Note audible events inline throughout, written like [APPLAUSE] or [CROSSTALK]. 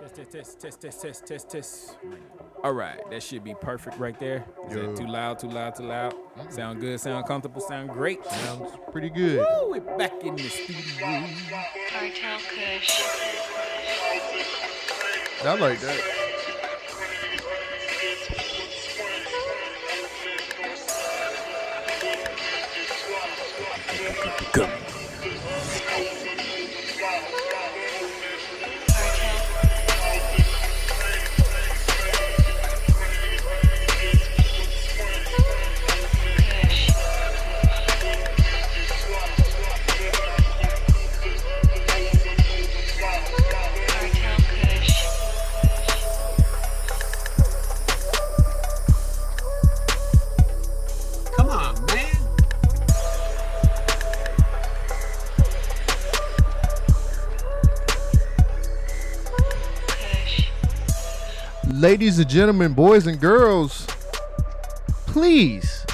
Test, test, test, test, test, test, test, test. All right, that should be perfect right there. Is Yeah. that too loud, too loud, too loud? Sound good, sound comfortable, sound great. Sounds pretty good. Woo, we're back in the studio. Cartel Kush. I like that. Come on, man. Ladies and gentlemen, boys and girls, please,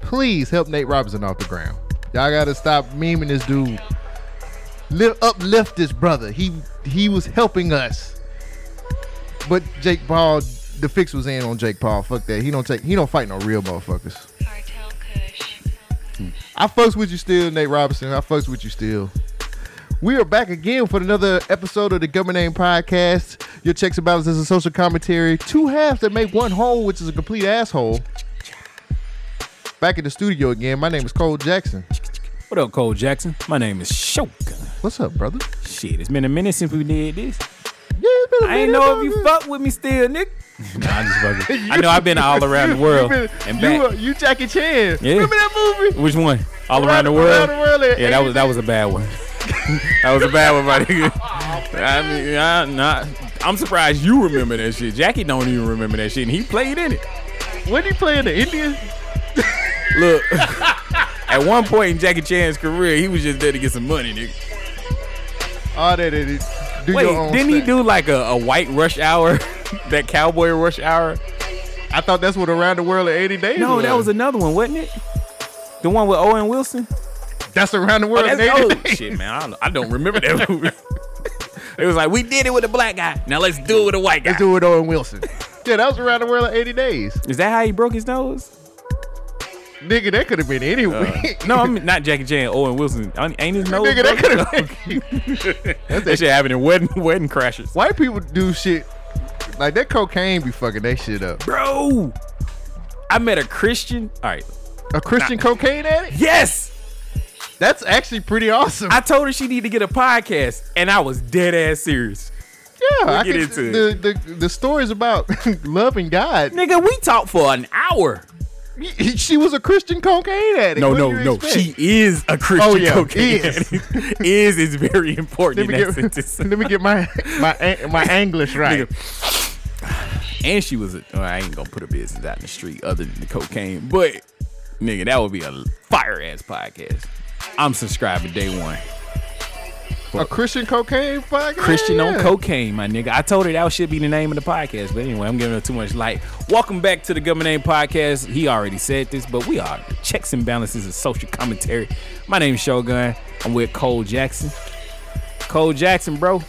please help Nate Robinson off the ground. Y'all gotta stop memeing this dude. Lift, uplift this brother. He he was helping us, but Jake Paul, the fix was in on Jake Paul. Fuck that. He don't take. He don't fight no real motherfuckers. Cartel Kush. I fucks with you still, Nate Robinson. I fucks with you still. We are back again for another episode of the Government Name Podcast. Your checks and balances and social commentary. Two halves that make one whole, which is a complete asshole. Back in the studio again. My name is Cole Jackson. What up, Cole Jackson? My name is Shoka. What's up, brother? Shit, it's been a minute since we did this. Yeah, it's been a I ain't minute, know if dog. you fuck with me still, nigga. [LAUGHS] nah, I'm just fucking. I know I've been all around the world [LAUGHS] You, been- and you, back. uh, you Jackie Chan. Yeah. Remember that movie? Which one? All around the world. Around the world at Yeah, that was that was a bad one. [LAUGHS] that was a bad one, my nigga. I mean, I, nah, I'm surprised you remember that shit. Jackie don't even remember that shit, and he played in it. When he playing the Indians? Look, at one point in Jackie Chan's career, he was just there to get some money, nigga. Oh, that it is. Do Wait, your own didn't he thing. do like a, a white rush hour? [LAUGHS] that cowboy rush hour? I thought that's what Around the World in 80 Days No, that was another one, wasn't it? The one with Owen Wilson? That's Around the Oh, World in that's 80 old. Days. Shit, man. I don't, I don't remember that movie. [LAUGHS] it was like, we did it with a black guy. Now let's do it with a white guy. Let's do it, Owen Wilson. [LAUGHS] yeah, that was around the world in 80 days. Is that how he broke his nose? Nigga, that could have been anyway. Uh, [LAUGHS] No, I'm not Jackie Chan. Owen Wilson. I- Ain't his nose? Nigga, that broken? [LAUGHS] could have been. that shit happened in wedding, [LAUGHS] wedding crashes. White people do shit. Like, that cocaine be fucking that shit up. Bro, I met a Christian. All right. A Christian cocaine addict? Yes. That's actually pretty awesome. I told her she need to get a podcast, and I was dead ass serious. yeah, I get can- into the, The, the, stories about [LAUGHS] loving God. Nigga, we talked for an hour. She was a Christian cocaine addict. No, What no, do you no. expect? She is a Christian. Oh, yeah, cocaine is. addict. [LAUGHS] is is very Let important me, in that [LAUGHS] get, sentence. let me get my my Ang- my [LAUGHS] English right. And she was. A, well, I ain't gonna put her business out in the street other than the cocaine, but nigga, that would be a fire ass podcast. I'm subscribing day one. A Christian cocaine podcast. Christian on Yeah. cocaine, my nigga. I told her that should be the name of the podcast, but anyway, I'm giving her too much light. Welcome back to the Government Name Podcast. He already said this, but we are the checks and balances of social commentary. My name is Shogun. I'm with Cole Jackson. Cole Jackson, bro.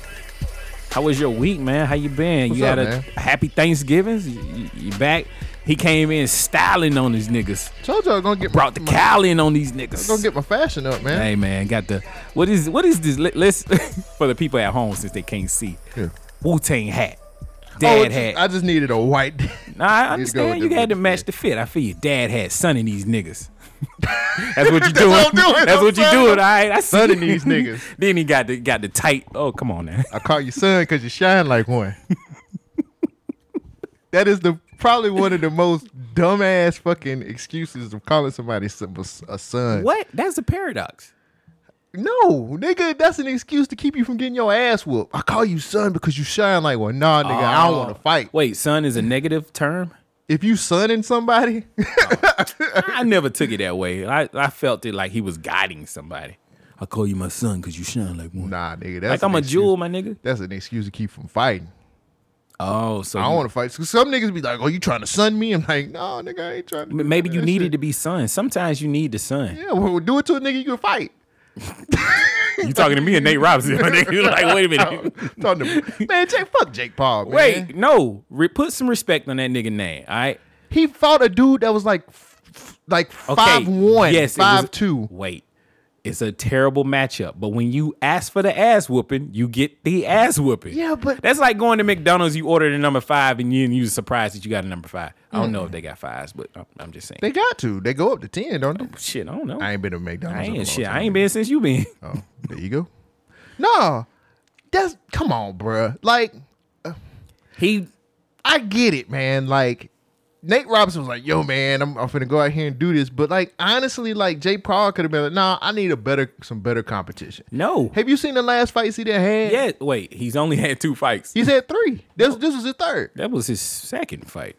How was your week, man? How you been? you What's up, had man? a happy Thanksgiving. You, you- you back? He came in styling on these niggas. Told y'all gonna get Brought the my, cowl in on these niggas. gonna get my fashion up, man. Hey man, got the what is what is this? Let, us [LAUGHS] for the people at home since they can't see. Yeah. Wu Tang hat, Oh, dad it's- hat. I just needed a white. [LAUGHS] nah, I need to go understand with you the- got to with- match the fit. I feel you. Dad hat, sunning these niggas. [LAUGHS] That's what you [LAUGHS] That's doing. what I'm doing. That's I'm what you sunning doing. All them. right, I see. you. Sunning these niggas. [LAUGHS] then he got the got the tight. Oh come on now. I call you son because you shine like one. [LAUGHS] that is the probably one of the most dumbass fucking excuses of calling somebody some- a son. What? That's a paradox. No, nigga, that's an excuse to keep you from getting your ass whooped. I call you son because you shine like one. Nah, nigga, I don't Oh. want to fight. Uh, Wait, son is a negative term. If you sonning somebody, [LAUGHS] I never took it that way. I, I felt it like he was guiding somebody. I call you my son because you shine like one. nah, nigga, that's like I'm an a excuse- jewel, my nigga. That's an excuse to keep from fighting. Oh, so I don't want to fight. Some niggas be like, "Oh, you trying to sun me?" I'm like, "No, nigga, I ain't trying." to do M- Maybe none you of that needed shit." to be son. Sometimes you need the son. [LAUGHS] Yeah, well, do it to a nigga you can fight. [LAUGHS] You talking to me and Nate Robinson? my nigga. [LAUGHS] You're like, wait a [LAUGHS] minute. Talking to- man, Jake, fuck Jake Paul. Oh, Man. Wait, no. Re- put some respect on that nigga name. All right. he fought a dude that was like, f- f- like five one, yes, it was- five two. Wait, it's a terrible matchup. But when you ask for the ass whooping, you get the ass whooping. Yeah, but- that's like going to McDonald's. You order the number five, and you and you surprised that you got a number five. I don't know if they got fives, but I'm, I'm just saying. Mm. They got to. They go up to ten, don't they? shit, I don't know. I I ain't been to McDonald's. in a ain't long shit. time. I ain't been since you been. Oh, [LAUGHS] there you go. No, that's come on, bruh. Like He I get it, man. Like Nate Robinson was like, "Yo, man, I'm, I'm finna go out here and do this," but like honestly, like Jay Paul could have been like, "Nah, I need a better, some better competition." no. Have you seen the last fights he done [LAUGHS] had? Yeah, wait. He's only had two fights. he's had three. This this was his third. That was his second fight.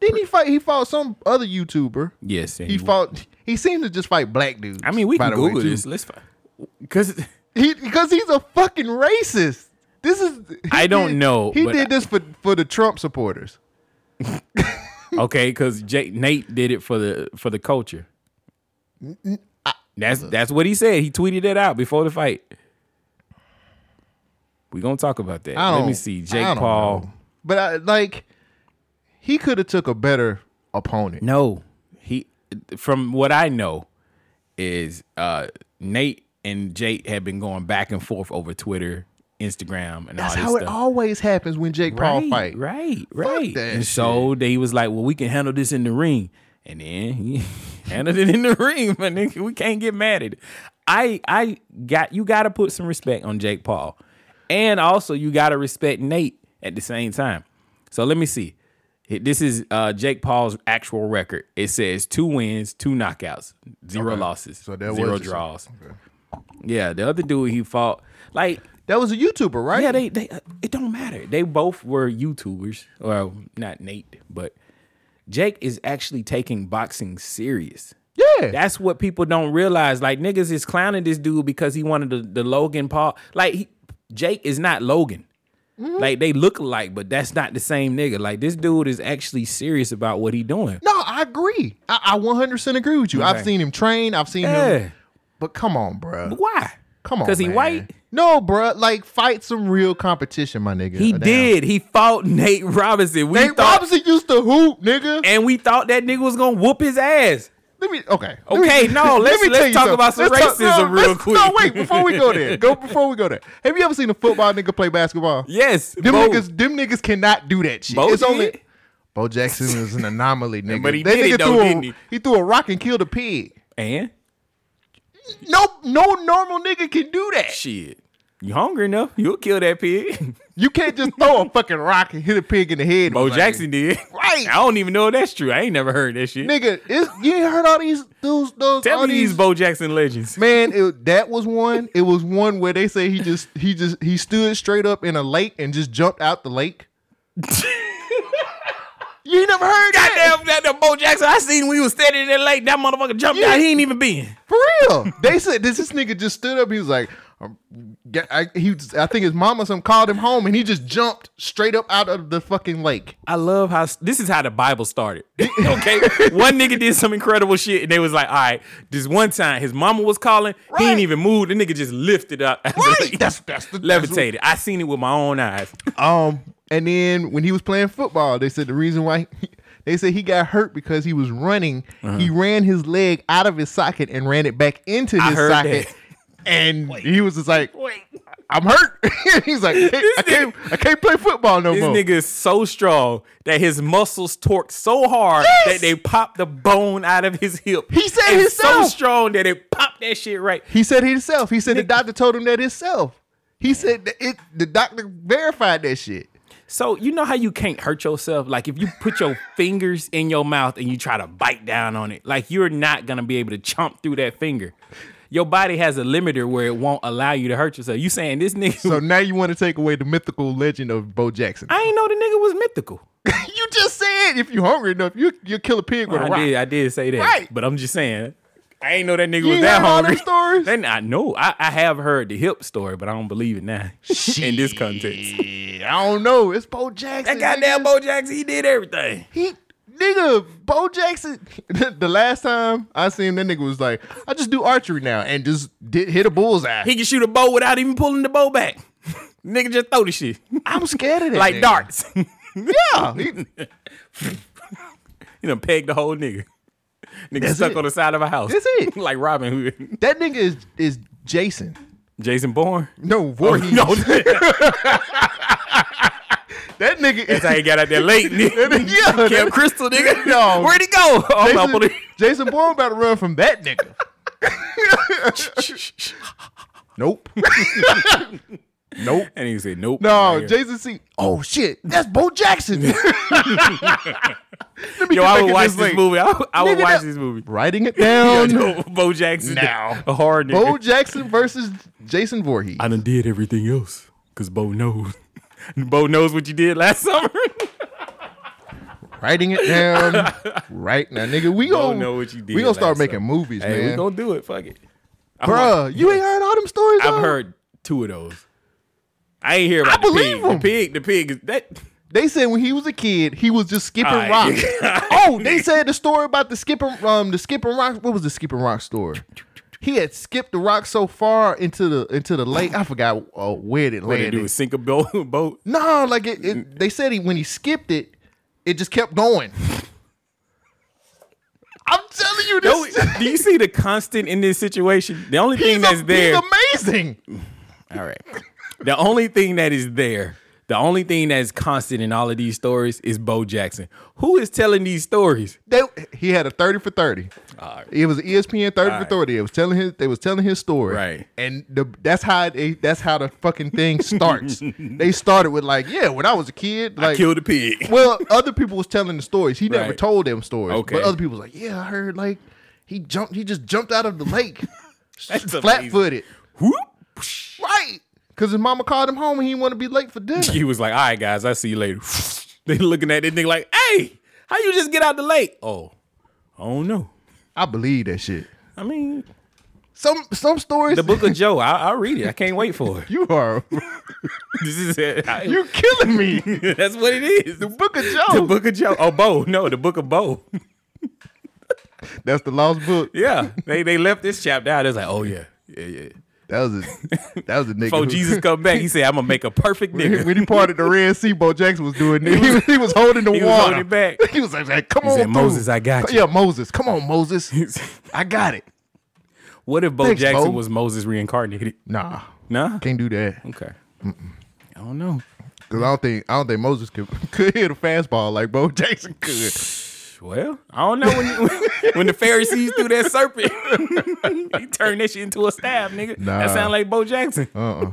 Didn't he fight? He fought some other YouTuber. Yes, and He fought. He seemed to just fight black dudes. I mean, we by can the way, Google too. this. Let's find because. He because he's a fucking racist. This is he I don't did- know, He but did I- this for for the Trump supporters. [LAUGHS] Okay, because Nate did it for the for the culture. That's that's what he said. He tweeted it out before the fight. We gonna talk about that. I don't, Let me see. I Jake don't Paul. know. But I, like, he could have took a better opponent. No, he. From what I know, is uh Nate and Jake had been going back and forth over Twitter, Instagram, and That's all this how it stuff. always happens when Jake Paul right, fight. Right, right. that and so they was like, "Well, we can handle this in the ring," and then he [LAUGHS] handled it in the ring. My nigga, we can't get mad at it. I, I got you. Got to put some respect on Jake Paul, and also you got to respect Nate at the same time. So let me see. This is uh, Jake Paul's actual record. It says two wins, two knockouts, zero losses, So that zero was the- draws. Yeah, the other dude he fought like That was a YouTuber, right? yeah, they they uh, it don't matter. They both were YouTubers, or not Nate, but Jake is actually taking boxing serious. yeah. That's what people don't realize. Like niggas is clowning this dude because he wanted the, the Logan Paul. Like he, Jake is not Logan. Mm-hmm. Like they look alike, but that's not the same nigga. Like this dude is actually serious about what he doing. no, I agree. I, I 100% agree with you. I've Okay. seen him train. I've seen Yeah. him. But come on, bruh. Why? Come on. because he man. white. No, bruh. Like, fight some real competition, my nigga. He Damn. did. He fought Nate Robinson. We Nate thought, Robinson used to hoop, nigga. and we thought that nigga was gonna whoop his ass. Let me okay. [LAUGHS] Let me- Okay, no, let's tell let's you talk something. about some Let's racism talk- no, real let's- quick. No, wait, before we go [LAUGHS] there, go before we go there. Have you ever seen a football nigga play basketball? Yes, them Bo. niggas, them niggas cannot do that shit. Bo it's did? only Bo Jackson is an anomaly, nigga. [LAUGHS] But he That did it nigga though, threw a, didn't he? threw a rock and killed a pig. And No, no normal nigga can do that. shit, you hungry enough? You'll kill that [LAUGHS] pig. You can't just throw a fucking rock and hit a pig in the head. Bo with it. Jackson did. Right. I don't even know if that's true. I ain't never heard that shit. nigga. It's, you ain't heard all these those those Tell all me these these Bo Jackson legends. Man, it, that was one. It was one where they say he just he just he stood straight up in a lake and just jumped out [LAUGHS] the lake. you ain't never heard that Goddamn, that, that Bo Jackson I seen when he was standing in that lake. That motherfucker jumped Yeah. out. He ain't even been. for real. They said this this nigga just stood up. He was like, um, yeah, I, he was- I think his mom or something called him home, and he just jumped straight up out of the fucking lake. I love how this is how the Bible started. [LAUGHS] okay, one nigga did some incredible shit, and they was like, "All right, this one time his mama was calling, he ain't Right. even moved. The nigga just lifted up, Right. That's- that's the- that's what- [LAUGHS] levitated. I seen it with my own eyes. Um, and then when he was playing football, they said the reason why he, they said he got hurt because he was running. He ran his leg out of his socket and ran it back into Uh-huh. I his heard socket. that. And he was just like, I'm hurt. [LAUGHS] He's like, I can't, I can't, I can't play football no This more. nigga is so strong that his muscles torque so hard Yes! that they pop the bone out of his hip. He said it's so himself. strong that it popped that shit right. he said himself. He said the doctor told him that himself. He said that it. The doctor verified that shit. So you know how you can't hurt yourself? Like if you put [LAUGHS] your fingers in your mouth and you try to bite down on it, like you're not gonna be able to chomp through that finger. Your body has a limiter where it won't allow you to hurt yourself. You saying this nigga? So now you want to take away the mythical legend of Bo Jackson? I ain't know the nigga was mythical. [LAUGHS] you just said if you're hungry enough, you you kill a pig with a rock. I did, I did say that. Right. But I'm just saying, I ain't know that nigga was ain't that heard all them hungry. stories? Then I know. I, I have heard the hip story, but I don't believe it now [LAUGHS] in this context. Yeah, I don't know. It's Bo Jackson. That goddamn Bo Jackson, he did everything. He nigga, Bo Jackson. [LAUGHS] The last time I seen that nigga was like, I just do archery now and just did hit a bullseye. He can shoot a bow without even pulling the bow back. [LAUGHS] Nigga just throw the shit I'm scared of that. like nigga. darts. [LAUGHS] you Yeah. he- know, peg the whole nigga. Nigga That's stuck it. on the side of a house. That's it. [LAUGHS] like Robin Hood. that nigga is is Jason. Jason Bourne. [LAUGHS] No, Oh, Voorhees. no, [LAUGHS] that's That nigga is how he got out there late, [LAUGHS] nigga. [LAUGHS] Yeah, Camp that- Crystal, nigga. [LAUGHS] [LAUGHS] No. Where'd he go? Oh, I'm Jason, pulling- Jason Bourne about to run from that [LAUGHS] nigga. [LAUGHS] nope. nope. and he said, nope. No, Right here. Jason C. Oh shit, that's [LAUGHS] Bo Jackson. Let me Yo, get I back would in watch this link. movie. I would, I would Nigga, watch that- this movie. [LAUGHS] Writing it down. Yo, Bo Jackson. Now. A hard nigga. Bo Jackson versus Jason Voorhees. I done did everything else because Bo knows. [LAUGHS] Bo knows what you did last [LAUGHS] summer. Writing it down [LAUGHS] right now, nigga. We Bo gonna know what you did We gonna start last making summer. movies, hey, we man. gonna do it. Fuck it, I'm Bruh, like- you ain't heard all them stories. I've though? heard two of those. I ain't hear about the I believe pig. The him. pig. The pig. is That They said when he was a kid, he was just skipping All right. rocks. [LAUGHS] oh, they said the story about the skipping um the skipping rocks. What was the skipping rock story? He had skipped the rock so far into the into the lake. I forgot uh, where it landed. what they do is sink a boat. [LAUGHS] [LAUGHS] boat. No, like it, it they said he when he skipped it, it just kept going. I'm telling you No, [LAUGHS] this. do you see the constant in this situation? The only thing he's, that's a- there. he's amazing. All right. The only thing that is there, the only thing that's constant in all of these stories is Bo Jackson. Who is telling these stories? They, he had a 30 for 30. It was E ESPN 30 for 30. It was telling his they was telling his story. Right. And the, that's how they that's how the fucking [LAUGHS] thing starts. they started with like, yeah, when I was a kid, like Kill the pig. well, other people was telling the stories. He never Right. told them stories. Okay. But other people was like, yeah, I heard like he jumped, he just jumped out of the lake. [LAUGHS] That's amazing. flat footed. Whoop. Right. Cause his mama called him home and he didn't want to be late for dinner. He was like, "All right, guys, I see you later." [LAUGHS] they looking at this nigga like, "Hey, how you just get out the lake?" Oh, I don't know. I believe that shit. I mean, Some some stories the Book of Joe. I, I'll read it. I can't wait for it. [LAUGHS] you are [LAUGHS] This is it. I- you're killing me. [LAUGHS] that's what it is. [LAUGHS] The Book of Joe. The Book of Joe. Oh, Bo. No, the Book of Bo. That's the lost book. Yeah, they they left this chapter out. It's like, oh yeah, yeah, yeah. That was [LAUGHS] a that was a nigga. [LAUGHS] Before who- Jesus come back, he said, "I'm gonna make a perfect nigga." when he parted the Red Sea, Bo Jackson was doing it. He was, [LAUGHS] he was holding the He was water. holding it back. [LAUGHS] He was like, like, "Come He on, said, through. "Moses, I got you." Yeah, Moses, come on, [LAUGHS] Moses, I got it. What if Bo Thanks, Jackson Bo. was Moses reincarnated? Nah, Nah. can't do that Okay. I don't know. because I don't think I don't think Moses could [LAUGHS] could hit a fastball like Bo Jackson could. Well, I don't know when when, [LAUGHS] the Pharisees threw that serpent, [LAUGHS] he turned that shit into a staff, nigga. Nah. That sound like Bo Jackson. Uh, uh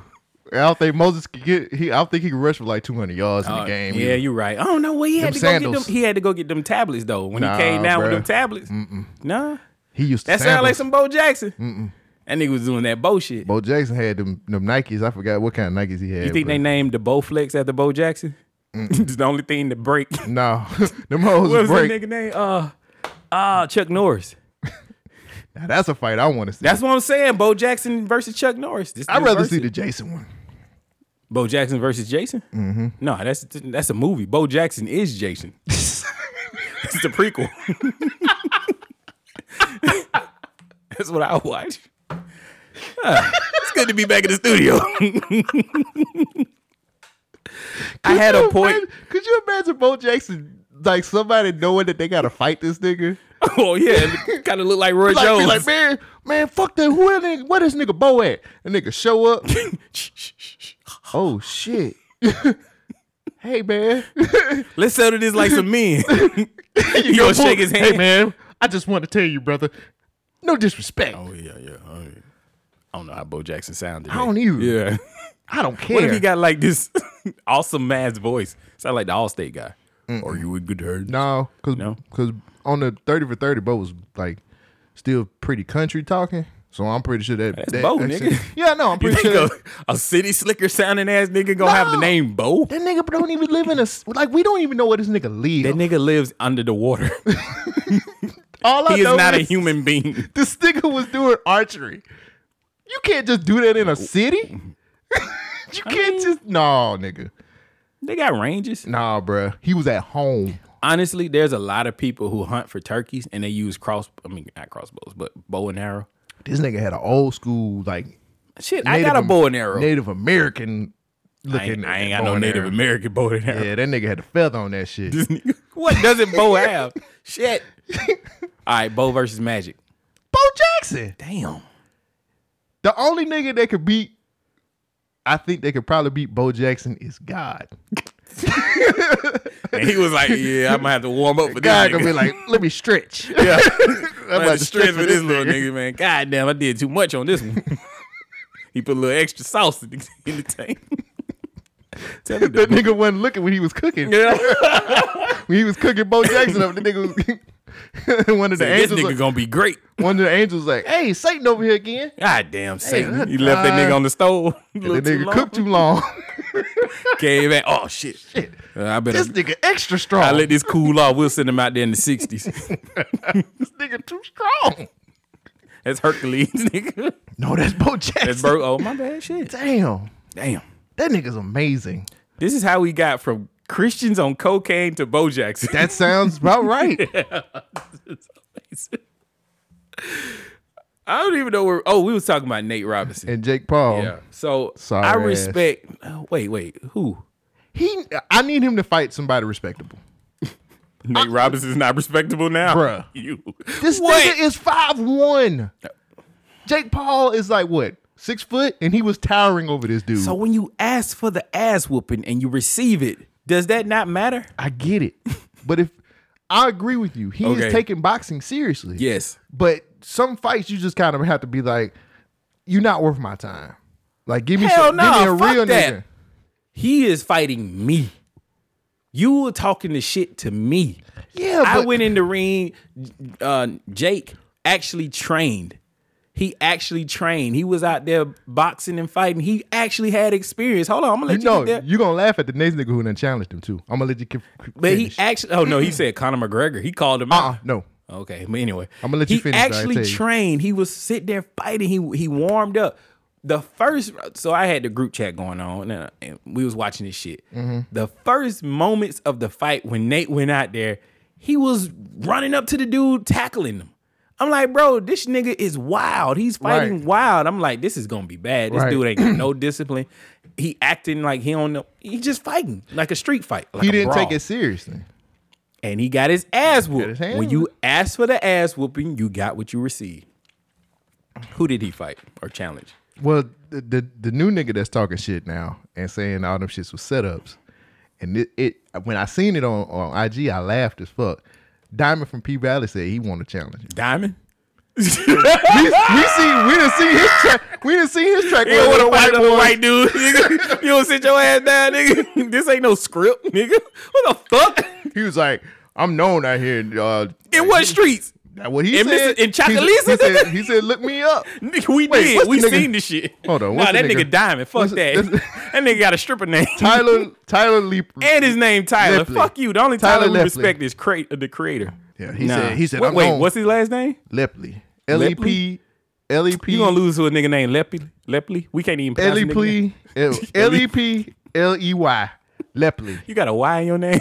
I don't think Moses could get. He, I don't think he could rush for like 200 yards in the Uh, game. yeah, you're right. I don't know where he had to Them go get sandals. them. He had to go get them tablets though. When Nah, he came down with bruh. them tablets, nah, he used to. that sound like sandals. some Bo Jackson. That nigga was doing that Bo shit. Bo Jackson had them them Nikes. I forgot what kind of Nikes he had. you think but- they named the Bo Flex after Bo Jackson? [LAUGHS] it's the only thing to break. [LAUGHS] No, [LAUGHS] them hoes what was was break. that nigga name? Uh, uh, Chuck Norris. Now, that's a fight I want to see. That's what I'm saying. Bo Jackson versus Chuck Norris. This I'd new rather versus. see the Jason one. Bo Jackson versus Jason? Mm-hmm. No, that's that's a movie. Bo Jackson is [LAUGHS] Jason. it's the prequel. [LAUGHS] that's what I watch. Ah, it's good to be back in the studio. I had a point. could you imagine Bo Jackson like somebody knowing that they gotta fight this nigga? [LAUGHS] Oh yeah, kind of look like Roy Like, be Jones. like man, man, fuck that. Who that nigga? Where this nigga Bo at? The nigga [LAUGHS] show up. oh shit. hey man, [LAUGHS] Let's settle this like some men. you gonna shake his Hey hand? man, I just want to tell you, brother. No [LAUGHS] disrespect. oh yeah, yeah. I don't know how Bo Jackson sounded. I don't either. Yeah. I don't care. What if he got like this [LAUGHS] awesome ass voice? Sound like the Allstate guy. Or you would good hurt. No, cause No? 'cause on the thirty for thirty, Bo was like still pretty country talking. So I'm pretty sure that That's that Bo, accent- [LAUGHS] nigga. Yeah, no, I'm You pretty [LAUGHS] think sure a, a city slicker sounding ass nigga gonna have the No. name Bo? that nigga don't even live in a s- like we don't even know where this nigga That lives. nigga lives under the water. All [LAUGHS] I He is know not a is human being. This nigga was doing archery. You can't just do that in Oh. a city. [LAUGHS] you can't just no, nigga, They got ranges. nah, bruh. He was at home. honestly, there's a lot of people who hunt for turkeys and they use cross. I mean, not crossbows, but bow and arrow. This nigga had an old school like Shit, I got a Am- bow and arrow. Native American I ain't, looking. I ain't got bow no and Native arrow. American bow and arrow. Yeah, that nigga had a feather on that shit. [LAUGHS] what doesn't [LAUGHS] Bo have? Shit. All right, Bo versus Magic. Bo Jackson, Damn. the only nigga that could beat, I think they could probably beat Bo Jackson is God. And [LAUGHS] he was like, "Yeah, I'm gonna have to warm up for this." God nigga. gonna be like, let me [LAUGHS] stretch. yeah. I'm I'm about to stress with this little nigga, man. God damn, I did too much on this [LAUGHS] one. he put a little extra sauce in the, in the tank. Tell me That the nigga wasn't looking when he was cooking. [LAUGHS] When he was cooking Bo Jackson up, the nigga was [LAUGHS] one of the this angels. nigga like- gonna be great. one of the angels like, "Hey, Satan over here again." God damn, Satan. that you left that nigga on the stove. [LAUGHS] a little The too nigga long. cooked too long. [LAUGHS] Came back. Oh shit. Shit. I better. this nigga extra strong. I let this cool off. We'll send him out there in the [LAUGHS] '60s. this nigga too strong. That's Hercules, [LAUGHS] nigga. No, that's Bo Jackson. That's bro. Oh my bad, shit. Damn, Damn. that nigga's amazing. This is how we got from Christians on cocaine to Bo [LAUGHS] Jackson. That sounds [LAUGHS] about right. I don't even know where. Oh, we was talking about Nate Robinson. And Jake Paul, [LAUGHS] Yeah. So Sorry I ass. respect. oh, Wait, wait. Who? he, I need him to fight somebody respectable. Nate Robinson's not respectable now, Bruh. You. This What? nigga is five one. Jake Paul is like what six foot, and he was towering over this dude. So when you ask for the ass whooping and you receive it, does that not matter? I [LAUGHS] get it, but if I agree with you, he Okay. is taking boxing seriously. Yes. But some fights you just kind of have to be like, you're not worth my time. Like give me Hell some, no, give me a fuck real that. nigga. He is fighting me. You were talking the shit to me. Yeah, I but- went in the ring. Uh, Jake actually trained. He actually trained. He was out there boxing and fighting. He actually had experience. Hold on, I'm gonna let You you, know, get there. you're gonna laugh at the next nigga who done challenged him too. I'm gonna let you keep. keep But he finish. actually, oh no, he said Conor McGregor. He called him uh-uh, out. no. Okay, but anyway, I'ma let you he finish, I actually tell you. trained. He was sitting there fighting. He he warmed up. The first, so I had the group chat going on, and, and we was watching this shit. Mm-hmm. The first moments of the fight when Nate went out there, he was running up to the dude, tackling him. I'm like, bro, this nigga is wild. He's fighting Right. wild. I'm like, this is gonna be bad. This Right. dude ain't [CLEARS THROAT] got no discipline. He acting like he don't know. He just fighting like a street fight. Like He a didn't brawl take it seriously. and he got his ass whooped. his hand when you asked for the ass whooping, you got what you received. Who did he fight or challenge? Well, the, the the new nigga that's talking shit now and saying all them shits was setups, and it, it when I seen it on, on IG, I laughed as fuck. Diamond from P Valley said he want to challenge. Him. [LAUGHS] Diamond. [LAUGHS] we, we see we didn't see his track. We didn't see his track. You record want to fight wipe up a was. white dude? [LAUGHS] nigga. you don't sit your ass down, nigga. [LAUGHS] This ain't no script, nigga. What the fuck? He was like, "I'm known out here." Uh, In what streets? that what he And Mr. and said. He- Chocolisa? He said, he said, "Look [LAUGHS] me up." Nigga, we Wait, did. what's We the nigga- seen this shit. Hold on, Nah, what's the that nigga, nigga- Diamond. Fuck what's- that. [LAUGHS] this- that nigga got a stripper name. Tyler Tyler Leap. [LAUGHS] and his name Tyler. Lepley. Fuck you. The only Tyler, Tyler we Lepley. respect is cra- the creator. Yeah, he Nah. said. He said, Wait, "I'm wait known." what's his last name? Lepley? L E P L E P You gonna lose to a nigga named Lepley? Lepley? We can't even L pronounce E the nigga name. [LAUGHS] P L E P L E Y Lepley. You got a Y in your [LAUGHS] name?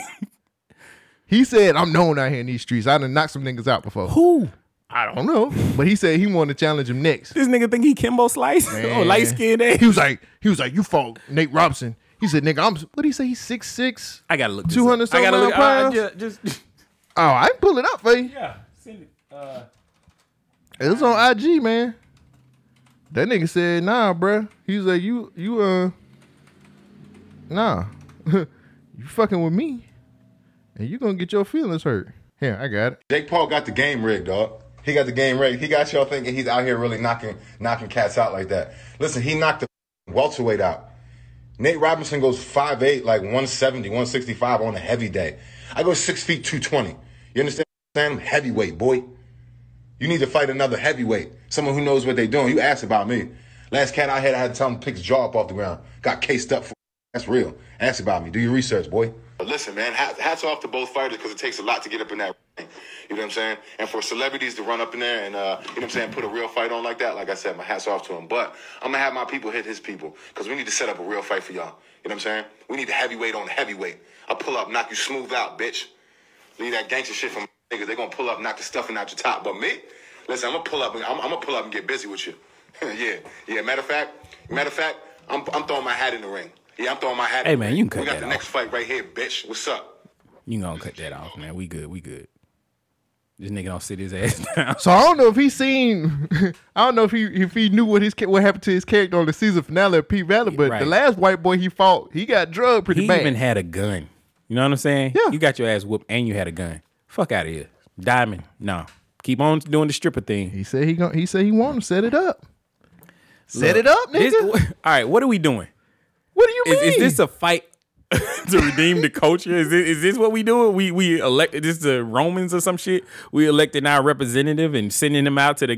He said, "I'm known out here in these streets. I done knocked some niggas out before." Who? I don't know, but he said he wanted to challenge him next. This nigga think he Kimbo Slice? [LAUGHS] Oh, Man. light skinned ass. He [LAUGHS] was like, he was like, "You fought Nate Robinson." He said, "Nigga, I'm what do he say? He's six six. I gotta look. this 200 up. I gotta something look. I- I pounds? ju- just, [LAUGHS] Oh, I can pull it up for you. yeah. Send it. Uh, It was on IG, man. That nigga said, nah, bruh. He was like, you, you, uh, nah. [LAUGHS] you fucking with me. And you gonna get your feelings hurt. Here, I got it. Jake Paul got the game rigged, dog. He got the game rigged. He got y'all thinking he's out here really knocking knocking cats out like that. Listen, he knocked the welterweight out. Nate Robinson goes 5'8", like 170, 165 on a heavy day. I go 6 feet 220. You understand what I'm saying? I'm heavyweight, boy. You need to fight another heavyweight, someone who knows what they're doing. You asked about me. Last cat I had, I had to tell him to pick his jaw up off the ground. Got cased up for that's real. Ask about me. Do your research, boy. Listen, man, hats, hats off to both fighters because it takes a lot to get up in that ring. You know what I'm saying? And for celebrities to run up in there and, uh, you know what I'm saying, put a real fight on like that, like I said, my hats off to him. But I'm going to have my people hit his people because we need to set up a real fight for y'all. You know what I'm saying? We need heavyweight on heavyweight. I pull up, knock you smooth out, bitch. Leave that gangster shit from niggas. They gonna pull up, and knock the stuffing out your top. But me, listen, I'm gonna pull up. and- I'm, I'm gonna pull up and get busy with you. [LAUGHS] yeah, yeah. Matter of fact, matter of fact, I'm, I'm throwing my hat in the ring. Yeah, I'm throwing my hat. Hey, in the man, ring. you can cut We got that the off. next fight right here, bitch. What's up? You gonna cut that off, man. We good. We good. This nigga don't sit his ass [LAUGHS] down. So I don't know if he seen, [LAUGHS] I don't know if he if he knew what his cha- what happened to his character on the season finale of P Valley, but Right. the last white boy he fought, he got drugged pretty He bad. even had a gun. You know what I'm saying? Yeah. You got your ass whooped and you had a gun. Fuck out of here. Diamond. No. Keep on doing the stripper thing. he said he gon he said he want to set it up. Set Look, it up, nigga. this- [LAUGHS] all right, what are we doing? what do you Is, mean? is this a fight [LAUGHS] to redeem the culture? Is this, is this what we doing? We we elected this the Romans or some shit? We electing our representative and sending him out to the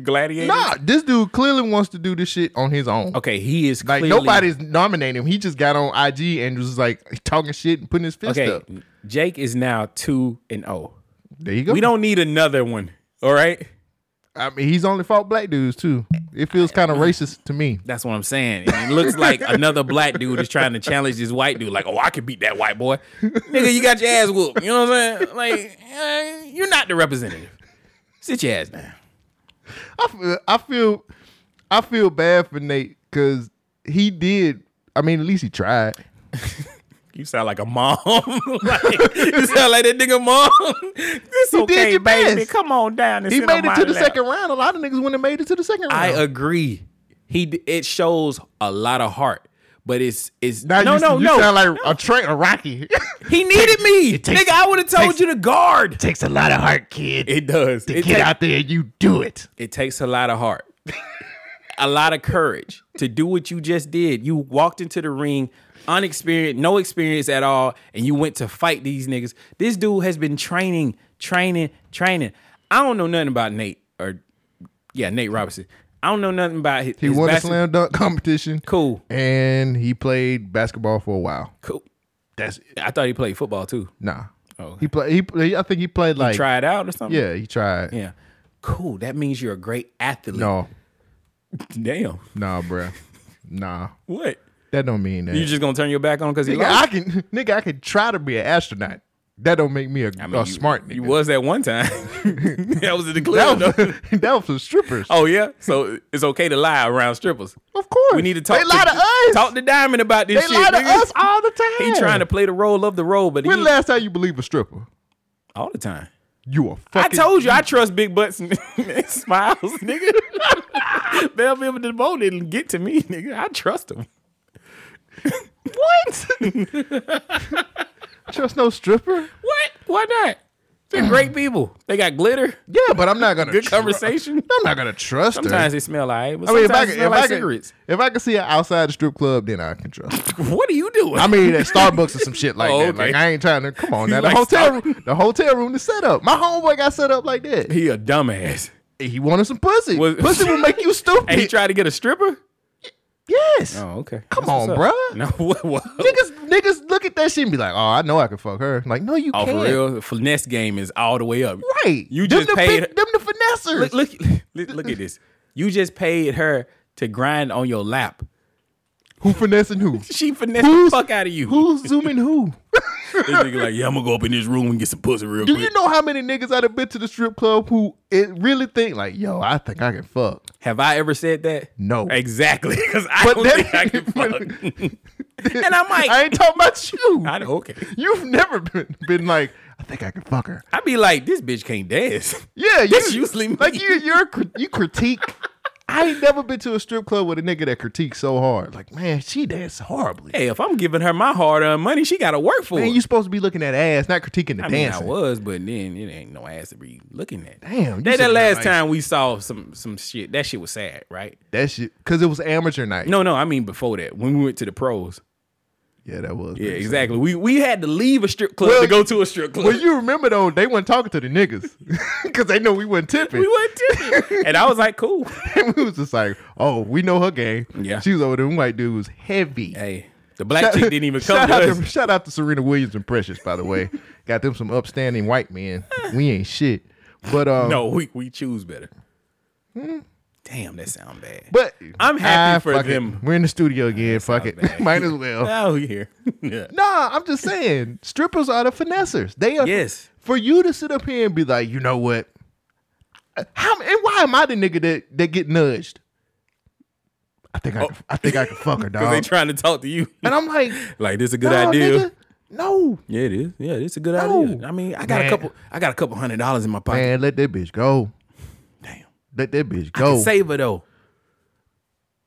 [LAUGHS] gladiators? nah? This dude clearly wants to do this shit on his own. Okay, he is Like clearly, nobody's nominating him. He just got on IG and was like talking shit and putting his fist Okay, up. Jake is now two and oh. There you go. We don't need another one. All right. I mean, he's only fought black dudes too. It feels kind of racist to me. That's what I'm saying. And it looks [LAUGHS] like another black dude is trying to challenge this white dude. Like, oh, I could beat that white boy. Nigga, you got your ass whooped. You know what I'm saying? Like, eh, you're not the representative. Sit your ass down. I feel, I feel, I feel bad for Nate because he did. I mean, at least he tried. You sound like a mom. [LAUGHS] like, you sound like that nigga mom. It's You did okay, your baby. best. Come on down. And He sit on made it my to the lap. second round. A lot of niggas wouldn't have made it to the second round. I agree. He d- it shows a lot of heart, but it's it's Now no you, no you no. sound like a train, a Rocky. he needed me, nigga. I would have told you to guard. [LAUGHS] Takes a lot of heart, kid. It does. It Get ta- out there, and you do it. It takes a lot of heart, [LAUGHS] a lot of courage to do what you just did. You walked into the ring, unexperienced, no experience at all, and you went to fight these niggas. This dude has been training, training, training. I don't know nothing about Nate or, yeah, Nate Robinson. I don't know nothing about his. He won a slam dunk competition. Cool, And he played basketball for a while. cool. That's it. I thought he played football too. Nah. Oh. He played. He. play- I think he played like. Try it out or something. Yeah, he tried. yeah. Cool. That means you're a great athlete. No, Damn. nah, bruh. nah, What? that don't mean that. You just gonna turn your back on because he Nigga, lost? I can [LAUGHS] nigga, I can try to be an astronaut. That don't make me a, I mean, a you- smart nigga. You was at one [LAUGHS] time. that was a declare. that, [LAUGHS] was, that was for strippers. Oh yeah, so it's okay to lie around strippers. of course. We need to talk. They lie to us. Talk to Diamond about this they shit. lie to nigga. us all the time. He trying to play the role of the role, but he, When last time you believe a stripper? all the time. You a I fucking. told you I trust big butts and [LAUGHS] and smiles, nigga. [LAUGHS] Bell Bill DeBoe didn't get to me, nigga. I trust him. what? trust no stripper. [LAUGHS] What? Why not? They're great people. They got glitter. Yeah, but I'm not gonna. Good tru- [LAUGHS] conversation. I'm not gonna trust Sometimes her. they smell like. But I mean, if sometimes they I could, smell if, like I could, cigarettes. if I could see her outside the strip club, then I can trust. her. What are you doing? I mean, at Starbucks or some shit like Oh, that. okay. Like I ain't trying to. Come [LAUGHS] on, now the like hotel, Star- room, the hotel room is set up. My homeboy got set up like that. he a dumbass. He wanted some pussy. Was- pussy will make you stupid. [LAUGHS] And he tried to get a stripper? yes. Oh, okay. Come That's on, what's up. bruh. No, [LAUGHS] what, what? Niggas, niggas look at that shit and be like, "Oh, I know I can fuck her." Like, no, you Oh, can't. for real? The finesse game is all the way up. Right? You them just the, fin- paid. them the look, finessers. look, look, look at this. You just paid her to grind on your lap. Who [LAUGHS] finessing who? She finessed the Who's- fuck out of you. Who's zooming who? This nigga like, yeah, I'm gonna go up in this room and get some pussy real Do quick. you know how many niggas out of been to the strip club who it really think like, "Yo, I think I can fuck." Have I ever said that? No. Exactly, because I [LAUGHS] But don't that- think I can fuck. and I might. I ain't talking about you. I know, okay. You've never been been like, "I think I can fuck her." I'd be like, this bitch can't [LAUGHS] dance. Yeah, you, That's usually me. like you. You're cri- you critique. I ain't never been to a strip club with a nigga that critiques so hard. Like, man, she danced horribly. Hey, if I'm giving her my hard-earned money, she gotta work for Man, it. you supposed to be looking at ass, not critiquing the I mean, I dancing. was, but then it ain't no ass to be looking at. Damn, you that, said that that last nice. time we saw some some shit, that shit was sad, right? That shit, because it was amateur night. No, no, I mean before that, when we went to the pros. Yeah, that was. Yeah, exactly. We we had to leave a strip club Well, to go to a strip club. Well, you remember though, they weren't talking to the niggas [LAUGHS] because they know we wasn't [LAUGHS] tipping. we went to, [LAUGHS] and I was like, cool. and [LAUGHS] we was just like, oh, we know her game. Yeah. she was over there. Them white dude was heavy. Hey, the black chick didn't even come shout, to out us. to, shout out to Serena Williams and Precious, by [LAUGHS] the way. Got them some upstanding white men. We ain't shit. But um, No, we we choose better. Damn, that sound bad. Hmm. [LAUGHS] But I'm happy Ah, for fuck it. them. We're in the studio again. Fuck it. sounds bad. [LAUGHS] Might as well. out here. Oh, yeah. [LAUGHS] Nah, I'm just saying, strippers are the finessers. They are Yes. for you to sit up here and be like, you know what? How and why am I the nigga that that get nudged? I think I can, I think I can [LAUGHS] fuck her, Because Oh. they dog. trying to talk to you. [LAUGHS] and I'm like, like this is a good "Nah, idea. nigga, no, Yeah, it is. Yeah, it's a good No. idea. I mean, I got a Man. couple. I got a couple hundred dollars in my pocket. man, let that bitch go. Damn. Let that bitch I can go. save her though.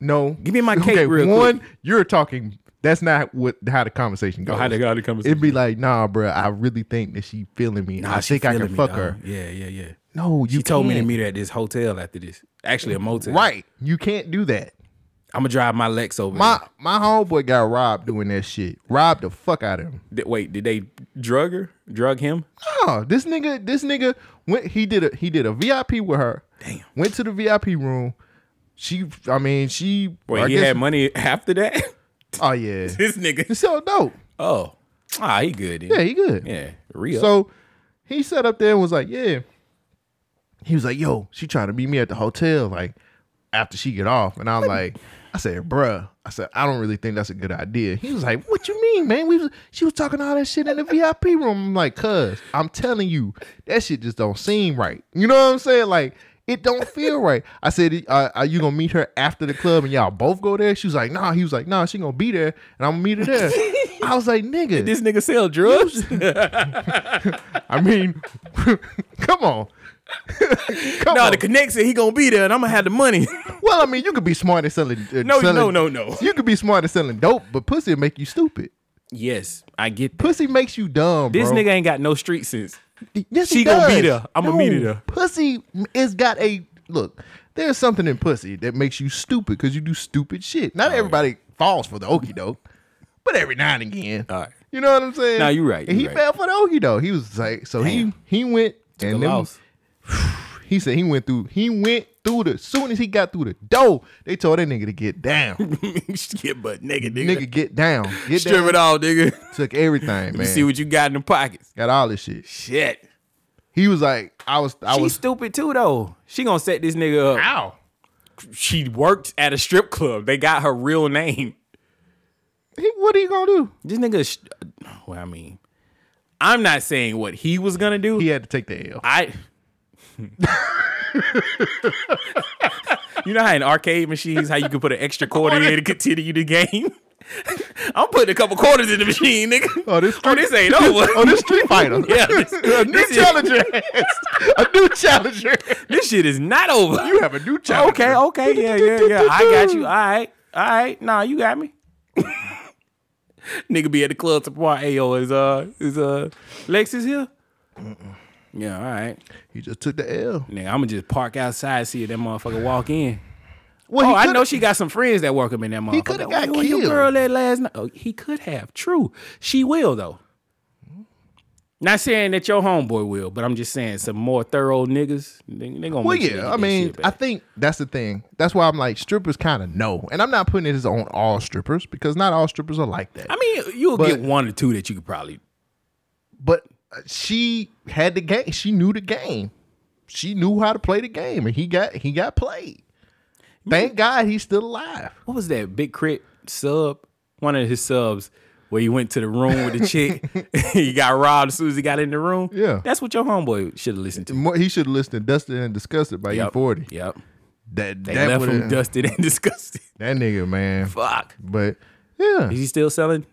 no, Give me my [LAUGHS] cake real one, you're talking. That's not what Oh, how the conversation goes. how the- how the It'd conversation be like, nah, bruh, I really think that she feeling me. I she think I feeling can me, fuck dog. her. Yeah, yeah, yeah. No, you She told me to can't. meet her at this hotel after this. Actually, a motel. Right. You can't do that. I'm gonna drive my Lex over. My my homeboy got robbed doing that shit. Robbed the fuck out of him. there. Th- Wait, did they drug her? Drug him? No, this nigga, this nigga went he did a he did a VIP with her. Damn. Went to the VIP room. She I mean she Wait, I he guess- had money [LAUGHS] after that. Oh yeah. this nigga. It's so dope. Oh, ah, he good. Then. Yeah, he good. yeah, real. So he sat up there and was like, Yeah. He was like, Yo, she trying to meet me at the hotel, like after she get off. And I'm like, I said, bruh. I said, I don't really think that's a good idea. He was like, What you mean, man? We was, she was talking all that shit in the VIP room. I'm like, cuz, I'm telling you, that shit just don't seem right. You know what I'm saying? Like, it don't feel right. I said, uh, are you gonna meet her after the club and y'all both go there? She was like, nah. He was like, nah, she gonna be there and I'm gonna meet her there. I was like, nigga. this nigga sell drugs. [LAUGHS] I mean, [LAUGHS] come on. [LAUGHS] come no, on. the connection. He gonna be there, and I'm gonna have the money. [LAUGHS] well, I mean, you could be smart at selling. uh, No, selling- no, no, no. You could be smart at selling dope, but pussy will make you stupid. yes, I get. That. Pussy makes you dumb. This bro. nigga ain't got no street sense. Yes, she he gonna does. be there. I'ma meet her there. Pussy is got a look. There's something in pussy that makes you stupid because you do stupid shit. Oh, Not everybody falls for the okey doke, but every now and again. All right. You know what I'm saying? Nah, you right, And you he right. fell for the okey doke. He was like, so Damn. he he went The and [LAUGHS] then loss. He said he went through. He went through the. Soon as he got through the door, they told that nigga to [LAUGHS] get down. Shit, but nigga, nigga, nigga, get down. Get strip down. it all, nigga. [LAUGHS] Took everything, You man. see what you got in the pockets. got all this shit. Shit. He was like, I was, I She's was. stupid too, though. She gonna set this nigga up. Ow. She worked at a strip club. They got her real name. He, what are you gonna do? This nigga. Sh- well, I mean, I'm not saying what he was gonna do. He had to take the L. I. [LAUGHS] you know how in arcade machines, how you can put an extra quarter in to continue the game. [LAUGHS] I'm putting a couple quarters in the machine, nigga. Oh, this [LAUGHS] oh, street, this ain't over. oh, this Street Fighter. [LAUGHS] Yeah, this- [LAUGHS] a new this is- [LAUGHS] challenger. ass. a new challenger. this shit is not over. You have a new challenger. Okay, okay, yeah, yeah, yeah. I got you. All right, all right. Nah, you got me. Nigga be at the club tomorrow. Hey, yo, is uh, is uh, Lex is here? Yeah, all right. He just took the L. Nigga, I'ma just park outside, see if that [SIGHS] motherfucker walk in. Well, Oh, he I coulda- know she got some friends that work him in that motherfucker. coulda got Where your killed. girl at last night. Oh, he could have. True. She will though. Not saying that your homeboy will, but I'm just saying some more thorough niggas. They, they gonna Well, make sure they yeah. get I that mean, shit back. I think that's the thing. That's why I'm like strippers kind of know, and I'm not putting this on all strippers because not all strippers are like that. I mean, you'll But- get one or two that you could probably. But uh, she had the game. She knew the game. She knew how to play the game, and he got he got played. Thank God he's still alive. What was that big crit sub? One of his subs where he went to the room with the chick. [LAUGHS] [LAUGHS] he got robbed as soon as he got in the room. Yeah. that's what your homeboy should have listened to. More, he should have listened to Dustin and discussed it by Yep. E forty. Yep. That They that left would've- him dusted and [LAUGHS] disgusted. that nigga man. Fuck. But yeah. Is he still selling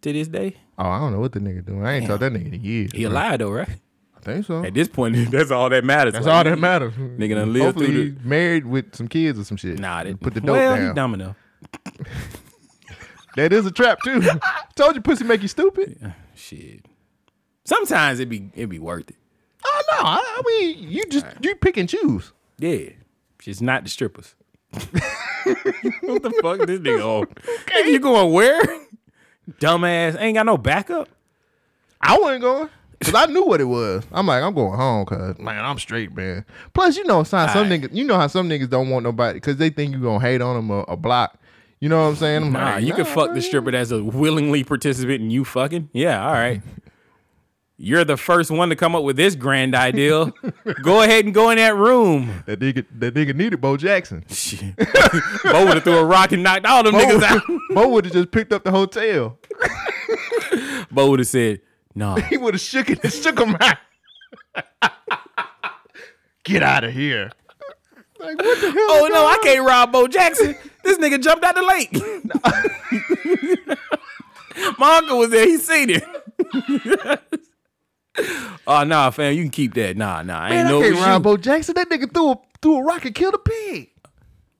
to this day? Oh, I don't know what the nigga doing. I ain't talked that nigga in years. He bro. alive though, right? I think so. At this point, [LAUGHS] that's all that matters. That's Like, all that matters. Nigga done lived Hopefully through he married with some kids or some shit. Nah, And that, put the dope well, he down. dumb enough. That is a trap too. [LAUGHS] Told you, pussy make you stupid. Shit. Sometimes it be it be worth it. Oh no, I, I mean you just you pick and choose. Yeah. She's not the strippers. [LAUGHS] what the fuck this nigga on? Nigga, You going where? Dumbass. Ain't got no backup. I wasn't going because I knew what it was. I'm like, I'm going home because man, I'm straight, man. Plus, you know, how some Aight. niggas, you know how some niggas don't want nobody because they think you gonna hate on them or, or block. You know what I'm saying? I'm Nah, like, you can fuck [LAUGHS] bro, the stripper that's a willingly participant in you fucking. Yeah, all right. You're the first one to come up with this grand idea. go ahead and go in that room. That nigga, that nigga needed Bo [LAUGHS] Jackson. Shit. Bo would have threw a rock and knocked all them niggas out. Bo would have just picked up the hotel. Bo would have said, "Nah, He would have shook it [LAUGHS] and shook him out. [LAUGHS] Get out of here. Like what the hell? oh no, I can't rob Bo Jackson. This nigga jumped out the [LAUGHS] lake. My uncle was there. He seen it. [LAUGHS] oh nah, fam, you can keep that. Nah, nah, I ain't Man, know I it can't was rob you. Bo Jackson. That nigga threw a threw a rock and killed a pig.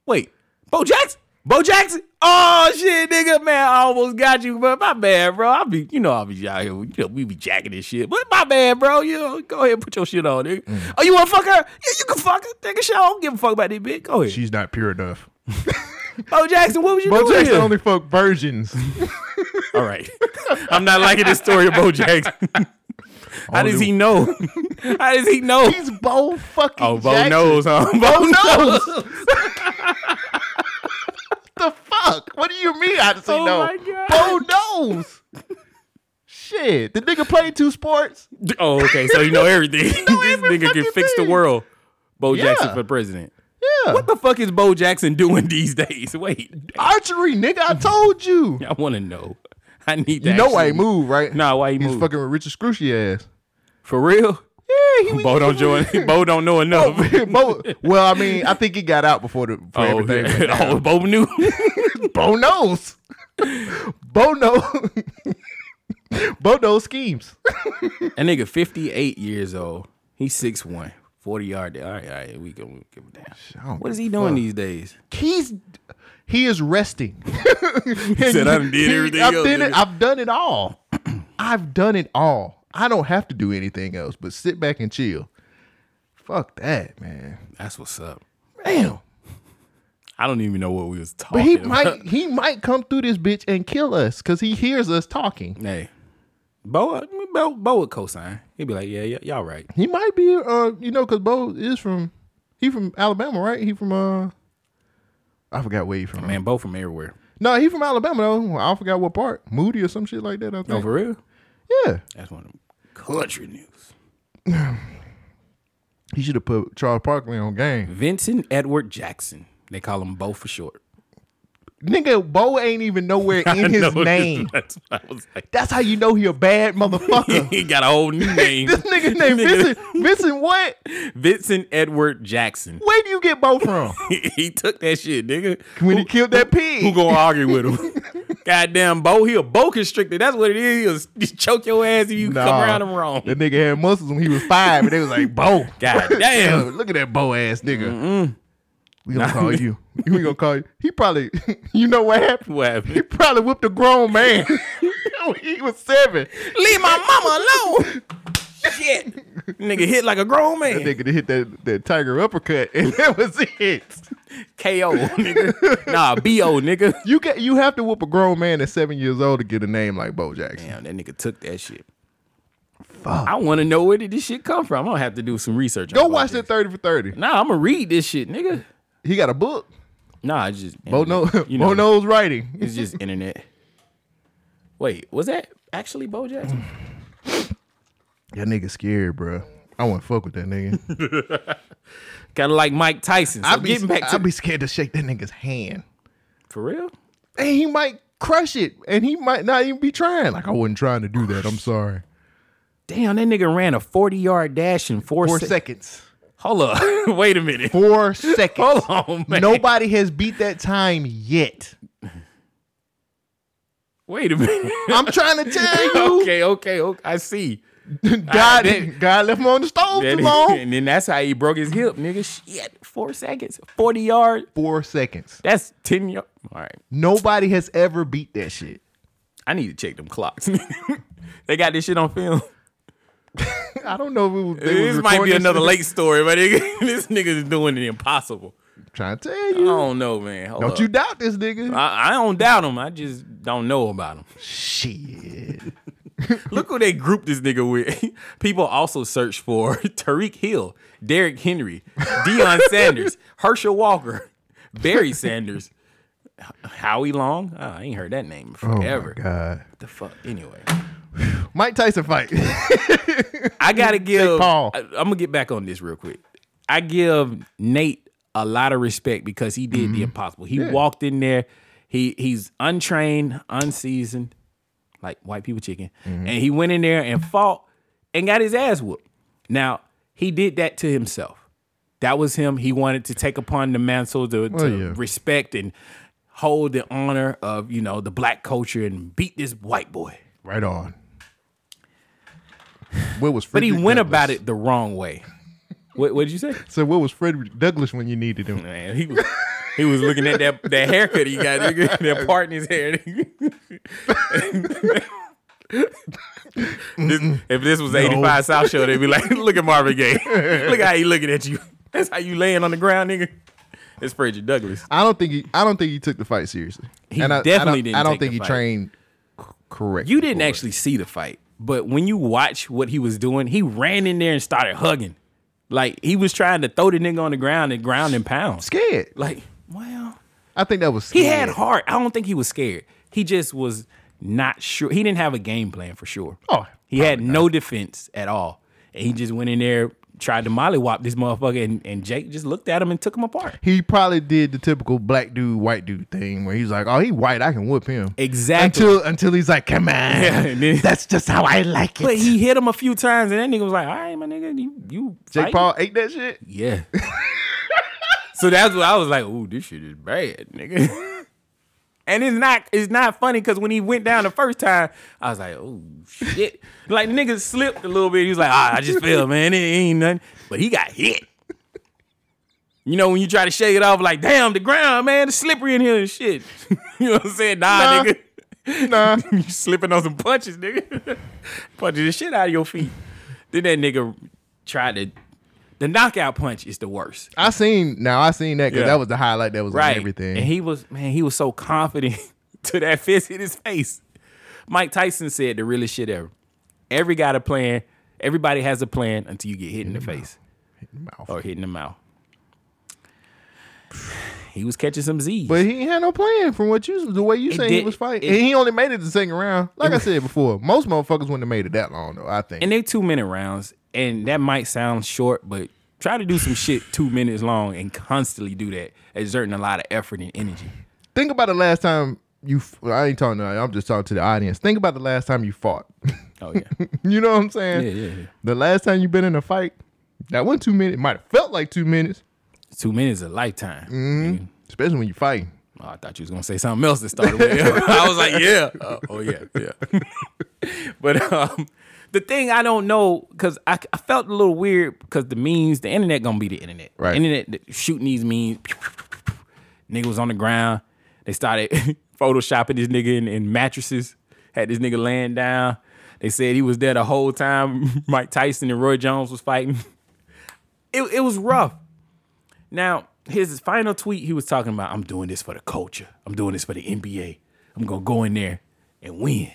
Wait, Bo Jackson? Bo Jackson? Oh shit, nigga, man, I almost got you, but my bad, bro. I be, you know, I be out here, you know, we be jacking this shit, but my bad, bro. You know, go ahead, and put your shit on, nigga. Mm. Oh, you want to fuck her? Yeah, you can fuck her, nigga. Shit, I don't give a fuck about this bitch. Go ahead, She's not pure enough. Bo Jackson. What was you Bo doing? Jackson here? only fuck virgins. All right, I'm not liking this story of Bo [LAUGHS] Jackson. How does he know? How does he know? He's Bo fucking. Oh, Bo Jackson. knows, huh? Bo knows. [LAUGHS] the fuck? What do you mean? How does he Oh know? my God. Bo knows. Shit, the nigga played two sports. Oh, okay, so you know everything. [LAUGHS] this every nigga can fucking fix thing. the world. Bo Jackson Yeah. for president. Yeah, What the fuck is Bo Jackson doing [LAUGHS] these days? Wait, archery, nigga. I told you. I want to know. I need to You know actually- why he moved, right? Nah, why he he's moved? fucking with Richard Scrushy ass. For real? Yeah, he Bo don't [LAUGHS] join. [LAUGHS] Bo don't know enough. Bo, well, I mean, I think he got out before the before Oh, everything. yeah. went [LAUGHS] down. oh, Bo [LAUGHS] knew. [LAUGHS] Bo knows. Bo knows. [LAUGHS] Bo knows schemes. That nigga 58 years old. He's 6'1", 40 yard. All right, all right, we can we can give him down. don't What is he give a doing fuck. these days? He's he is resting. said, "I done [LAUGHS] did everything I've else, Done nigga." it, I've done it all. [CLEARS THROAT] I've done it all. I don't have to do anything else but sit back and chill. Fuck that, man. That's what's up. Damn. I don't even know what we was talking But he about. [LAUGHS] might he might come through this bitch and kill us because he hears us talking. Hey, Bo, Bo, Bo would co-sign. He'd be like, yeah, yeah, y'all right. He might be uh you know because Bo is from he from Alabama, right? He from uh I forgot where he from. Man, Bo from everywhere. No, he from Alabama though. I forgot what part. Moody or some shit like that. I No, think. Oh, for real? Yeah, That's one of them country news. he should have put Charles Barkley on game. Vincent Edward Jackson. They call him Bo for short. Nigga, Bo ain't [LAUGHS] even nowhere [LAUGHS] in his No, name. [LAUGHS] That's what I was like. That's how you know he a bad motherfucker. [LAUGHS] he got a whole [LAUGHS] new name. this nigga named Vincent. Vincent, what? Vincent Edward Jackson. Where do you get Bo from? [LAUGHS] he took that shit, nigga. When he killed that pig. Who gonna argue with him? [LAUGHS] Goddamn Bo, he a Bo constrictor. That's what it is. He'll s- choke your ass if you come Nah. around him wrong. That nigga had muscles when he was five, and they was like, Bo. [LAUGHS] God [LAUGHS] damn. Look at that Bo ass nigga. We gonna [LAUGHS] call you. We gonna call you. He probably, [LAUGHS] you know what [LAUGHS] happened? What He happened? probably whipped a grown man. [LAUGHS] he [LAUGHS] was seven. Leave my mama alone. Shit. Nigga hit like a grown man. That nigga to hit that, that tiger uppercut, [LAUGHS] and that was it. KO, nigga. nah, BO, nigga. You get you have to whoop a grown man at seven years old to get a name like Bo Jackson. Damn, that nigga took that shit. Fuck. I want to know where did this shit come from. I'm gonna have to do some research. Go about watch this. that thirty for thirty. Nah, I'm gonna read this shit, nigga. He got a book. Nah, I just Bo no, You Bo know, knows writing. It's just internet. Wait, was that actually Bo Jackson? That nigga scared, bruh. I wouldn't fuck with [LAUGHS] that nigga. Kind of like Mike Tyson. So I'd be, getting back to I'd be scared to shake that nigga's hand. for real. And he might crush it, and he might not even be trying. Like I wasn't trying to do that. I'm sorry. Damn, that nigga ran a 40 yard dash in four, Four sec- seconds. Hold up. [LAUGHS] Wait a minute. Four seconds. Hold on, man. Nobody has beat that time yet. Wait a [LAUGHS] minute. I'm [LAUGHS] trying to tell you. okay, okay, okay. I see. God, that- God left him on the stove That too is- [LAUGHS] long. and then that's how he broke his hip, nigga. Shit, four seconds, forty yard. Four seconds. That's ten yard. All right, Nobody has ever beat that shit. I need to check them clocks. [LAUGHS] they got this shit on film. [LAUGHS] I don't know if it was, they was This might be recording another this- late story, but nigga, [LAUGHS] this nigga is doing the impossible. Trying to tell I you. don't know, man. Hold Don't up. you doubt this nigga. Oh. I, I don't doubt him. I just don't know about him. shit. Look who they grouped this nigga with. [LAUGHS] People also search for [LAUGHS] Tariq Hill, Derek Henry, Deion Sanders, Herschel Walker, Barry Sanders, H- Howie Long. Oh, I Ah, ain't heard that name in Oh forever. my God. the fuck? Anyway, Mike Tyson fight. [LAUGHS] I gotta give. Paul. I, am gonna get back on this real quick. I give Nate a lot of respect because he did Mm-hmm. the impossible. He walked in there. He he's untrained, unseasoned, like white people chicken, Mm-hmm. and he went in there and fought and got his ass whooped. Now he did that to himself. That was him. He wanted to take upon the mantle to, Well, to yeah. respect and hold the honor of you know the black culture and beat this white boy. right on. What was But he Frederick went Douglass? about it the wrong way. What what did you say? So what was Frederick Douglass when you needed him? Man, he was he was looking at that that haircut he got, nigga, [LAUGHS] that part in his hair. nigga. This- if this was 85 South Show, they'd be like, [LAUGHS] look at Marvin Gaye. [LAUGHS] look how he looking at you. That's how you laying on the ground, nigga. It's Frederick Douglass. I don't think he. I don't think he took the fight seriously. He I- I, definitely don't, didn't I don't take think the he fight. trained c- correctly. You didn't for it. actually see the fight, but when you watch what he was doing, he ran in there and started hugging. Like he was trying to throw the nigga on the ground and ground and pound. scared. Like, well, I think that was He scared. had heart. I don't think he was scared. He just was not sure. He didn't have a game plan for sure. Oh, he had no defense at all, and he just went in there, tried to mollywop this motherfucker, and, and Jake just looked at him and took him apart. He probably did the typical black dude, white dude thing where he's like, "Oh, he white. I can whip him." Exactly. Until until he's like, "Come on, and then- [LAUGHS] that's just how I like it." but he hit him a few times, and that nigga was like, "All right, my nigga, you you." Jake fight?" Paul ate that shit. Yeah. [LAUGHS] so that's what I was like, ooh, this shit is bad, nigga. [LAUGHS] and it's not it's not funny because when he went down the first time, I was like, oh shit. like nigga slipped a little bit. He was like, ah, I just fell, man. It ain't nothing. But he got hit. You know, when you try to shake it off, like, damn, the ground, man, it's slippery in here and shit. [LAUGHS] you know what I'm saying? Nah, Nah. nigga. Nah, you [LAUGHS] slipping on some punches, nigga. [LAUGHS] Punching the shit out of your feet. Then that nigga tried to. The knockout punch is the worst, [LAUGHS] I seen now. I seen that because Yeah. that was the highlight. That was on right? everything. And he was man, he was so confident [LAUGHS] to that fist in his face. Mike Tyson said the realest shit ever. Every got a plan. Everybody has a plan until you get hit in the face Mouth. or hit in the mouth. [SIGHS] He was catching some Z's. But he ain't had no plan from what you the way you It saying he did- was fighting. it- and he only made it the second round. Like I said before, most motherfuckers wouldn't have made it that long though. I think. and they two minute rounds, and that might sound short, but try to do some shit two minutes long and constantly do that, exerting a lot of effort and energy. think about the last time you. f- I ain't talking. To, I'm just talking to the audience. Think about the last time you fought. [LAUGHS] Oh yeah, you know what I'm saying? Yeah, yeah, yeah. The last time you been in a fight, that one two minutes might have felt like two minutes, two minutes is a lifetime. especially when you fighting. Oh, I thought you was gonna say something else that started with. [LAUGHS] I was like, yeah, Uh, oh yeah, yeah. [LAUGHS] but um, the thing I don't know because I, I felt a little weird because the memes, the internet gonna be the internet. Right. Internet th- shooting these memes. nigga was on the ground. They started [LAUGHS] photoshopping this nigga in, in mattresses. Had this nigga laying down. They said he was there the whole time. [LAUGHS] Mike Tyson and Roy Jones was fighting. [LAUGHS] It, it was rough. Now, his final tweet, he was talking about, I'm doing this for the culture. I'm doing this for the NBA. I'm going to go in there and win.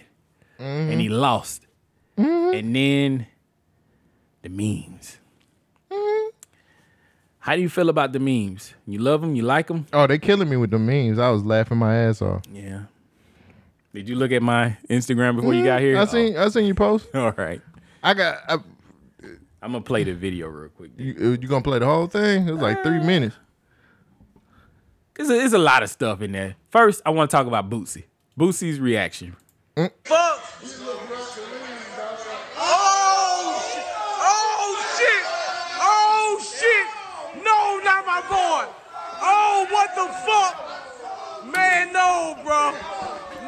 Mm-hmm. And he lost. And then the memes. Mm-hmm. How do you feel about the memes? You love them? You like them? Oh, they killing me with the memes. I was laughing my ass off. Yeah. Did you look at my Instagram before you got here? Mm-hmm. I seen. I seen you post. Oh, [LAUGHS] all right. I got. I, I'm going to play the video real quick. you, uh, you gonna play the whole thing? It was like Uh, three minutes. There's a, there's a lot of stuff in there. First, I want to talk about Bootsy. Bootsy's reaction. Fuck. Oh, shit. oh shit. Oh shit. No, not my boy. Oh, what the fuck? Man, no, bro.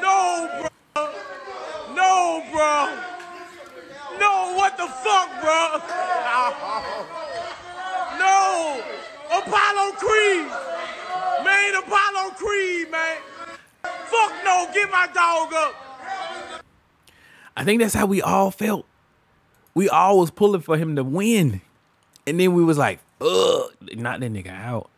No, bro. No, bro. No, what the fuck, bro? No. Apollo Creed. Man, Apollo Creed, man. Fuck no, get my dog up. I think that's how we all felt. We all was pulling for him to win, and then we was like, "Ugh, not that nigga out."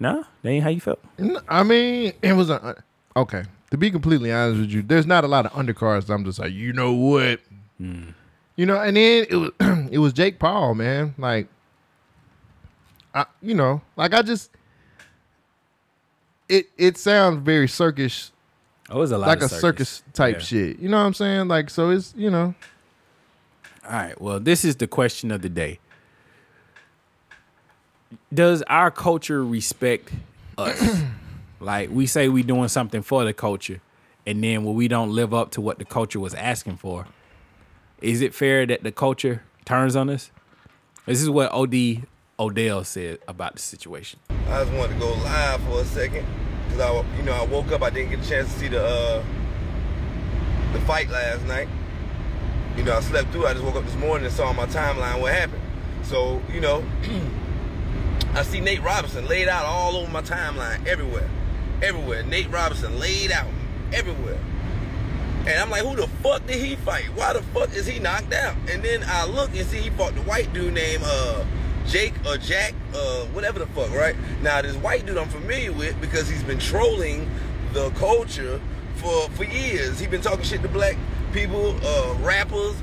No, that ain't how you felt. N- I mean, it was a uh, okay. To be completely honest with you, there's not a lot of undercards. that I'm just like, you know what, Hmm. you know. And then it was [CLEARS THROAT] it was Jake Paul, man. Like, I, you know, like I just it it sounds very circus Oh, it's a lot like a of circus, type Yeah. shit. You know what I'm saying? Like so, it's you know, All right. Well, this is the question of the day. Does our culture respect us? [CLEARS THROAT] like we say we doing something for the culture, and then when we don't live up to what the culture was asking for, is it fair that the culture turns on us? This is what OD Odell said about the situation. I just wanted to go live for a second because I, you know, I woke up. I didn't get a chance to see the uh, the fight last night. You know, I slept through. I just woke up this morning and saw on my timeline what happened. So, you know, [CLEARS THROAT] I see Nate Robinson laid out all over my timeline, everywhere, everywhere. Nate Robinson laid out everywhere. And I'm like, who the fuck did he fight? Why the fuck is he knocked out? And then I look and see he fought the white dude named uh, Jake or Jack, uh, whatever the fuck, right? Now this white dude I'm familiar with because he's been trolling the culture for for years. He's been talking shit to black people, uh, rappers,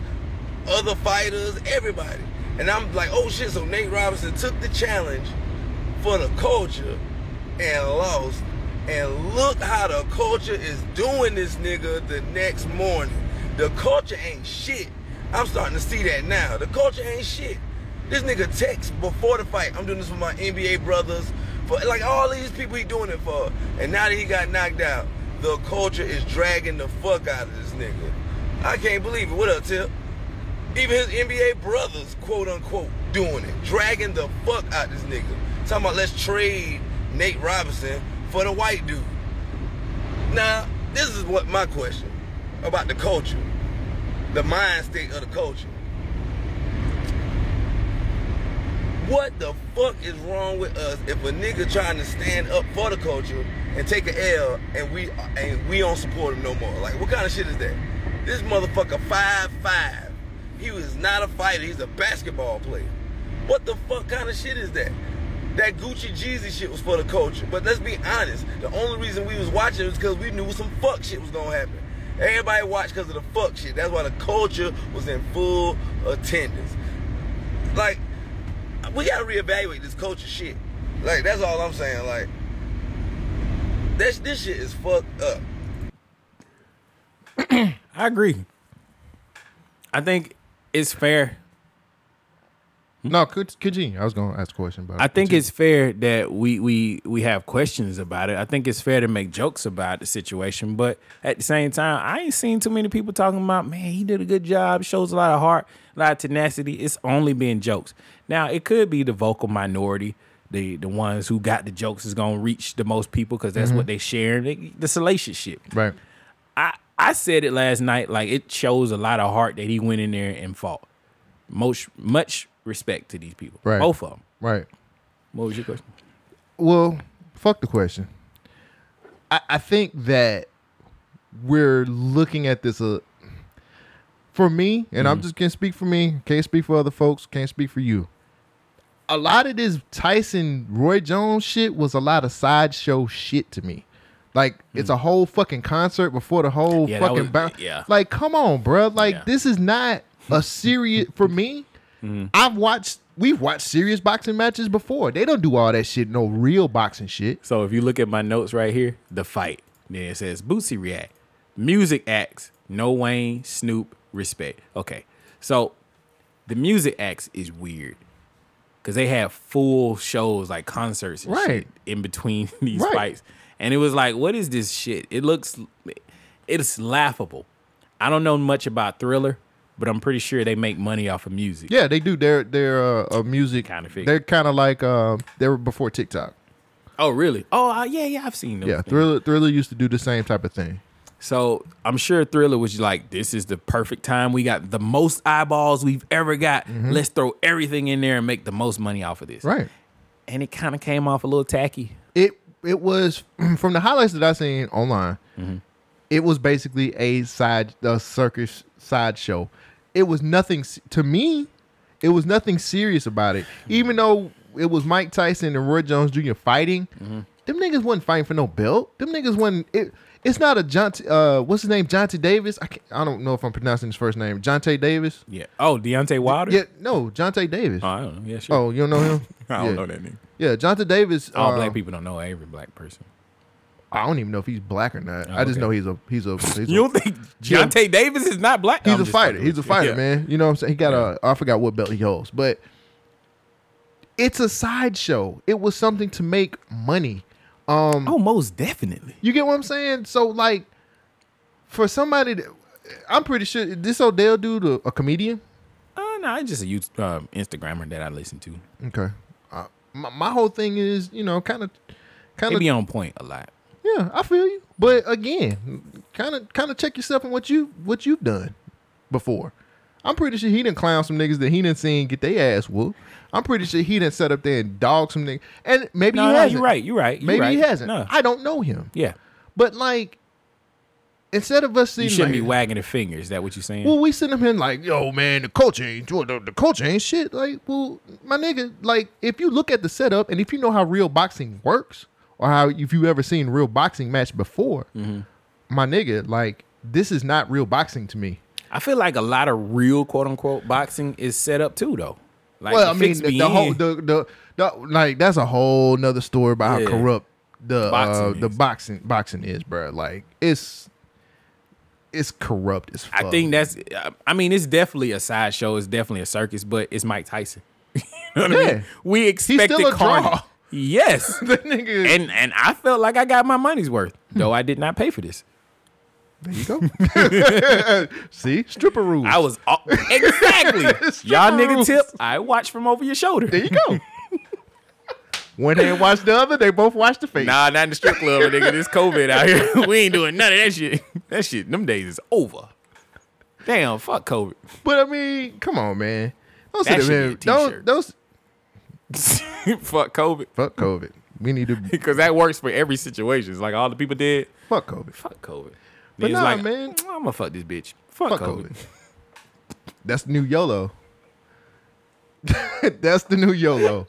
other fighters, everybody. And I'm like, oh shit, so Nate Robinson took the challenge for the culture and lost. And look how the culture is doing this nigga the next morning. The culture ain't shit. I'm starting to see that now. The culture ain't shit. This nigga texts before the fight. I'm doing this for my NBA brothers. For like all these people he doing it for. And now that he got knocked out, the culture is dragging the fuck out of this nigga. I can't believe it. What up, Tip? Even his NBA brothers, quote unquote, doing it, dragging the fuck out this nigga. Talking about let's trade Nate Robinson for the white dude. Now, this is what my question about the culture, the mind state of the culture. What the fuck is wrong with us if a nigga trying to stand up for the culture and take an L and we and we don't support him no more? Like, what kind of shit is that? This motherfucker five five. He was not a fighter. He's a basketball player. What the fuck kind of shit is that? That Gucci Jeezy shit was for the culture. But let's be honest, the only reason we was watching was because we knew some fuck shit was gonna happen. Everybody watched because of the fuck shit. That's why the culture was in full attendance. Like, we gotta reevaluate this culture shit. Like, that's all I'm saying. Like, this this shit is fucked up. I agree. I think it's fair no, could could you? I was gonna ask a question, but I think it's fair that we we we have questions about it. I think it's fair to make jokes about the situation, but at the same time, I ain't seen too many people talking about, man, he did a good job, shows a lot of heart, a lot of tenacity. It's only been jokes. Now, it could be the vocal minority, the the ones who got the jokes is going to reach the most people cuz that's what they sharing, the, the salacious shit. right. I I said it last night. Like it shows a lot of heart that he went in there and fought. Most much respect to these people, Right. both of them. Right. What was your question? Well, fuck the question. I, I think that we're looking at this. Uh, for me, and Mm-hmm. I'm just gonna speak for me. Can't speak for other folks. Can't speak for you. A lot of this Tyson Roy Jones shit was a lot of sideshow shit to me. Like it's a whole fucking concert before the whole Mm. Yeah, that fucking was- boun- yeah. Like come on, bro. Like Yeah. this is not a serious for me. Mm-hmm. I've watched we've watched serious boxing matches before. They don't do all that shit, no real boxing shit. So if you look at my notes right here, the fight. Then it says Bootsy react. Music acts. No Wayne, Snoop, respect. Okay. So the music acts is weird. Cause they had full shows like concerts and Right. shit in between [LAUGHS] these Right. fights. And it was like, what is this shit? It looks it's laughable. I don't know much about thriller, but I'm pretty sure they make money off of music. Yeah, they do their their uh, uh music Kinda figure. They're kind of like um they were before TikTok. Oh really? Oh uh, yeah, yeah, I've seen them. Yeah, Thriller Thriller used to do the same type of thing. So I'm sure Thriller was like, this is the perfect time. We got the most eyeballs we've ever got. Let's throw everything in there and make the most money off of this. Mm-hmm. Right. And it kind of came off a little tacky. It it was [CLEARS THROAT] from the highlights that I seen online. It was basically a side a circus sideshow. It was nothing s- to me. It was nothing serious about it. Even though it was Mike Tyson and Roy Jones Jr. fighting, them niggas wasn't fighting for no belt. Them niggas wasn't. It, it's not a John. Uh, what's his name? Jonte Davis. I can't, I don't know if I'm pronouncing his first name. Jonte Davis. Yeah. Oh, Deontay Wilder? Yeah, no, Jonte Davis. Oh, I don't know. Yeah, sure. oh, you don't know him? [LAUGHS] I don't yeah. know that name. Yeah, Jonte Davis. All uh, black people don't know every black person. I don't even know if he's black or not. I Oh, okay. just know he's a [LAUGHS] he's a he's You a, don't [LAUGHS] think Deontay Davis is not black? he's I'm a just fighter. fucking He's a with you. fighter, Yeah. man. You know what I'm saying? He got a I forgot what belt he holds, but it's a sideshow. It was something to make money. Oh, most definitely. You get what I'm saying? So like, for somebody, that, I'm pretty sure this Odell dude, a, a comedian. Uh, no, it's just a YouTube, um, Instagrammer that I listen to. Okay. Uh, my, my whole thing is, you know, kind of, kind They of. be on point a lot. Yeah, I feel you. But again, kind of, kind of check yourself on what you what you've done before. I'm pretty sure he didn't clown some niggas that he didn't seen get their ass whooped. I'm pretty sure he didn't set up there and dog some niggas. And maybe No, he no, hasn't. you're right. You're right. You're Maybe he right. hasn't. No. I don't know him. Yeah. But like, instead of us seeing You shouldn't like, be wagging the finger. Is that what you're saying? Well, we send him in like, yo, man, the coach ain't the, the coach ain't shit. Like, well, my nigga, like if you look at the setup and if you know how real boxing works, or how if you ever seen real boxing match before, Mm-hmm. my nigga, like this is not real boxing to me. I feel like a lot of real quote unquote boxing is set up too, though. Like, well, I the mean, fix the, be the whole in. the, the the like that's a whole nother story about Yeah. how corrupt the Boxing uh, the is. boxing boxing is, bro. Like it's it's corrupt as fuck. I think that's. I mean, it's definitely a sideshow. It's definitely a circus, but it's Mike Tyson. [LAUGHS] you know what I Yeah. mean? We still expected a carnage. draw. [LAUGHS] [LAUGHS] Yes, the [LAUGHS] nigga. and and I felt like I got my money's worth, though I did not pay for this. there you go. [LAUGHS] See, stripper rules. I was all, [LAUGHS] exactly y'all nigga rules. tip. I watched from over your shoulder. There you go. [LAUGHS] One hand watched the other. They both watched the face. Nah, not in the strip club, nigga. This COVID out here. [LAUGHS] We ain't doing none of that shit. That shit, them days is over. Damn, fuck COVID. But I mean, come on, man. Don't That sit should there. be a man. Don't t-shirt. those [LAUGHS] fuck COVID. fuck COVID. [LAUGHS] We need to Because that works for every situation. It's like all the people did. fuck COVID. Fuck COVID. But Niggas nah, like, man. I'm gonna fuck this bitch. Fuck, Fuck COVID. [LAUGHS] COVID. That's the new YOLO. [LAUGHS] That's the [LAUGHS] new YOLO.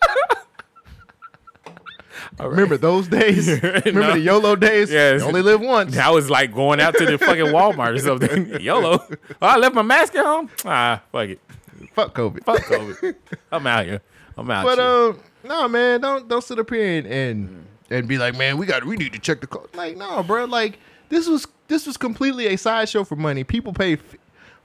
Remember those days? [LAUGHS] Remember No. the YOLO days? Yes. You only live once. I was like going out to the fucking Walmart or something. [LAUGHS] YOLO. Oh, I left my mask at home. Ah, fuck it. Fuck COVID. [LAUGHS] Fuck COVID. I'm out here. I'm out But here. um, no, man, don't don't sit up here and and, and be like, man, we got to we need to check the code. Like, no, bro, like this was this was completely a sideshow for money. People pay. F-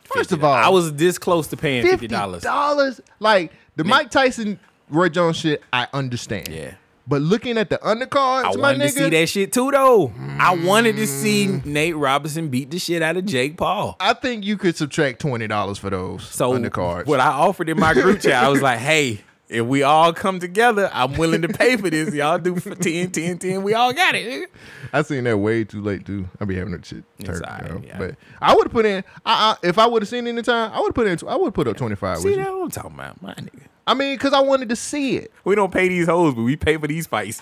First of all, I was this close to paying fifty fifty dollars. dollars. Like the Mike Tyson, Roy Jones shit, I understand. Yeah. But looking at the undercards, I my wanted nigga, Mm. to see that shit too, though. I wanted to see Nate Robinson beat the shit out of Jake Paul. I think you could subtract twenty dollars for those So undercards. what I offered in my group chat, I was like, hey, if we all come together, I'm willing to pay for this. Y'all do for 10, 10, 10. We all got it. I seen that way too late too. I be having that shit turned all right, down. yeah. But I would have put in. I, I if I would have seen it in the time, I would have put in. tw- I would have put up twenty five. See, that's what I'm talking about. My nigga. I mean, because I wanted to see it. We don't pay these hoes, but we pay for these fights.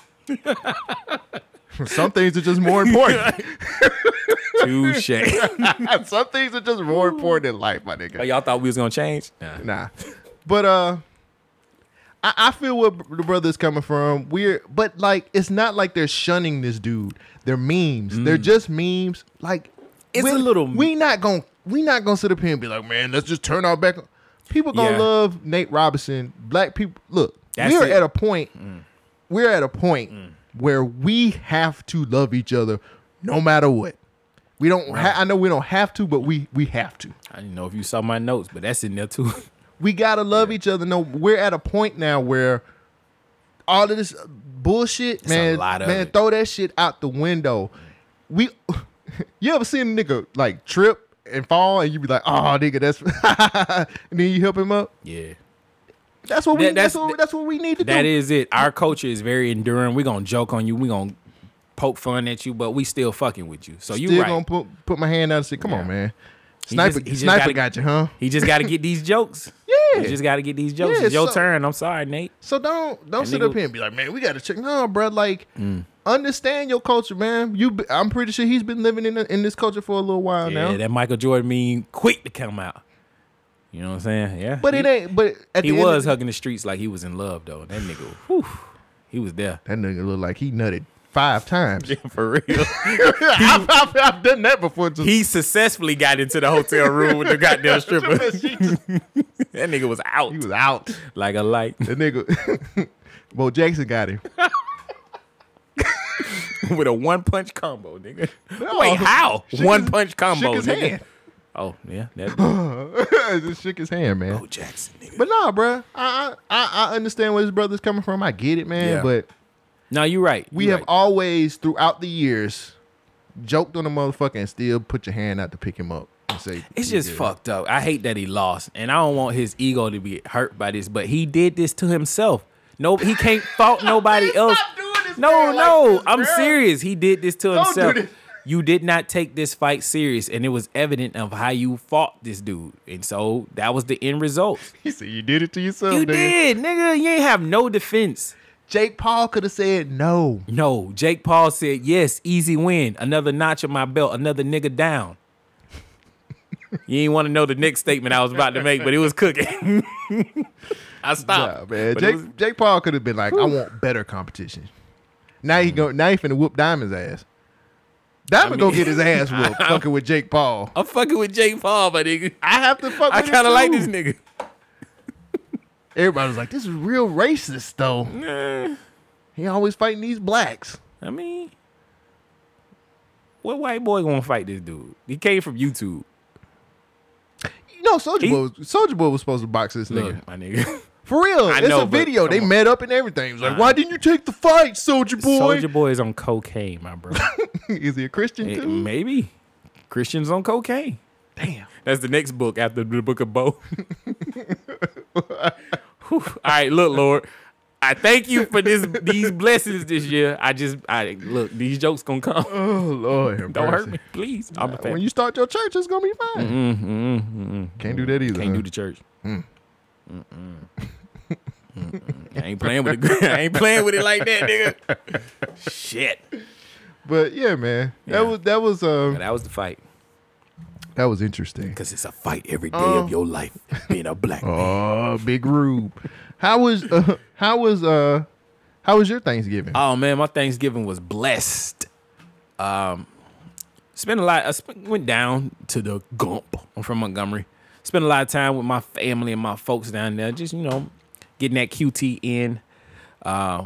Some things are just more important. Touche. [LAUGHS] [LAUGHS] Some things are just more important in life, my nigga. Y'all thought we was gonna change? Nah. [LAUGHS] Nah, but uh, I, I feel where br- the brother's coming from. We're but like it's not like they're shunning this dude. They're memes. They're just memes. Like Mm. It's we- a little- We not gonna we not gonna sit up here and be like, man, let's just turn our back. on-" People gonna Yeah. love Nate Robinson. Black people. Look, That's we're it. Mm. at a point. We're at a point where we have to love each other, no matter what. We don't. Ha- I know we don't have to, but we we have to I didn't know if you saw my notes, but that's in there too. [LAUGHS] we gotta love each other. No, we're at a point now where all of this bullshit, a man, lot of man, it. throw that shit out the window. We, [LAUGHS] you ever seen a nigga like trip and fall, and you be like, oh nigga, that's, [LAUGHS] and then you help him up. Yeah. That's what we. That- that's, that's- what. That's what we need to That do. is it. Our culture is very enduring. We're gonna joke on you, we're gonna poke fun at you, but we still fucking with you. So Still you right. gonna put put my hand out and say, come on, man. He Sniper, just- he just sniper gotta- got you, huh? He just gotta get these jokes. [LAUGHS] Yeah. He just gotta get these jokes. Yeah, it's your so- turn. I'm sorry, Nate. So don't don't And sit nigga- Mm. up here and be like, man, we gotta check. No, bro, like understand your culture, man. You, be, I'm pretty sure he's been living in the, in this culture for a little while Yeah, now. that Michael Jordan mean quick to come out. You know what I'm saying? Yeah. But he, it ain't. But at He the was end of hugging the streets like he was in love though. That nigga, whew, he was [LAUGHS] there. the, that nigga look like he nutted [LAUGHS] five times. For real. [LAUGHS] I've, I've, I've done that before. [LAUGHS] Too. he successfully got into the hotel room with the [LAUGHS] goddamn stripper. he that nigga was out was out. like [LAUGHS] a light. The nigga, Bo Jackson got him. with a one punch combo, nigga. No. Wait, how? Shook one his- punch combo, shook his nigga. hand. Oh yeah, that [LAUGHS] just shook his hand, man. Bo Jackson, [LAUGHS] nigga. But nah, bruh. I, I I understand where his brother's coming from. I get it, man. Yeah. But No, you're right. we you have always, throughout the years, joked on the motherfucker and still put your hand out to pick him up and say, It's "You just good." fucked up. I hate that he lost, and I don't want his ego to be hurt by this. But he did this to himself. No, he [LAUGHS] can't fault nobody else. no, man, like no, this, I'm bruh. serious. He did this to do himself. this. You did not take this fight serious, and it was evident of how you fought this dude. And so that was the end result. He said, "You did it to yourself." You nigga." did, nigga. You ain't have no defense. Jake Paul could have said no. No, Jake Paul said yes. Easy win. Another notch on my belt. Another nigga [LAUGHS] down. you ain't want to know the next statement I was about to make, but it was cooking. [LAUGHS] I Nah, stopped. man. But it Jake, was- Jake Paul could have been like, "I want better competition." Now he go. Now he finna whoop Diamond's ass. Mm-hmm. mean- Diamond gonna [LAUGHS] get his ass whooped fucking with Jake Paul. I'm fucking with Jake Paul, my nigga. I have to fuck. I with it kind of like too. this nigga. Everybody was like, "This is real racist, though." He always fighting these blacks. I mean, what white boy gonna fight this dude? He came from YouTube. You know, Soldier He- Boy, was- Soldier Boy was supposed to box this nigga. Look, my nigga. For real, I it's know, a but video. come They on. met up and everything. It was like, Nah. "Why didn't you take the fight, Soldier Boy?" Soldier Boy is on cocaine, my [LAUGHS] bro. [LAUGHS] is he a Christian Eh, too? Maybe Christians on cocaine. Damn. That's the next book after the book of Bo. [LAUGHS] Whew. All right, look, Lord. I thank you for this these blessings this year. I just I look, these jokes gonna come. Oh Lord, have Don't hurt mercy. me, please. I'm a When fan. you start your church, it's gonna be fine. Can't do that either. Mm-hmm, Can't do the church. Hmm. Mm-mm. Mm-mm. I ain't playing with it. [LAUGHS] I ain't playing with it like that, nigga. Shit. But yeah, man, that was that was um That was the fight. that was interesting. Cause it's a fight every day of your life being a black man. Oh, big Rube. How was uh, how was uh how was your Thanksgiving? Oh man, my Thanksgiving was blessed. Um, spent a lot. I sp- went down to the Gump. I'm from Montgomery. Spent a lot of time with my family and my folks down there. Just you know, getting that QT in. Uh,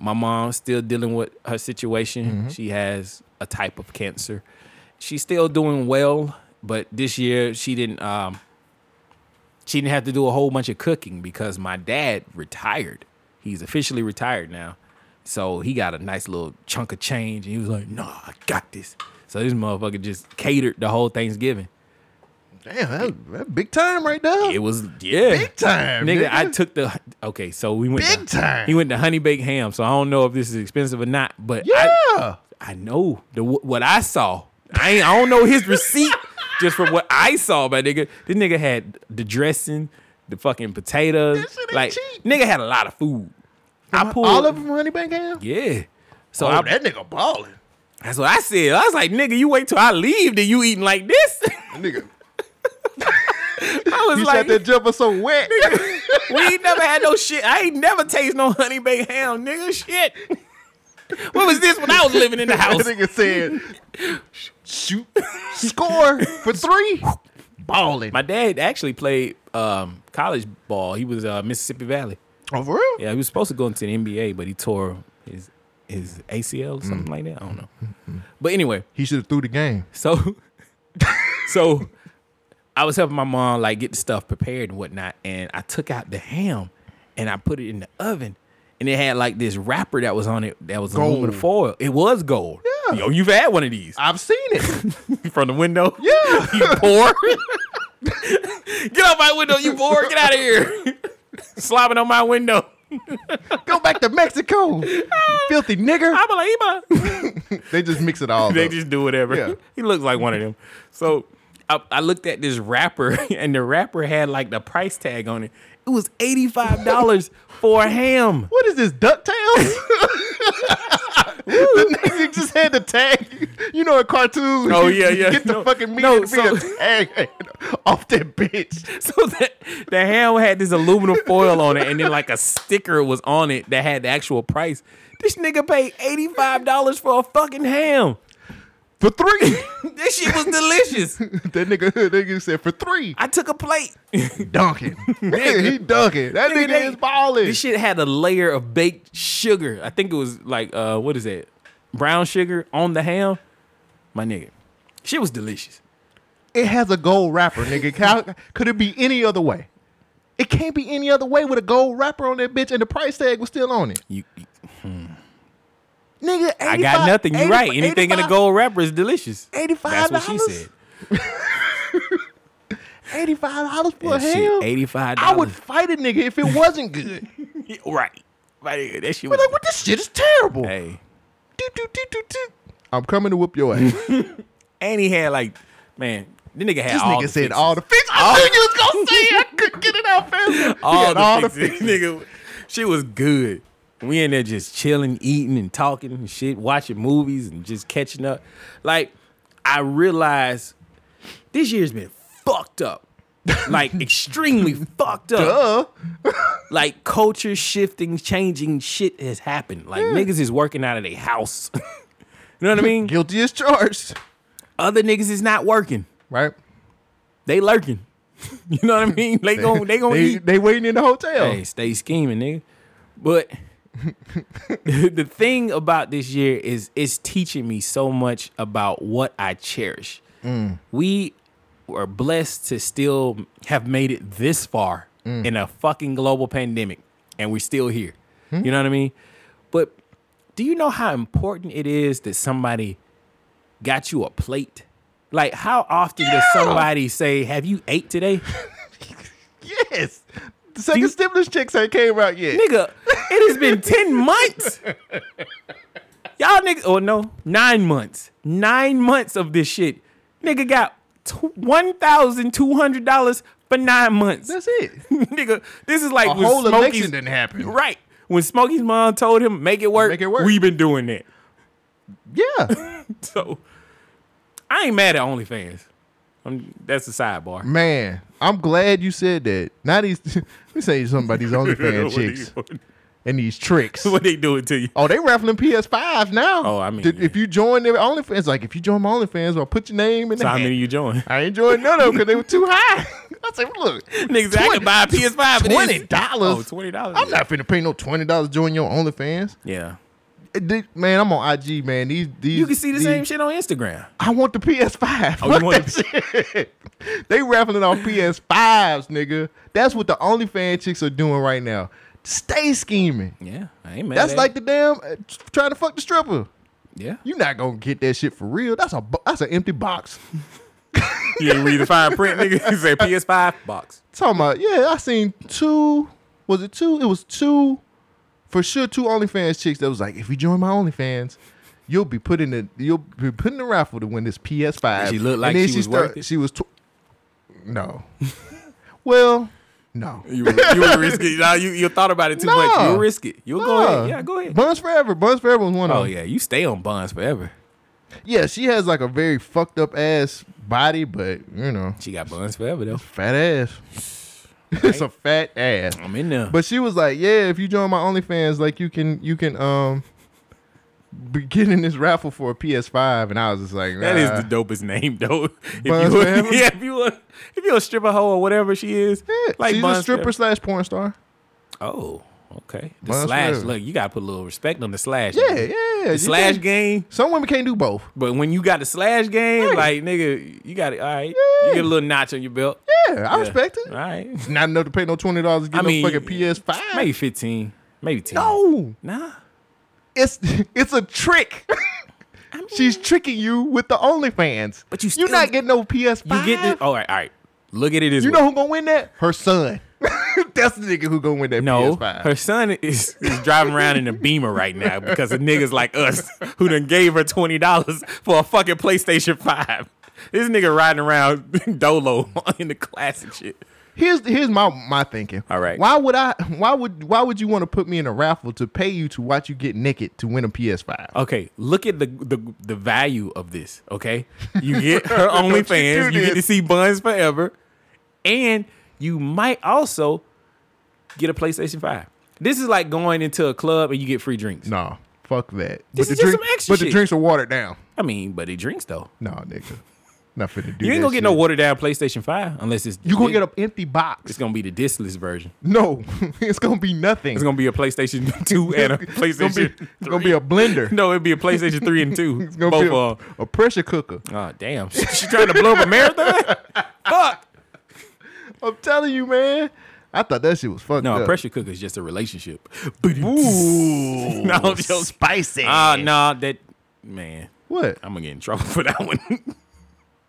my mom still dealing with her situation. She has a type of cancer. She's still doing well, but this year she didn't. Um, she didn't have to do a whole bunch of cooking because my dad retired. He's officially retired now. So he got a nice little chunk of change and he was like, nah, I got this. So this motherfucker just catered the whole Thanksgiving. Damn, that, that big time right there. It was yeah. Big time, Nigga, nigga. I took the okay, so we went Big to- time. He went to honey baked ham, so I don't know if this is expensive or not, but yeah. I, I know the what I saw. I ain't, I don't know his receipt just from what I saw, my nigga. This nigga had the dressing, the fucking potatoes. That shit ain't like cheap. nigga had a lot of food. I pulled All of them honey bang ham. Yeah. So Oh, I, that nigga balling. that's what I said. I was like, nigga, you wait till I leave, then you eating like this. [LAUGHS] Nigga, I was you like, shot that jumper so wet. [LAUGHS] we ain't never had no shit. I ain't never taste no honey baked ham, nigga. Shit. [LAUGHS] What was this when I was living [LAUGHS] in the that house? nigga said, "Sh- shoot, score for three, balling. My dad actually played um, college ball. He was uh, Mississippi Valley. Oh, for real? Yeah, he was supposed to go into the NBA, but he tore his his ACL or something Mm. like that. I don't know. But anyway, He should have threw the game. So, [LAUGHS] so I was helping my mom like get the stuff prepared and whatnot, and I took out the ham and I put it in the oven, and it had like this wrapper that was on it that was aluminum Gold. foil. It was gold. Yeah. Yo, you've had one of these I've seen [LAUGHS] it. from the window. Yeah. [LAUGHS] you poor. get out my window, you poor. Get out of here. [LAUGHS] Slobbing on my window. [LAUGHS] Go back to Mexico, you [LAUGHS] filthy nigger. I'm like, "Ima." They just mix it [LAUGHS] all. they up. just do whatever. Yeah. [LAUGHS] he looks like one of them. So I, I looked at this wrapper, [LAUGHS] and the wrapper had like the price tag on it. It was eighty five dollars for a ham. [LAUGHS] what is this, DuckTales? the nigga just had the tag. You know, in cartoons, when Oh, you- yeah, you yeah. Get the No, fucking meat no, and be a so- tag off that bitch. So that the ham had this aluminum foil on it, and then like a sticker was on it that had the actual price. This nigga paid eighty five dollars for a fucking ham. [LAUGHS] For three. This shit was delicious. that nigga, that nigga said for three. I took a plate. [LAUGHS] Dunking. [LAUGHS] he dunking. That nigga, they- is balling. This shit had a layer of baked sugar. I think it was like uh, what is that? brown sugar on the ham, my nigga, shit was delicious. It has a gold wrapper, nigga. How- could it be any other way? It can't be any other way with a gold wrapper on that bitch and the price tag was still on it. You, Nigga, I got 85 nothing. You're 80 right. Anything in a 85 gold wrapper is delicious. $85? That's what she said. Eighty-five dollars for a That shit, $85. ham. I would fight a nigga if it wasn't [LAUGHS] good. Yeah, Right. Right. yeah, That shit But was. like, what this shit is terrible. hey. Doot, doot, doot, doot, doot. I'm coming to whoop your [LAUGHS] ass. And he had like, man, the nigga had This all nigga the said fixes. all the fix. I knew you was gonna say it. I couldn't get it out fast. He all had the fixings. nigga. She was good. We in there just chilling, eating, and talking and shit, watching movies and just catching up. Like, I realized this year's been fucked up. [LAUGHS] Like, extremely fucked up. Duh. [LAUGHS] Like, culture shifting, changing shit has happened. Like, niggas is working out of their house. [LAUGHS] you know what I mean? Guilty as charged. Other niggas is not working. Right. They lurking. [LAUGHS] you know what I mean? They gon' they gon' They, eat. they waiting in the hotel. Hey, stay scheming, nigga. But [LAUGHS] the thing about this year is it's teaching me so much about what I cherish. We are blessed to still have made it this far in a fucking global pandemic, and we're still here. You know what I mean? But do you know how important it is that somebody got you a plate? Like, how often does somebody say, "Have you ate today?" Yes. The second stimulus checks ain't came out yet. Nigga, it has been [LAUGHS] 10 months. Y'all nigga, oh no, nine months. Nine months of this shit. Nigga got tw- $1,200 for nine months. That's it. [LAUGHS] nigga, this is like A when whole Smokey's, election didn't happen. Right. When Smokey's mom told him, make it work, Make it work. we been doing that. Yeah. [LAUGHS] So, I ain't mad at OnlyFans. I'm, that's a sidebar. Man, I'm glad you said that. Now these [LAUGHS] let me say something [LAUGHS] about these OnlyFans What are you- chicks and these [LAUGHS] tricks. What they doing to you? Oh, they raffling PS5 now. Oh, I mean, Did- yeah. if you join their OnlyFans, like if you join my OnlyFans, I'll put your name in So the how hat. many you join? I ain't joining none of them because they were too high. [LAUGHS] I said, look, Niggas, I could buy a PS5 for this. Twenty dollars. Oh, $20, I'm yeah. not finna pay no twenty dollars to join your OnlyFans. Yeah. It did- Man, I'm on IG, man. These these You can see the these- same shit on Instagram. I want the PS5. Oh, you Fuck want that shit. they raffling off PS5s, nigga. That's what the OnlyFans chicks are doing right now. Stay scheming. Yeah, I ain't mad. That's at like it. the damn uh, trying to fuck the stripper. yeah. You're not gonna get that shit for real. That's a bo- that's an empty box. You ain't read the fine print, [LAUGHS] nigga. You say PS5 box. Talking about yeah, I seen two. Was it two? It was two, for sure. Two OnlyFans chicks that was like, if you join my OnlyFans, you'll be put in the you'll be put in the raffle to win this PS Five. Did she look like she was worth it? She was. Tw- no. [LAUGHS] well, no. You were, you were risky. Nah, you you thought about it too much. Nah. You'll risk it. You'll go ahead. Yeah, go ahead. Buns forever. Buns forever was one of oh them. yeah, you stay on bonds forever. Yeah, she has like a very fucked up ass body, but you know, She got bonds forever though. fat ass. [LAUGHS] it's a fat ass. I'm in there. But she was like, "Yeah, if you join my OnlyFans, like you can you can um be getting this raffle for a PS5." And I was just like, nah. that is the dopest name though. If you [LAUGHS] Bonds were, forever? yeah, if you were, if you're a stripper hoe or whatever she is, Yeah, she's a bonds stripper forever. slash porn star. Oh, okay. The Bonds slash. forever. Look, you gotta put a little respect on the slash. Yeah, nigga. yeah. The you slash can- game. Some women can't do both. But when you got the slash game, like Right. nigga, you got it. All right, you Yeah. get a little notch on your belt. Yeah, I Yeah. respect it. All right, Not enough to pay no twenty dollars to [LAUGHS] get I no mean, fucking PS5. maybe fifteen, maybe ten. No, nah. it's it's a trick. [LAUGHS] She's tricking you with the OnlyFans, But you you're still- not getting no PS5. You get oh. this? All right, all right. Look at it as You know who gonna win that? Her son. [LAUGHS] That's the nigga who gonna win that No, PS5. her son is, is driving around in a Beamer right now because of niggas like us who done gave her twenty dollars for a fucking PlayStation Five. This nigga riding around [LAUGHS] Dolo in the classic shit. here's here's my my thinking. All right. Why would I? Why would why would you want to put me in a raffle to pay you to watch you get naked to win a PS5? Okay, look at the the, the value of this. Okay, [LAUGHS] you get her Don't you OnlyFans, do you, get to this. see Buns forever, and you might also get a PlayStation Five. This is like going into a club and you get free drinks. No, fuck that. This is but the just drink- some extra But the shit. drinks are watered down. I mean, but it drinks though. No, nigga. Not finna do You ain't that gonna get no shit. watered down PlayStation 5 unless it's You gonna get a an empty box? it's gonna be the discless version. no, [LAUGHS] it's gonna be nothing. It's gonna be a PlayStation [LAUGHS] 2 and a It's gonna be, PlayStation. [LAUGHS] it's gonna be a [LAUGHS] blender. no, it'd be a PlayStation 3 and 2. it's gonna both be of [LAUGHS] a, a pressure cooker. them. Oh damn. [LAUGHS] She, she trying to blow up a [LAUGHS] marathon? Fuck. I'm telling you, man. I thought that shit was fucked No, up. a pressure cooker is just a relationship. Ooh, [LAUGHS] No, yo. spicy. Ah, nah, that man. what? I'm gonna get in trouble [LAUGHS] for that one.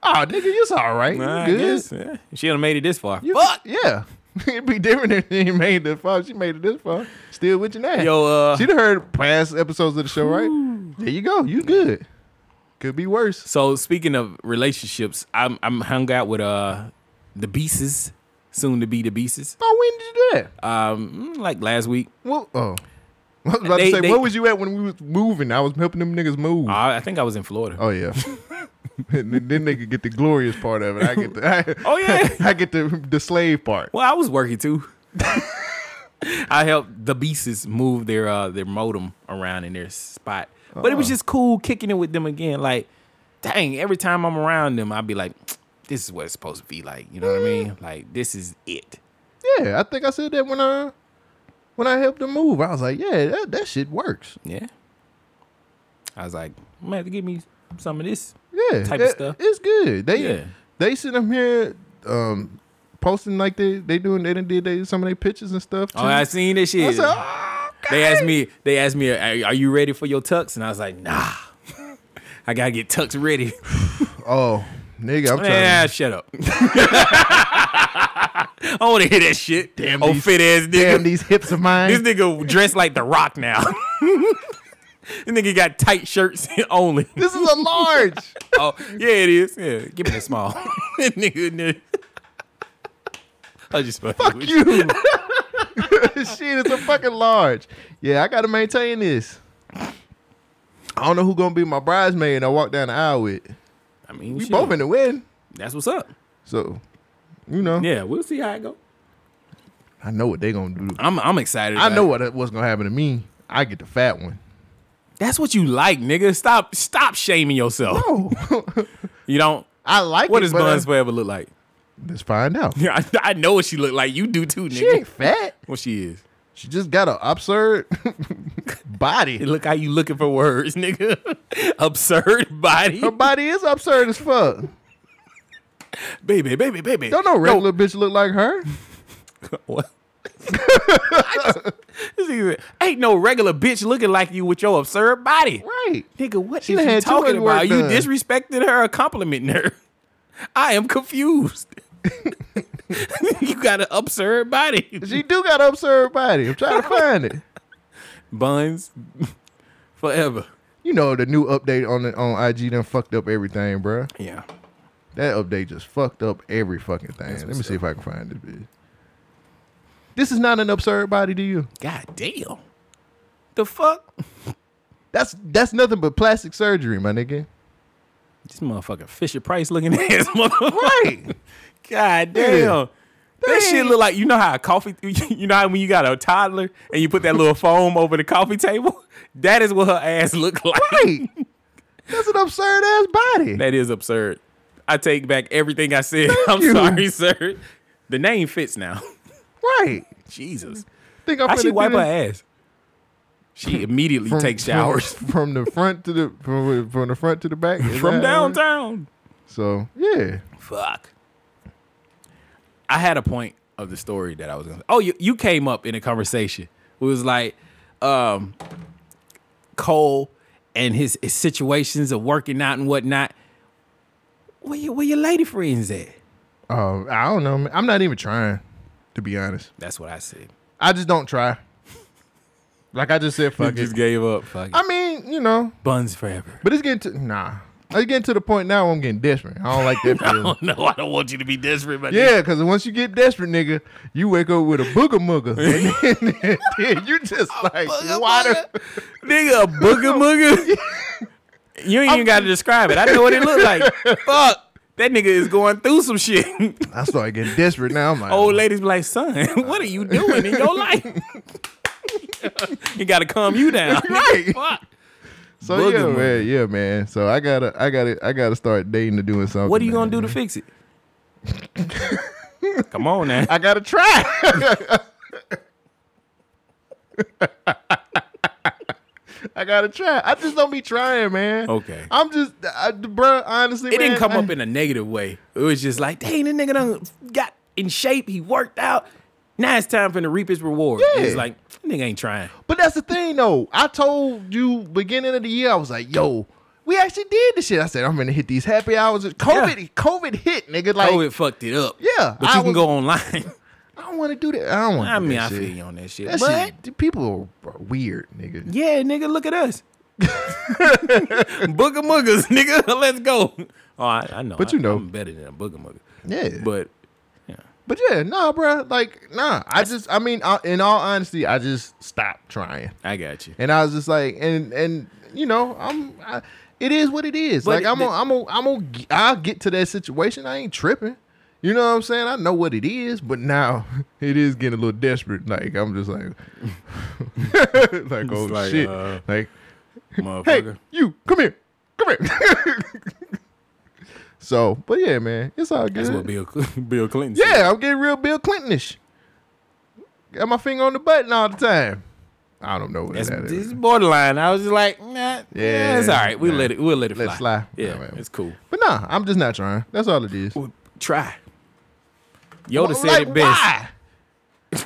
Oh, nigga, it's all right. You I good. guess, yeah. She done made it this far. You- Fuck. Yeah. [LAUGHS] It'd be different if she made it this far. She made it this far. Still with your name. Yo, uh, She'd have heard past episodes of the show, right? There you go. You good. Could be worse. So speaking of relationships, I'm I'm hung out with uh the Beasts, soon to be the Beasts. Oh, when did you do that? Um, like last week, Well, oh. [LAUGHS] I was about They- to say, they- Uh, where was you at when we was moving? I was helping them niggas move. I, I think I was in Florida. oh yeah. [LAUGHS] And then then they could get the glorious part of it. I get the I, [LAUGHS] Oh, yeah. [LAUGHS] I get the the slave part. Well, I was working too. [LAUGHS] I helped the Beasts move their uh their modem around in their spot, but it was just cool kicking it with them again. Like, dang, every time I'm around them, I'd be like, this is what it's supposed to be like. You know what I mean? Like, this is it. Yeah, I think I said that when I when I helped them move. I was like, yeah, that, that shit works. Yeah. I was like, I'm gonna have to give me some of this. Yeah, type of that- stuff. It's good. They Yeah. they sit up here um, posting like they they doing they done did they, some of their pictures and stuff. Too. Oh, I seen this shit. I said, "Oh, They okay." asked me. They asked me, "Are are you ready for your tux?" And I was like, "Nah, [LAUGHS] I gotta get tux ready." Oh, nigga, I'm Yeah, trying. to shut up. [LAUGHS] I don't want to hear that shit. Damn, oh these- fit ass nigga. Damn these hips of mine. This nigga dressed like The Rock now. [LAUGHS] this nigga got tight shirts [LAUGHS] only. this is a large. [LAUGHS] Oh yeah, it is. Yeah, give me the [LAUGHS] small. nigga, nigga. I just fuck Fuck you. Shit, it's a fucking large. Yeah, I gotta maintain this. I don't know who gonna be my bridesmaid I walk down the aisle with. I mean, We shit. both in the wedding. That's what's up. So, you know, Yeah, we'll see how it go. I know what they gonna do. I'm I'm excited. I about know it. what what's gonna happen to me. I get the fat one. That's what you like, nigga. Stop stop shaming yourself. [LAUGHS] Oh, You don't. I like What it. does but, uh, Buns Forever look like? Let's find out. Yeah, [LAUGHS] I, I know what she look like. You do too, She nigga. ain't fat. Well, she is. She just got an absurd [LAUGHS] body. Look how you looking for words, [LAUGHS] nigga. Absurd [LAUGHS] body, Her body is absurd as fuck. baby, baby, baby. Don't no regular bitch look like her. [LAUGHS] [LAUGHS] What? This nigga said, Ain't no regular bitch looking like you with your absurd body, Right. nigga. What She is done you had too talking much work about? You done. disrespecting her or complimenting her? I am confused. [LAUGHS] you got an absurd [LAUGHS] body. She do got an absurd body. I'm trying [LAUGHS] to find it. Buns [LAUGHS] forever. You know the new update on the, on IG done fucked up everything, bruh. Yeah. That update just fucked up every fucking thing. Let me see if I can find it. bitch. This is not an absurd body to you. God damn. The fuck? That's that's nothing but plastic surgery, my nigga. This motherfucking Fisher Price looking [LAUGHS] ass motherfucker. Right. God damn. Yeah. That shit Dang. look like you know how a coffee [LAUGHS] you know how when you got a toddler and you put that little foam over the coffee table? [LAUGHS] That is what her ass look like. [LAUGHS] Right. That's an absurd ass body. That is absurd. I take back everything I said. I'm you. sorry, [LAUGHS] sir. The name fits now. [LAUGHS] Right. Jesus. Think I'm How she finna wipe do her this ass? She immediately from- takes from- showers from, the front to the from, [LAUGHS] from the front to the back Is from that how it is? downtown. So yeah, Fuck. I had a point of the story that I was gonna. Oh, you, you came up in a conversation. It was like, um, Cole and his, his situations of working out and whatnot. Where your where your lady friends at? um, I don't know. man. I'm not even trying to be honest. That's what I said. I just don't try. Like I just said, I fuck [LAUGHS] it. just gave up. Fuck it. I mean, you know, buns forever. but it's getting to nah. It's getting to the point now. Where I'm getting desperate. I don't like that feeling. no, [LAUGHS] [LAUGHS] I don't want you to be desperate, but Yeah, because once you get desperate, nigga, you wake up with a booger mugger. [LAUGHS] [LAUGHS] And then, then you just like water. nigga, a [LAUGHS] booger mooger. You ain't even got to describe it. I know what it looked [LAUGHS] like. Fuck. That nigga is going through some shit. [LAUGHS] I started getting desperate now. I'm like, old ladies be like, son, [LAUGHS] what are you doing [LAUGHS] in your life? you gotta calm you down. Right. Fuck. So Booger yeah, money. man, yeah, man. So I gotta, I gotta, I gotta start dating to doing something. What are you man. gonna do to [LAUGHS] fix it? Come on now. I gotta try. [LAUGHS] I gotta try. I just don't be trying, man. Okay. I'm just, I, bro. Honestly, It didn't man, come I- up in a negative way. It was just like, dang, this nigga done got in shape. He worked out. Now it's time for him to reap his reward. Yeah. It's like, "That nigga ain't trying. But that's the thing, though. I told you beginning of the year, I was like, yo, we actually did this shit. I said, I'm gonna hit these happy hours. COVID, COVID hit, nigga. Like, COVID fucked Oh, it up. Yeah, But I you can was- go online. [LAUGHS] I don't want to do that. I don't want. I to do mean, that I shit. feel you on that shit. That but shit, the people are are weird, nigga. yeah, nigga, look at us. [LAUGHS] Booger muggers, nigga. [LAUGHS] Let's go. Oh, I, I know. But I- you know. I'm better than a booger mugger. Yeah. But But yeah, nah, bro. Like, nah. I just, I mean, I, in all honesty, I just stopped trying, I got you. and I was just like, and and you know, I'm. I, it is what it is. But like I'm, the- i I'm, i am I'm, i I'll get to that situation. I ain't tripping. You know what I'm saying? I know what it is, but now [LAUGHS] it is getting a little desperate. Like I'm just like, [LAUGHS] like oh like, shit, uh, like hey, Motherfucker. you come here, come here. [LAUGHS] so, but yeah, man, it's all good. That's what Bill [LAUGHS] Bill Clinton said. Yeah, I'm getting real Bill Clintonish. Got my finger on the button all the time. I don't know what That's, that this is. is borderline. I was just like, nah, yeah, it's all right. We nah. let it. We'll let it Let's fly. fly. Yeah, Whatever. it's cool. But nah, I'm just not trying. That's all it is. Well, try. Yoda Like, said it [LAUGHS] best Why?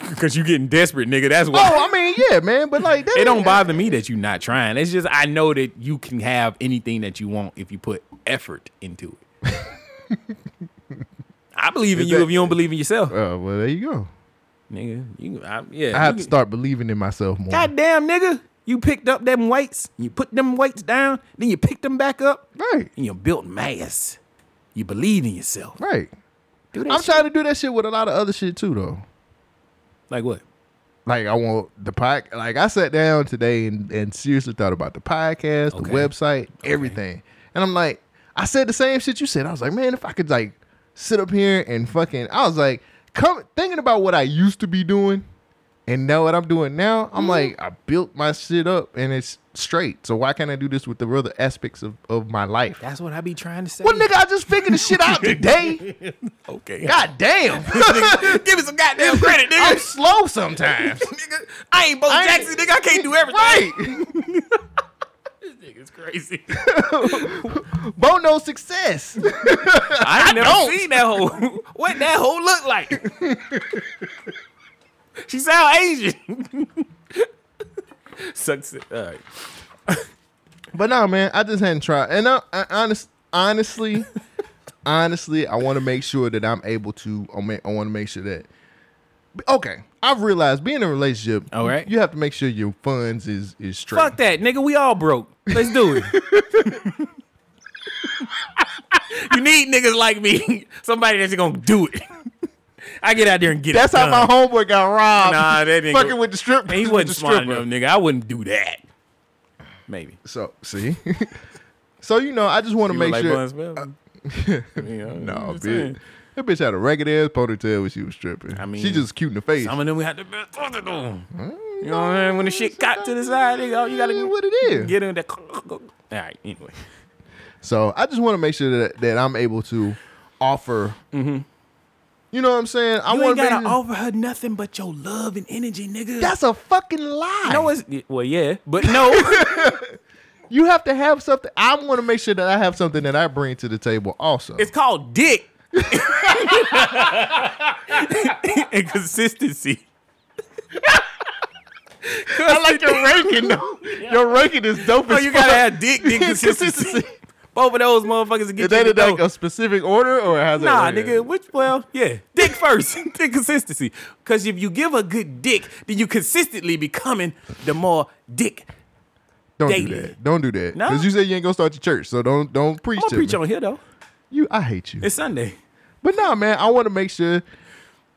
because you getting desperate, nigga. That's why. Oh, I mean, yeah, man. But like, that it don't ain't- bother me that you're not trying. It's just I know that you can have anything that you want if you put effort into it. [LAUGHS] I believe in Is you that- if you don't believe in yourself, Oh, well, there you go. nigga. You, I, yeah. I have you can- to start believing in myself more. Goddamn, nigga. You picked up them weights. You put them weights down. Then you picked them back up. Right, and you built mass. You believe in yourself. right. Do that I'm shit. trying to do that shit with a lot of other shit too, though. Like what? Like I want the pod. Like I sat down today and, and seriously thought about the podcast, the Okay. website, everything. And I'm like, I said the same shit you said. I was like, man, if I could like sit up here and fucking, I was like, come thinking about what I used to be doing, and now what I'm doing now. I'm Mm-hmm. like, I built my shit up and it's straight. So why can't I do this with the other aspects of of my life? That's what I be trying to say. Well, nigga, I just figured this shit out today. Okay. God damn, Give me some [LAUGHS] goddamn [LAUGHS] credit, I'm nigga. slow sometimes. nigga I ain't Bo I [LAUGHS] ain't- Jackson, nigga. I can't do everything. Right. Nigga's crazy. Bono [LAUGHS] success. I ain't never seen that whole. [LAUGHS] What that whole look like? [LAUGHS] she sound Asian. [LAUGHS] Sucks. It. All right. But no, man, I just hadn't tried. And I, I honest, [LAUGHS] honestly, honestly, I want to make sure that I'm able to. I want to make sure that. Okay, I've realized being in a relationship. All right. you have to make sure your funds is is straight. Fuck that, nigga. We all broke. Let's do it. [LAUGHS] you need niggas like me. [LAUGHS] Somebody that's gonna do it. [LAUGHS] I get out there and get That's it. how my done. homeboy got robbed. Nah, [LAUGHS] that nigga- fucking with the stripper. And he with wasn't the smart stripper. enough, nigga. I wouldn't do that. Maybe. So see, [LAUGHS] so you know, I just want to You make look like sure. Bun Smith. [LAUGHS] You know, no, I'm just saying. bitch. That bitch had a ragged ass ponytail when she was stripping. I mean, she just cute in the face. Some of them we had to build talk to them. You know what I mean? When the shit got to the side, nigga, all you gotta Yeah, do what it is. Get in that. All right. Anyway. So I just want to make sure that, that I'm able to offer. You know what I'm saying? I Mm-hmm. You ain't want to gotta offer her nothing but your love and energy, nigga. That's a fucking lie. no, it's well, yeah, but [LAUGHS] no. you have to have something. I want to make sure that I have something that I bring to the table. Also, It's called dick. [LAUGHS] and consistency. I like your ranking though. Your ranking is dope. Oh, as you fuck. gotta have dick, dick consistency. [LAUGHS] Consistency. Both of those motherfuckers to Is get you that the in like dough. a specific order or how's Nah, that? nigga. Which well, yeah, dick first, [LAUGHS] dick consistency. Because if you give a good dick, then you consistently becoming the more dick. Don't do daily. that. Don't do that. No? Because you said you ain't gonna start your church, so don't don't preach I'm to gonna preach me. on here though. you. I hate you. It's Sunday. But nah, man, I want to make sure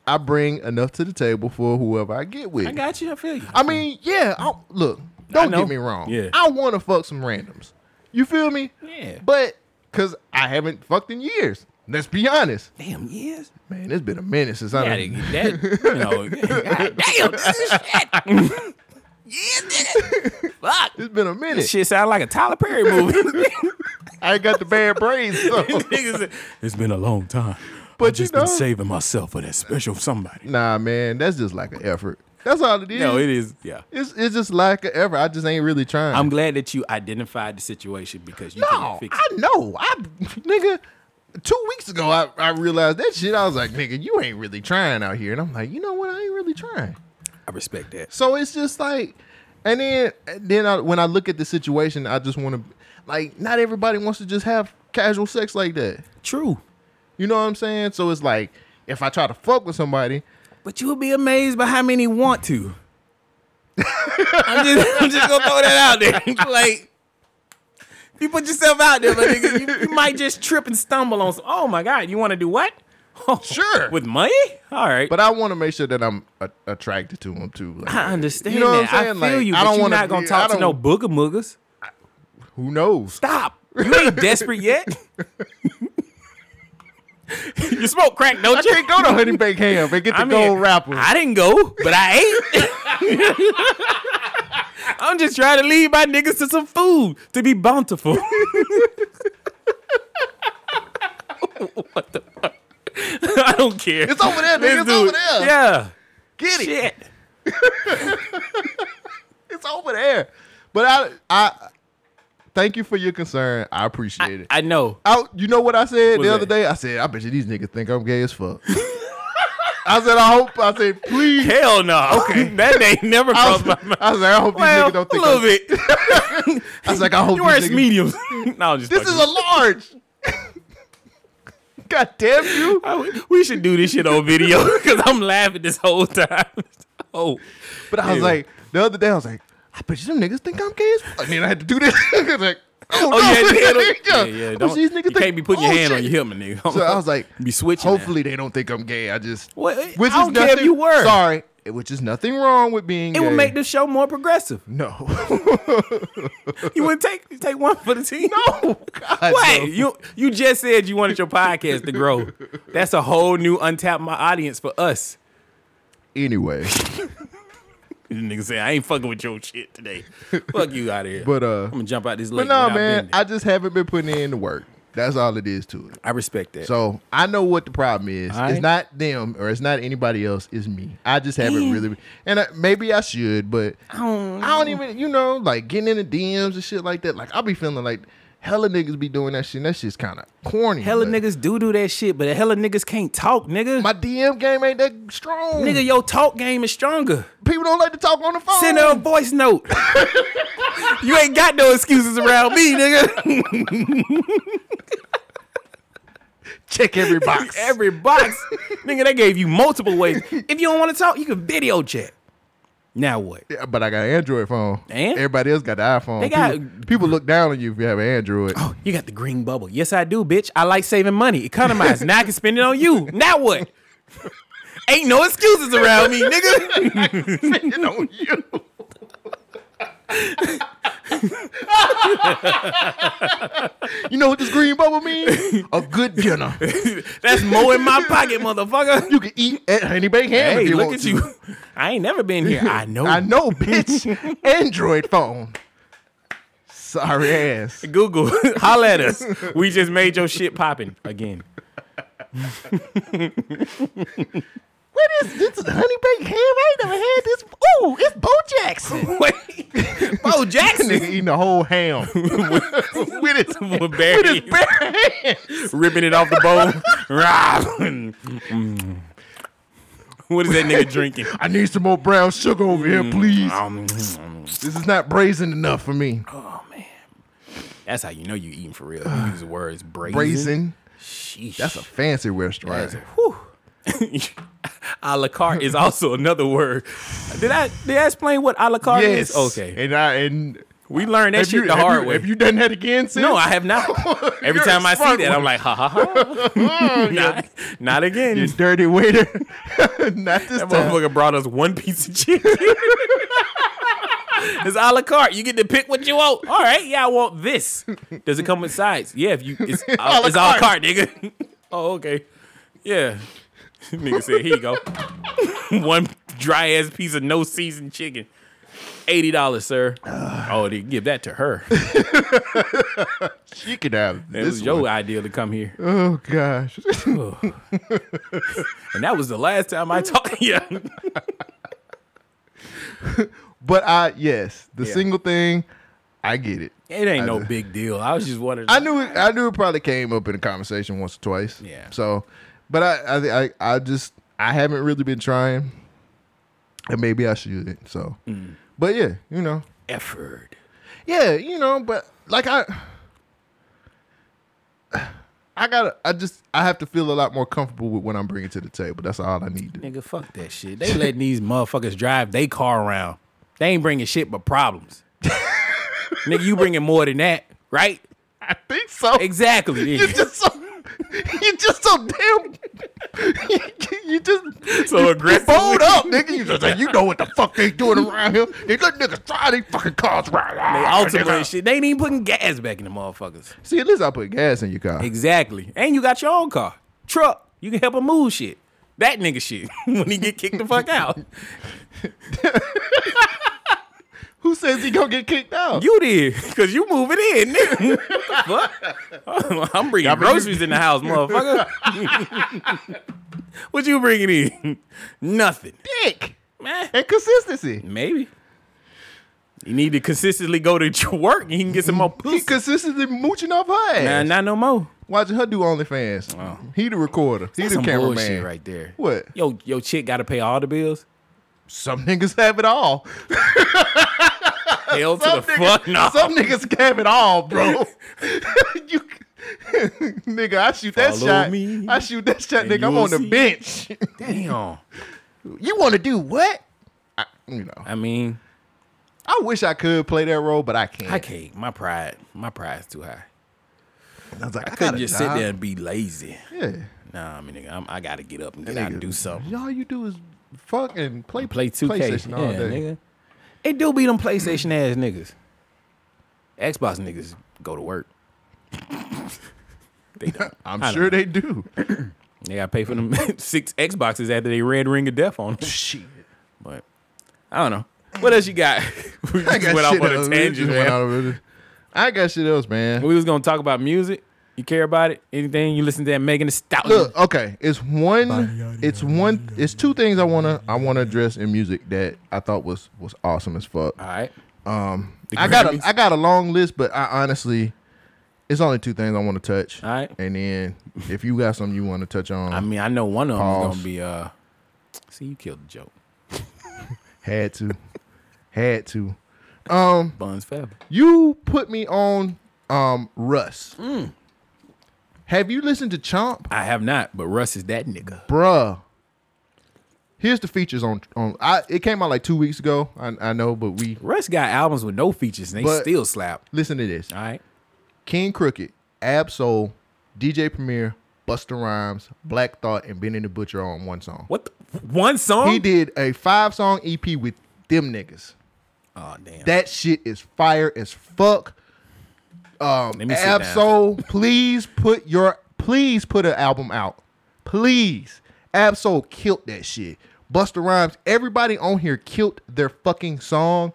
I bring enough to the table for whoever I get with. I got you. I feel you. I mean, yeah. I, look, don't know. get me wrong. Yeah. I want to fuck some randoms. You feel me? Yeah. But because I haven't fucked in years. Let's be honest, Damn years. man. It's been a minute since Yeah, I. I done- didn't [LAUGHS] get that. You know, God damn, this is shit. yeah, nigga. Fuck. [LAUGHS] It's been a minute. This shit sound like a Tyler Perry movie. [LAUGHS] I ain't got the bad braids. So. Nigga said, it's been a long time. But But you just know- been saving myself for that special somebody. nah, man, that's just like an effort. That's all it is. No, it is. Yeah. It's it's just like an effort. I just ain't really trying. I'm glad that you identified the situation because you no, couldn't fix I it. know. I nigga, two weeks ago I, I realized that shit. I was like, nigga, you ain't really trying out here. And I'm like, you know what? I ain't really trying. I respect that. So it's just like, and then and then I, when I look at the situation, I just want to like, not everybody wants to just have casual sex like that. True. You know what I'm saying? So it's like, if I try to fuck with somebody, But you'll be amazed by how many want to. I'm just, I'm just gonna throw that out there. [LAUGHS] like, if you put yourself out there, my nigga, you, you might just trip and stumble on. Some, oh my god, you want to do what? [LAUGHS] Oh, Sure. With money? All right. but I want to make sure that I'm a- attracted to them too. [CLEARS THROAT] Like, I understand You know what that. I'm i saying? feel Like, you. I But don't you're wanna not gonna be- talk I to no don't- booger muggers. who knows? Stop. You [LAUGHS] ain't desperate yet. [LAUGHS] you smoke crack, don't I you? can't go [LAUGHS] to Honey Bake Ham and get the I mean, gold wrapper. I didn't go, but I ate. [LAUGHS] I'm just trying to lead my niggas to some food to be bountiful. [LAUGHS] what the fuck? [LAUGHS] I don't care. it's over there, This nigga. It's over dude- there. Yeah. get it. Shit. It's over there. But I, I thank you for your concern. I appreciate it. I know. I, you know what I said What's the other that? day? I said, I bet you these niggas think I'm gay as fuck. [LAUGHS] I said, I hope. I said, please. Hell no. Okay. [LAUGHS] that ain't never I crossed was, my mind. I was like, I hope Well, these niggas don't a think. little I'm, bit. [LAUGHS] I was like, I hope You these weren't niggas- medium. [LAUGHS] no, I'm just This is fucking a large. [LAUGHS] God damn you! I- we should do this shit on video [LAUGHS] because I'm laughing this whole time. [LAUGHS] Oh, But I was Yeah. like, the other day, I was like, I bet you them niggas think I'm gay as fuck. And then I had to do this. [LAUGHS] I was like, oh, oh [LAUGHS] no. yeah, [LAUGHS] nigga, Yeah. don't- yeah, yeah. I bet Don't, you these niggas can't think- be putting your oh, hand on shit. your hip, my nigga. So I [LAUGHS] was like, be switching. that. Hopefully they don't think I'm gay. I just Well, I don't care if you were. sorry, which is nothing wrong with being. it gay. would make the show more [LAUGHS] progressive. no, You wouldn't take take one for the team. [LAUGHS] no, God, Wait, no. you you just said you wanted your podcast to grow. That's a whole new untapped my audience for us. Anyway, The nigga say I ain't fucking with your shit today. Fuck you out of here. But, uh, I'm gonna jump out this but lake. no, without man, bending. I just haven't been putting in the work. That's all it is to it. I respect that. So I know what the problem is. All right. It's not them or it's not anybody else. It's me. I just haven't really. And I, maybe I should, but I don't, even. You know, like getting in the DMs and shit like that. Like I'll be feeling like hella niggas be doing that shit. And that shit's kind of corny. Hella like, niggas do do that shit, but hella niggas can't talk, nigga. My DM game ain't that strong. nigga, your talk game is stronger. people don't like to talk on the phone. Send her a voice note. Oh. [LAUGHS] you ain't got no excuses around me, nigga. Check every box. [LAUGHS] [LAUGHS] Every box, nigga, they gave you multiple ways. If you don't want to talk, you can video chat. Now what? Yeah, but I got an Android phone. And? Everybody else got Oh. the iPhone. They got- people, people look down on you if you have an Android. You got the green bubble. Yes, I do, bitch. I like saving money. Economize. now I can spend it on you. Now what? Ain't no excuses around me, nigga. [LAUGHS] [LAUGHS] you know you. [LAUGHS] you know what this green bubble means? A good dinner. That's more in my pocket, motherfucker. You can eat at Honey Bake Ham. Hey, if you look want at to. you. I ain't never been here. [LAUGHS] I know. [LAUGHS] I know, [LAUGHS] bitch. Android phone. Sorry ass. Google, [LAUGHS] holla at us. We just made your shit popping again. What is this? Is Honey Bake Ham? I ain't never had this. Ooh, it's Bo [LAUGHS] Jackson. Wait, Bo [LAUGHS] Nigga Jackson eating the [LAUGHS] whole ham with his, with [LAUGHS] with berries, his bare hands. ripping it off the [LAUGHS] bone. Rah. Mm. what is that nigga drinking? I need some more brown sugar over here, please. Um, This is not brazen enough for me. Oh, that's how you know you eating for real. You use the words brazen. Brazen. Sheesh. That's a fancy restaurant. Whew. [LAUGHS] a la carte is also another word. Did I did I explain what a la carte is? Okay, And I and we learned that have shit you, the have hard you, way. Have you done that again? Sis? no, I have not. [LAUGHS] Every You're time a I see smart that, I'm one. like, ha ha [LAUGHS] ha. not, not again. You dirty waiter. [LAUGHS] not this That time. motherfucker brought us one piece of [LAUGHS] chicken. it's a la carte. You get to pick what you want. All right, yeah, I want this. Does it come with sides? Yeah, if you [LAUGHS] it's uh, la it's a la carte, carte. nigga. [LAUGHS] oh, okay. Yeah. [LAUGHS] nigga said, here you go. one dry ass piece of no seasoned chicken. Eighty dollars, [SIGHS] sir. oh, they give that to [LAUGHS] her. It She could have this was your one. idea to come [LAUGHS] here, Oh gosh. [LAUGHS] and that was the last time I talked. Yeah, but I yes, the Yeah. single thing, I get it. [LAUGHS] it ain't no big deal. I was just wondering. I knew it, I knew it probably came up in a conversation once or twice. Yeah. So, but I I I, I just I haven't really been trying, and maybe I should. So, but yeah, you know, effort. yeah, you know, but like I. I gotta. I just. I have to feel a lot more comfortable with what I'm bringing to the table. That's all I need. To. Nigga, fuck that shit. They letting these motherfuckers drive they car around. They ain't bringing shit but problems. [LAUGHS] Nigga, you bringing more than that, right? I think so. Exactly. [LAUGHS] You're just so. You're just so damn. you just So aggressive. [LAUGHS] Hold up, nigga. You just like, you know what the fuck they doing around here. They let niggas drive they fucking cars around. They Ah, ultimately [LAUGHS] nigga. and shit. They ain't even putting gas back in the motherfuckers. See, at least I put gas in your car. Exactly. And you got your own car, truck. You can help him move shit. That nigga shit [LAUGHS] when he get kicked the fuck out. Who says he gonna get kicked out? You did because you moving in. Nigga. [LAUGHS] What the fuck? [LAUGHS] I'm bringing Y'all bring- groceries in the house, [LAUGHS] motherfucker. [LAUGHS] what you bringing in? Nothing, dick man. and consistency. Maybe. You need to consistently go to [LAUGHS] your work and he can get some more He pussy. consistently mooching off her ass. Nah, not no more. Watching her do OnlyFans. He the recorder. Oh. He That's the some cameraman. bullshit right there. What? Yo, yo, chick got to pay all the bills. Some niggas have it all. Hell to Some the niggas, fuck no. [LAUGHS] some niggas have it all, bro. [LAUGHS] you, [LAUGHS] nigga, I shoot that Follow shot. me, I shoot that shot, and nigga. I'm you'll on the see. bench. [LAUGHS] Damn. you want to do what? I, you know, I mean, I wish I could play that role, but I can't. I can't. My pride, my pride's too high. I was like, I, Couldn't gotta just sit die. there and be lazy. Yeah. Nah, I mean, nigga, I'm, I gotta get up and get out and do something. All you do is fuck and play Play 2K. PlayStation all yeah, day. nigga. It do be them PlayStation ass niggas. Xbox niggas go to work. they don't. I'm I don't sure [LAUGHS] they do. They gotta pay for them [LAUGHS] six Xboxes after they red ring of death on them. Shit. But I don't know. What else you got? [LAUGHS] we I just got went off shit on a else. tangent. Just went man. out of it. I got shit else, man. We was gonna talk about music. You care about it? Anything? You listen to that Megan Thee Stallion? Look, okay, it's one, it's one, it's two things I wanna, I wanna address in music that I thought was was awesome as fuck. All right. Um, The I got Grammys. a, I got a long list, but I honestly, it's only two things I want to touch. All right. and then if you got something you want to touch on, I mean, I know one of them is Pause. gonna be uh. See, you killed the joke. had to, had to. Buns forever. You put me on, um, Russ. Mm. Have you listened to Chomp? I have not, but Russ is that nigga. bruh. Here's the features on on. I it came out like two weeks ago. I, I know, but we Russ got albums with no features and they But- still slap. listen to this. All right. King Crooked, Absol, DJ Premier, Buster Rhymes, Black Thought, and Benny the Butcher on one song. What? The, one song? He did a five song EP with them niggas. Oh damn. That shit is fire as fuck. Let me sit down. Absol, please put your please put an album out. Please. Absol killed that shit. Buster Rhymes, everybody on here killed their fucking song.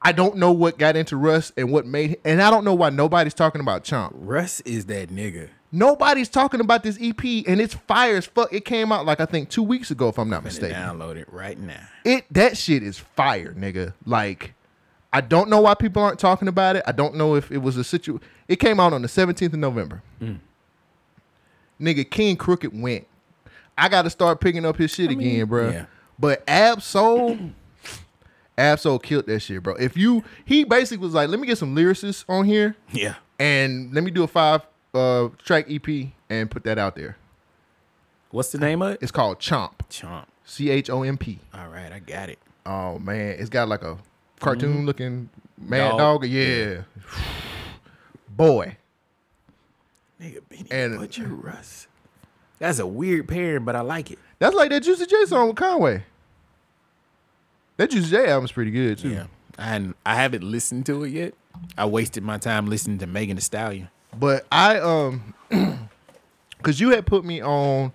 I don't know what got into Russ and what made and I don't know why nobody's talking about Chomp. Russ is that nigga. Nobody's talking about this EP and it's fire as fuck. It came out like I think two weeks ago, if I'm not Stay. mistaken Download it right now. [LAUGHS] it that shit is fire, nigga. Like, I don't know why people aren't talking about it. I don't know if it was a situ. It came out on the seventeenth of November. Nigga, King Crooked went. I got to start picking up his shit again, bro. yeah. But Absol, Absol killed that shit, bro. If you, he basically was like, let me get some lyricists on here Yeah. and let me do a five uh track EP and put that out there. What's the name of it? It's called Chomp, Chomp. C H O M P. All right, I got it. Oh man, it's got like a cartoon looking mad Mm-hmm. Dog. dog. Yeah. Boy. Nigga, Benny And- Butcher Russ. That's a weird pairing, but I like it. That's like that Juicy J song with Conway. That Juicy J album's pretty good too. Yeah. And I haven't listened to it yet. I wasted my time listening to Megan Thee Stallion. [CLEARS THROAT] But I um cause you had put me on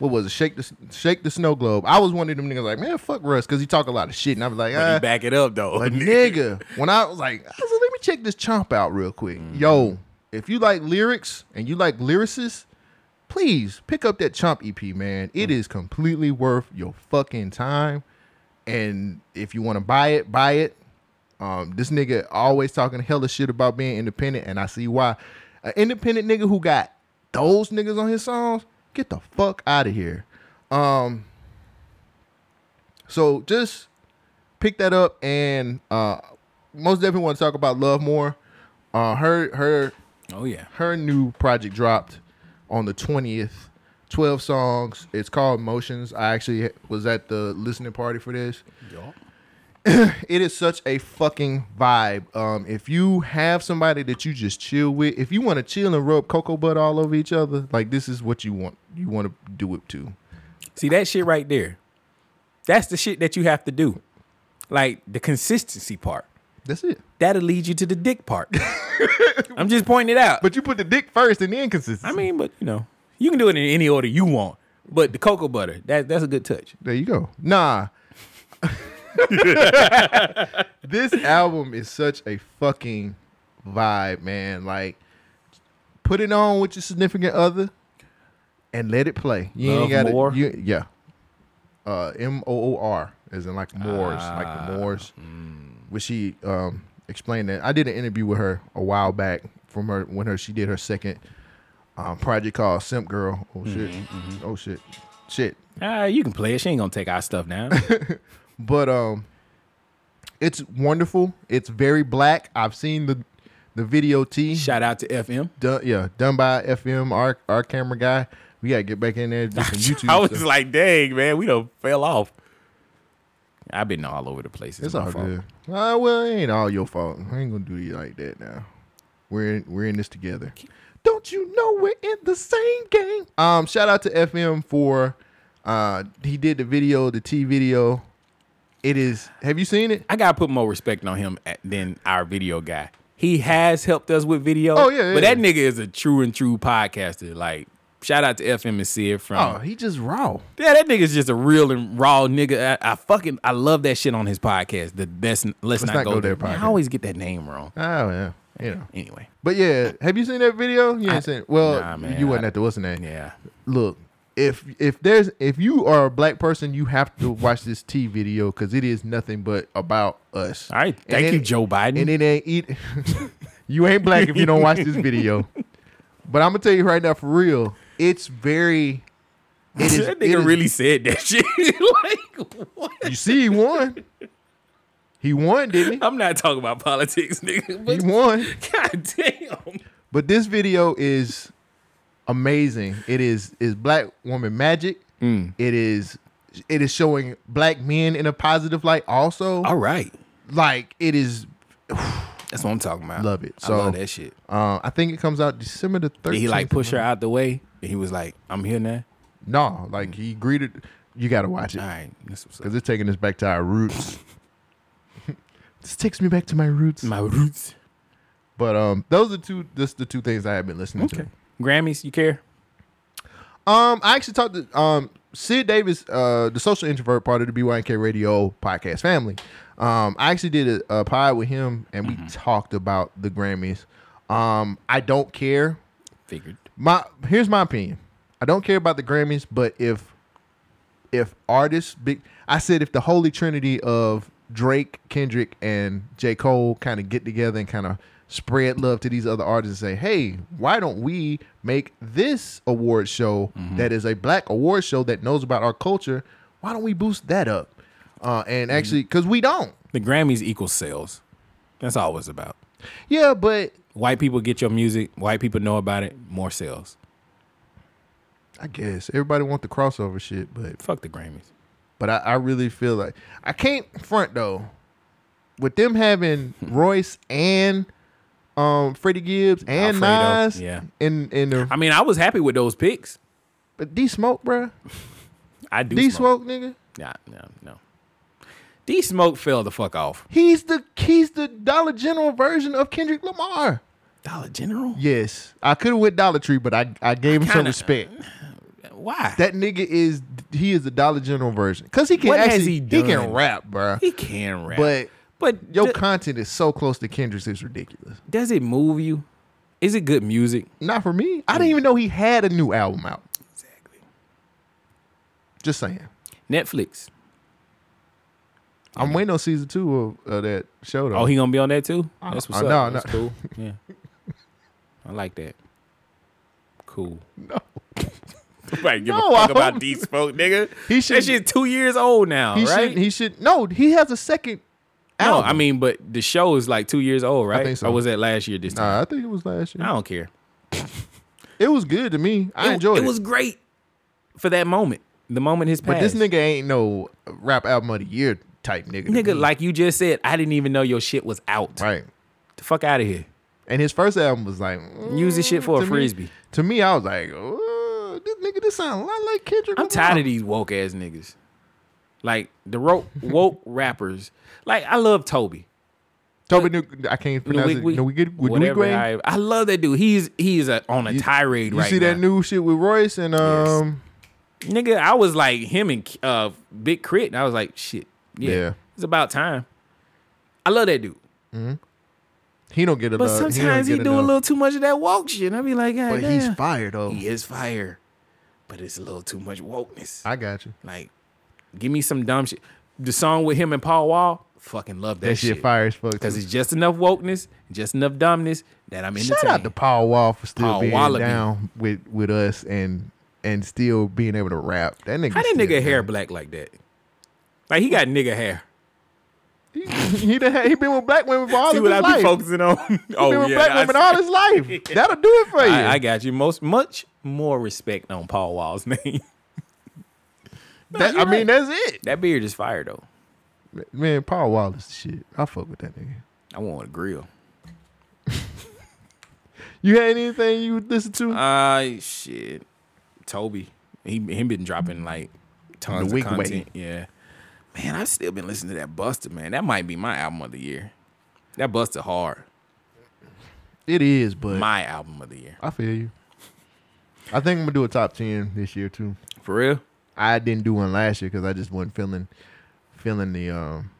what was it? Shake the shake the snow globe. I was one of them niggas like, man, fuck Russ, because he talk a lot of shit, and I was like, But [LAUGHS] ah, you back it up [LAUGHS] though. but nigga, when I was like, I was like, let me check this chomp out real quick. Yo, if you like lyrics and you like lyricists, please pick up that chomp EP, man. It is completely worth your fucking time. And if you want to buy it, buy it. Um, this nigga always talking hella shit about being independent, and I see why. An independent nigga who got those niggas on his songs, get the fuck out of here. Um, so just pick that up and uh most definitely want to talk about love more uh her her Oh yeah. her new project dropped on the 20th 12 songs it's called motions i actually was at the listening party for this [CLEARS THROAT] it is such a fucking vibe um if you have somebody that you just chill with if you want to chill and rub cocoa butt all over each other like this is what you want you want to do it to See that shit right there. That's the shit that you have to do. Like the consistency part. that's it That'll lead you to the dick part. [LAUGHS] I'm just pointing it out. but you put the dick first and the inconsistency I mean, but you know, you can do it in any order you want. But the cocoa butter, that that's a good touch. There you go. Nah. [LAUGHS] this album is such a fucking vibe, man. Like, put it on with your significant other and let it play. You Love ain't got more? to. Yeah. Uh, M O O R, as in like Moors, like the Moors. Which she um, explained that I did an interview with her a while back from her when her she did her second um, project called Simp Girl. Oh shit! Oh shit! Shit! Ah, you can play it. She ain't gonna take our stuff now. but um it's wonderful it's very black i've seen the the video t Shout out to FM. done, yeah done by fm our our camera guy we gotta get back in there and [LAUGHS] do some [LAUGHS] youtube I was stuff. like, dang, man, we done fell off. I've been all over the place. it's my all fault. good Ah, well it ain't all your fault i ain't gonna do you like that now we're in we're in this together don't you know we're in the same game um shout out to fm for uh he did the video the t video it is have you seen it I gotta put more respect on him at- than our video guy. He has helped us with video. Oh, yeah, but yeah. that nigga is a true and true podcaster. Like, shout out to FM and Sid from. oh he just raw Yeah, that nigga's just a real and raw nigga. I, I fucking I love that shit on his podcast. The that's let's, not, go, there. Man, podcast. I always get that name wrong. oh yeah you know Anyway, But yeah, have you seen that video? You ain't seen. It. Well, Nah, man, you wasn't I- at the what's the name? yeah, Look, if if there's if you are a black person, you have to watch this T video because it is nothing but about us. All right. And Thank it- you, Joe Biden. And it ain't eat. [LAUGHS] you ain't black if you don't watch [LAUGHS] this video. But I'm gonna tell you right now, for real, it's very. It is, [LAUGHS] that it nigga is- really said that [LAUGHS] shit. like, what? You see, he won. He [LAUGHS] won, didn't I'm not talking about politics, nigga. he? But He won. God damn. But this video is amazing. It is is black woman magic. Mm. It is it is showing black men in a positive light also. All right. Like it is That's what I'm talking about. Love it. I So- love that shit. uh, I think it comes out December the 13th. Did he like push her out the way? And he was like, I'm here now. No, like he greeted you got to watch it All right. That's what's up. cuz it's taking us back to our roots. [LAUGHS] this takes me back to my roots. My roots. But um those are two just the two things I have been listening to. Grammys, you care? Um, I actually talked to um Sid Davis, uh, the social introvert part of the BYNK Radio podcast family. Um, I actually did a, a pod with him, and we talked about the Grammys. Um, I don't care. Figured. My here's my opinion. I don't care about the Grammys, but if if artists, big, I said if the holy trinity of Drake, Kendrick, and J. Cole kind of get together and kind of spread love to these other artists and say, hey, why don't we make this award show that is a black award show that knows about our culture? Why don't we boost that up? Uh, and actually, because we don't. The Grammys equals sales. That's all it's about. Yeah, but White people get your music. White people know about it. More sales. I guess everybody want the crossover shit, but Fuck the Grammys. But I, I really feel like I can't front though. With [LAUGHS] them having Royce and um Freddie Gibbs and Alfredo, Nas, yeah. in in the I mean, I was happy with those picks. but D Smoke, bruh. I do. D smoke. Smoke, nigga. Nah, no, no. D Smoke fell the fuck off. He's the he's the Dollar General version of Kendrick Lamar. Dollar General? Yes, I could have went Dollar Tree, but I I gave him some Kinda. respect. Why? That nigga is he is the Dollar General version because he can What has he actually can done? rap, bruh. he can rap, But but your do- content is so close to Kendrick's, it's ridiculous. does it move you? Is it good music? Not for me. I Mm. didn't even know he had a new album out. Exactly. Just saying. Netflix. I'm waiting on season two of, of that show though. Oh, he gonna be on that too. That's what's uh, up. no, That's no. [LAUGHS] cool. Yeah, I like that. Cool. [LAUGHS] no. Right, give No, a fuck I about don't- these folk, nigga. He that should- shit two years old now, He right? should. He should. No, he has a second. no, album. I mean, but the show is like two years old, right? think so. Or was that last year? This time, Nah, uh, I think it was last year. I don't care. It was good to me. I enjoyed it. Oh. It was great for that moment. The moment his but past. this nigga ain't no rap album of the year type nigga. to me. nigga, like you just said, I didn't even know your shit was out. Mm-hmm. right. The fuck out of here. And his first album was like mm, Use this shit for to a me- frisbee. to me, I was like, "Ooh, this nigga, this sound a lot like Kendrick. I'm Lamar." tired of these woke ass niggas. Like the [LAUGHS] ro- woke rappers. Like I love Toby. Toby, New- I can't pronounce it. Nwigwe, No, we get whatever. I, I love that dude. He's he's a, on a tirade You right see now. that new shit with Royce and um, Nigga, I was like him and uh Big Crit, and I was like, shit, yeah, Yeah. it's about time. I love that dude, he don't get a. but lot- don't sometimes Uh, he, get do a enough. little too much of that woke shit. I be like, God But damn. he's fired though. he is fire, but it's a little too much wokeness. I got you. like, give me some dumb shit. The song with him and Paul Wall, fucking love that, That shit fire as fuck. too. because it's just enough wokeness, just enough dumbness that I'm entertained. Shout out to Paul Wall for still Paul being Wallaby. down with with us and and still being able to rap. That nigga. How that still nigga hair down. black like that? Like he got nigga hair. he done had- he been with black women for all See of what his I life. be focusing on? [LAUGHS] he been oh with yeah, black I women see. all [LAUGHS] his life. That'll do it for you. I, I got you. Most much more respect on Paul Wall's [LAUGHS] name. That- I mean, that's it. that beard is fire though. Man, Paul Wall is the shit. I fuck with that nigga. I want a grill. You had anything you listen to? Uh shit. Toby. He him been dropping like tons The of Weak Way. content. Yeah. Man, I've still been listening to that Buster, man. That might be my album of the year. That Buster hard. it is, but My album of the year. I feel you. I think I'm gonna do a top ten this year too. For real? I didn't do one last year because I just wasn't feeling feeling the um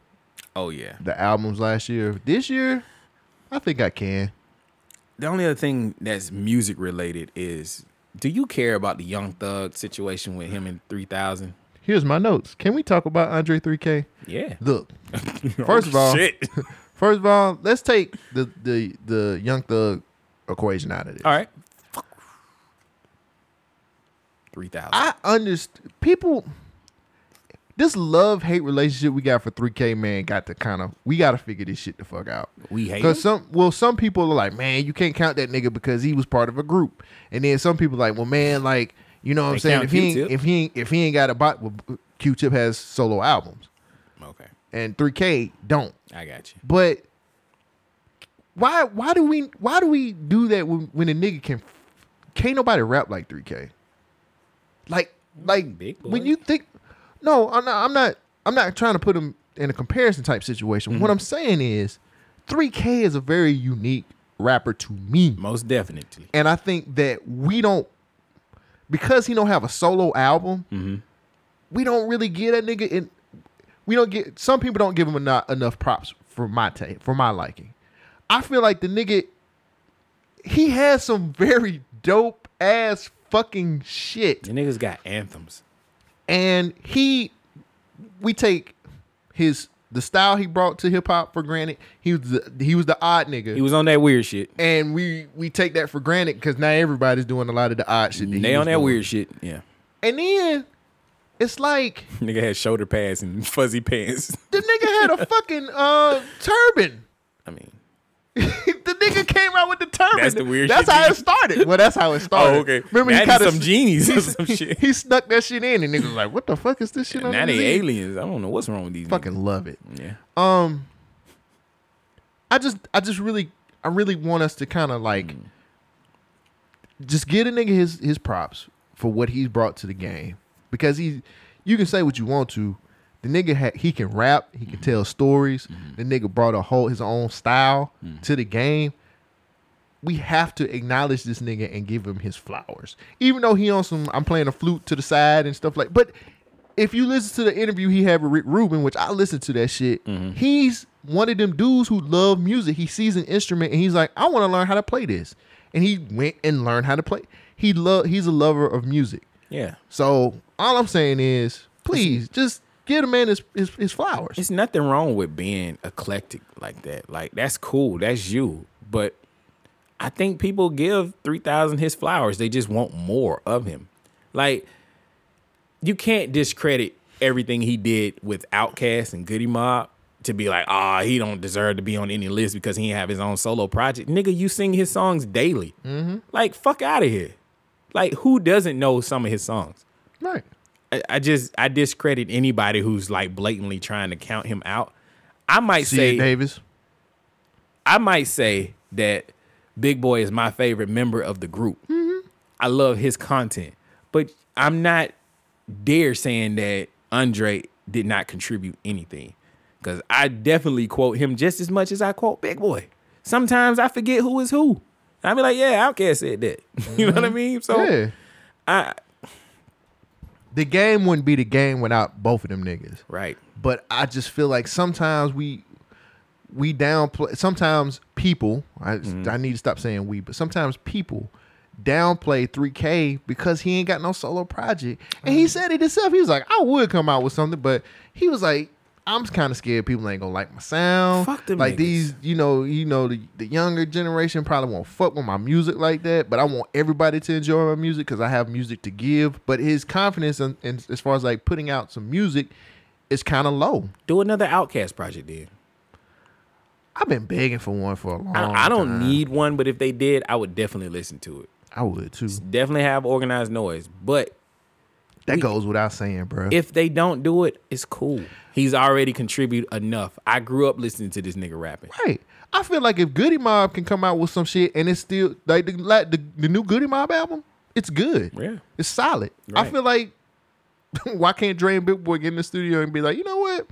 Oh yeah. the albums last year. This year, I think I can. The only other thing that's music related is do you care about the Young Thug situation with him and 3000? Here's my notes. Can we talk about Andre 3K? Yeah. Look, first of all, [LAUGHS] shit. first of all, let's take the the the Young Thug equation out of it. All right. 3,000. I understand people. This love hate relationship we got for 3K man got to kind of we got to figure this shit the fuck out. We hate Cause him? some well some people are like man you can't count that nigga because he was part of a group and then some people like well man like you know what I'm They saying count if he ain't, Q-Tip. if he ain't, if he ain't got a bot well, Q-Tip has solo albums Okay. and 3K don't I got you. but why why do we why do we do that when, when a nigga can can't nobody rap like 3K? Like like Big boy. when you think no, I'm not I'm not I'm not trying to put him in a comparison type situation. Mm-hmm. What I'm saying is 3K is a very unique rapper to me. Most definitely. And I think that we don't because he don't have a solo album, we don't really get a nigga in we don't get some people don't give him eno- enough props for my take for my liking. I feel like the nigga he has some very dope ass fucking shit. The niggas got anthems. And he we take his the style he brought to hip hop for granted. He was the, he was the odd nigga He was on that weird shit. and we we take that for granted because now everybody's doing a lot of the odd shit. That he They on was that doing. weird shit. Yeah. And then it's like Nigga had shoulder pads and [LAUGHS] fuzzy pants. the nigga had a fucking [LAUGHS] uh turban. [LAUGHS] I mean, the nigga came out with the turban. That's the weird That's shit how you- it started. Well, that's how it [LAUGHS] started. Oh, okay. Remember Now he they kind of some genies or some shit. [LAUGHS] He snuck that shit in, and niggas was like, "What the fuck is this shit?" on now the they Z?" aliens. I don't know what's wrong with these. Fucking love it. niggas. Yeah. Um, I just, I just really, I really want us to kind of like, just give a nigga his his props for what he's brought to the game because he, you can say what you want to, the nigga ha- he can rap, he can tell stories. The nigga brought a whole his own style to the game. we have to acknowledge this nigga and give him his flowers. Even though he on some I'm playing a flute to the side and stuff like but if you listen to the interview he had with Rick Rubin, which I listened to that shit, he's one of them dudes who love music. He sees an instrument and he's like, I want to learn how to play this. And he went and learned how to play. He love he's a lover of music. Yeah. So all I'm saying is, please just give a man his, his, his flowers. It's nothing wrong with being eclectic like that. Like that's cool. That's you. But I think people give 3000 his flowers. They just want more of him. Like you can't discredit everything he did with Outkast and Goody Mob to be like, "Ah, he don't deserve to be on any list because he ain't have his own solo project." Nigga, you sing his songs daily. Like fuck out of here. Like who doesn't know some of his songs? Right. I- I just I discredit anybody who's like blatantly trying to count him out. I might See say Davis. I might say that Big Boy is my favorite member of the group. Mm-hmm. I love his content, but I'm not dare saying that Andre did not contribute anything because I definitely quote him just as much as I quote Big Boy. Sometimes I forget who is who. I be like, yeah, Outkast said that. [LAUGHS] you know what I mean? So Mm-hmm. Yeah. I The game wouldn't be the game without both of them niggas. right. but I just feel like sometimes we we downplay sometimes people I, Mm-hmm. I need to stop saying we but sometimes people downplay 3k because he ain't got no solo project and he said it himself he was like i would come out with something but he was like i'm kind of scared people ain't gonna like my sound Fuck them like niggas. these you know you know the, the younger generation probably won't fuck with my music like that but i want everybody to enjoy my music because i have music to give but his confidence in, in, as far as like putting out some music is kind of low Do another Outkast project then. I've been begging for one for a long time. I, I don't need one, but if they did, I would definitely listen to it. I would too. Definitely have organized noise. But That goes without saying, bro. if they don't do it, it's cool. He's already contributed enough. I grew up listening to this nigga rapping. right. I feel like if Goody Mob can come out with some shit and it's still like the like the, the new Goody Mob album, it's good. Yeah. It's solid. I Right. feel like [LAUGHS] why can't Dre and Big Boy get in the studio and be like, you know what?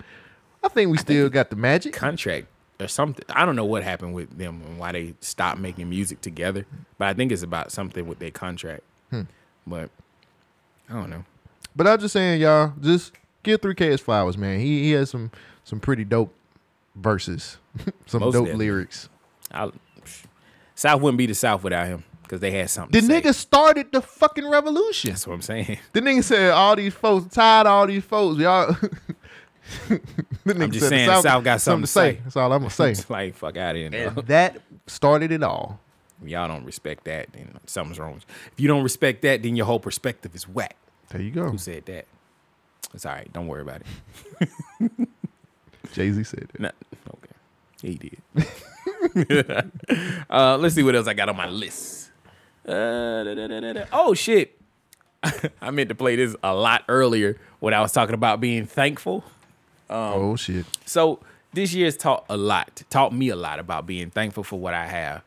I think we still got the magic. Contract or something. I don't know what happened with them and why they stopped making music together, but I think it's about something with their contract. But I don't know. But I'm just saying, y'all, just give 3K his flowers, man. He he has some some pretty dope verses, [LAUGHS] some Most dope definitely. lyrics. I, South wouldn't be the South without him because they had something. The to say. nigga started the fucking revolution. That's what I'm [LAUGHS] saying. The nigga said all these folks tired of all these folks. Y'all. the nigga just the saying South got something to say. That's all I'm [LAUGHS] gonna say. It's like fuck out of here. dog. and that started it all. y'all don't respect that, then something's wrong. If you don't respect that, then your whole perspective is whack. There you go. Who said that? It's all right. Don't worry about it. Jay Z said it. No, okay. He did. [LAUGHS] uh, let's see what else I got on my list. Uh, da, da, da, da, da. Oh shit! [LAUGHS] I meant to play this a lot earlier when I was talking about being thankful. oh shit. So this year's taught a lot, taught me a lot about being thankful for what I have.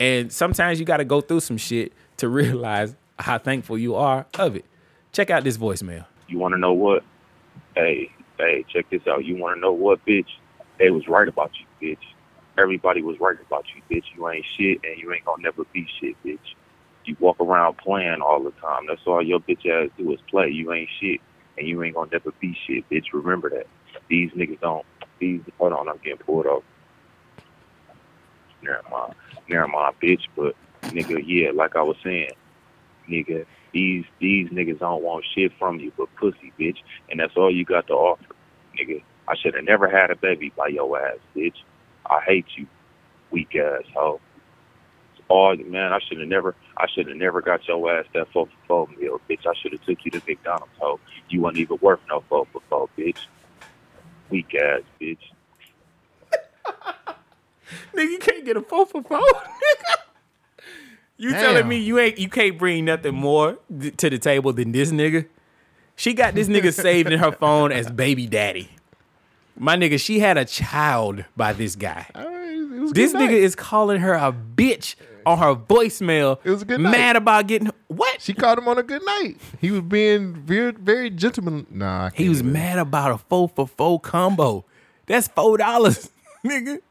And sometimes you got to go through some shit to [LAUGHS] realize how thankful you are of it. Check out this voicemail. You want to know what? Hey, hey, check this out. You want to know what, bitch? They was right about you, bitch. Everybody was right about you, bitch. You ain't shit, and you ain't gonna never be shit, bitch. You walk around playing all the time. That's all your bitch ass do is play. You ain't shit, and you ain't gonna never be shit, bitch. Remember that. These niggas don't. These hold on, I'm getting pulled off. Never mind, never mind, bitch. But nigga, yeah, like I was saying, nigga. These these niggas don't want shit from you but pussy, bitch, and that's all you got to offer, nigga. I should have never had a baby by your ass, bitch. I hate you, weak ass hoe. It's all man, I should have never, I should have never got your ass that four for four meal, bitch. I should have took you to McDonald's, hoe. You wasn't even worth no four for four, bitch. Weak ass, bitch. Nigga, you can't get a four for four. [LAUGHS] nigga. you Damn. telling me you ain't you can't bring nothing more th- to the table than this nigga? She got this nigga saved in her phone as baby daddy. My nigga, she had a child by this guy. All right, it was a This good nigga night. is calling her a bitch on her voicemail. It was a good mad night. about getting what? She called him on a good night. He was being very, very gentleman. Nah, I he can't was even- mad about a four for four combo. That's four dollars, [LAUGHS] nigga. [LAUGHS]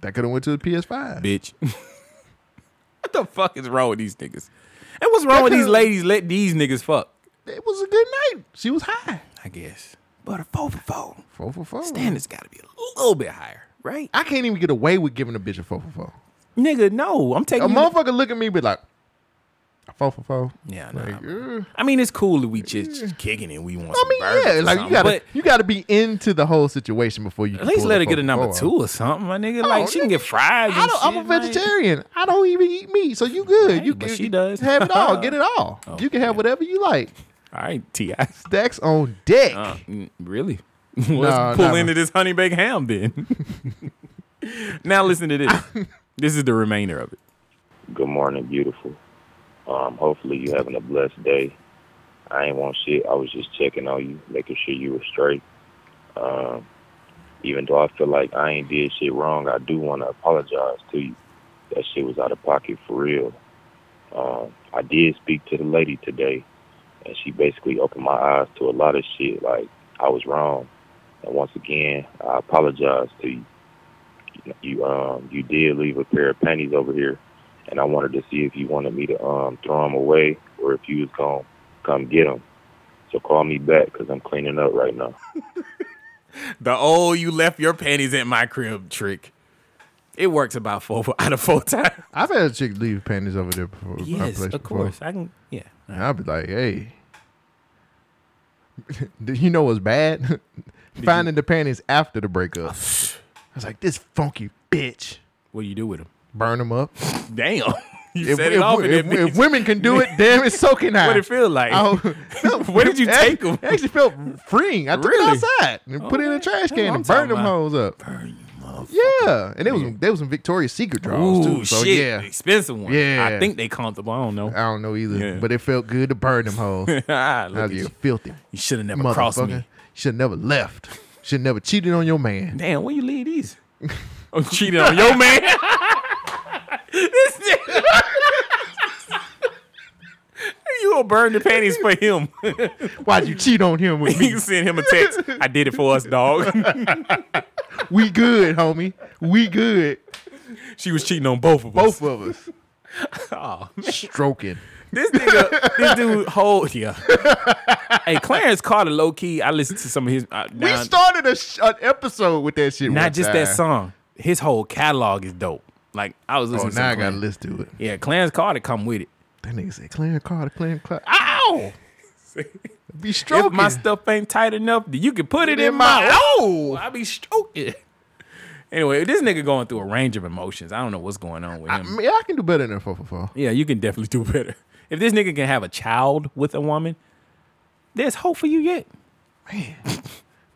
That could have went to the PS5. Bitch. the fuck is wrong with these niggas? And what's wrong with these [LAUGHS] Because- ladies? Let these niggas fuck. It was a good night. She was high. I guess. But a four for four Four for four. standards got to be a little bit higher, right? I can't even get away with giving a bitch a four for four. Nigga, no, I'm taking. A you- motherfucker look at me and be like, a four for four. Yeah, nah. Like, eh. I mean, it's cool that we just, just kicking and we want I some mean, burgers. yeah, or like you something, gotta but you gotta be into the whole situation before you. at least let her get a number two two. or something, my nigga. Like Oh, she can get fries. And I don't, I'm a shit, like- vegetarian. I don't even eat meat, so you good. Hey, you but can she does. Oh, have it all. [LAUGHS] Get it all. you can have whatever you like. All right, Ti. Stacks on deck. Uh, mm, really? [LAUGHS] Let's Nah, pull nah. into this honey baked ham [LAUGHS] then. now listen to this. this is the remainder of it. Good morning, beautiful. Um, hopefully you having a blessed day. I ain't want shit. I was just checking on you, making sure you were straight. Um, even though I feel like I ain't did shit wrong, I do want to apologize to you. That shit was out of pocket for real. Um, I did speak to the lady today, and she basically opened my eyes to a lot of shit. Like I was wrong, and once again, I apologize to you. You um, you did leave a pair of panties over here and I wanted to see if you wanted me to um throw 'em away or if you was gonna come get 'em. So call me back 'cause I'm cleaning up right now. The old you left your panties at my crib trick. It works about four [LAUGHS] out of four times. I've had a chick leave panties over there before. my Yes, place of before. course. I can. Yeah. And I'd be like, hey. [LAUGHS] Did you know what's bad? [LAUGHS] Finding the panties after the Oh, breakup. I was like, this funky bitch. What do you do with them? Burn [LAUGHS] them up. Damn. You If, set if- it off. if- and that if bitch- women can do it, damn it, so can [LAUGHS] I. What it feel [LAUGHS] like? I- Oh. Where did you it take actually- 'em? It actually felt freeing. I took Really? it outside and put it in a Okay. trash That's what can I'm and talking burned them about. hoes up. Burn you, motherfucker. Yeah, and it was they was some Victoria's Secret draws Ooh, too. So shit. yeah, Expensive one. I Yeah. think they comfortable. I don't [LAUGHS] know. I don't know either, Yeah. but it felt good to burn them [LAUGHS] hoes. Look Now at you you. filthy You should have never crossed motherfucker. You me. should never left. Should never cheated on [LAUGHS] your man. Damn, where you leave [LAUGHS] these? I'm cheating on your man. this nigga. you gonna burn the panties for [LAUGHS] him. Why'd you cheat on him [LAUGHS] with me? you send him a text. I did it for us, dog. [LAUGHS] we good, homie. We good. she was cheating on both of us. Both [LAUGHS] of us. Stroking. This nigga, this dude, hold [LAUGHS] yeah. hey, Clarence Carter, low key. I listened to some of his. Uh, We started a sh- an episode with that shit. one not just that time. song. His whole catalog is dope. Like I was Oh, listening. to now I some gotta Clarence. listen to it. Yeah, Clarence Carter come with it. That nigga said, "Clan Carter, Clan Carter." Ow! Be If stroking. my stuff ain't tight enough, then you can put it in, In my. my- Oh, I be stroking. Anyway, this nigga going through a range of emotions. I don't know what's going on with I, him. mean, I can do better than four for four. yeah, you can definitely do [LAUGHS] better. If this nigga can have a child with a woman, there's hope for you yet.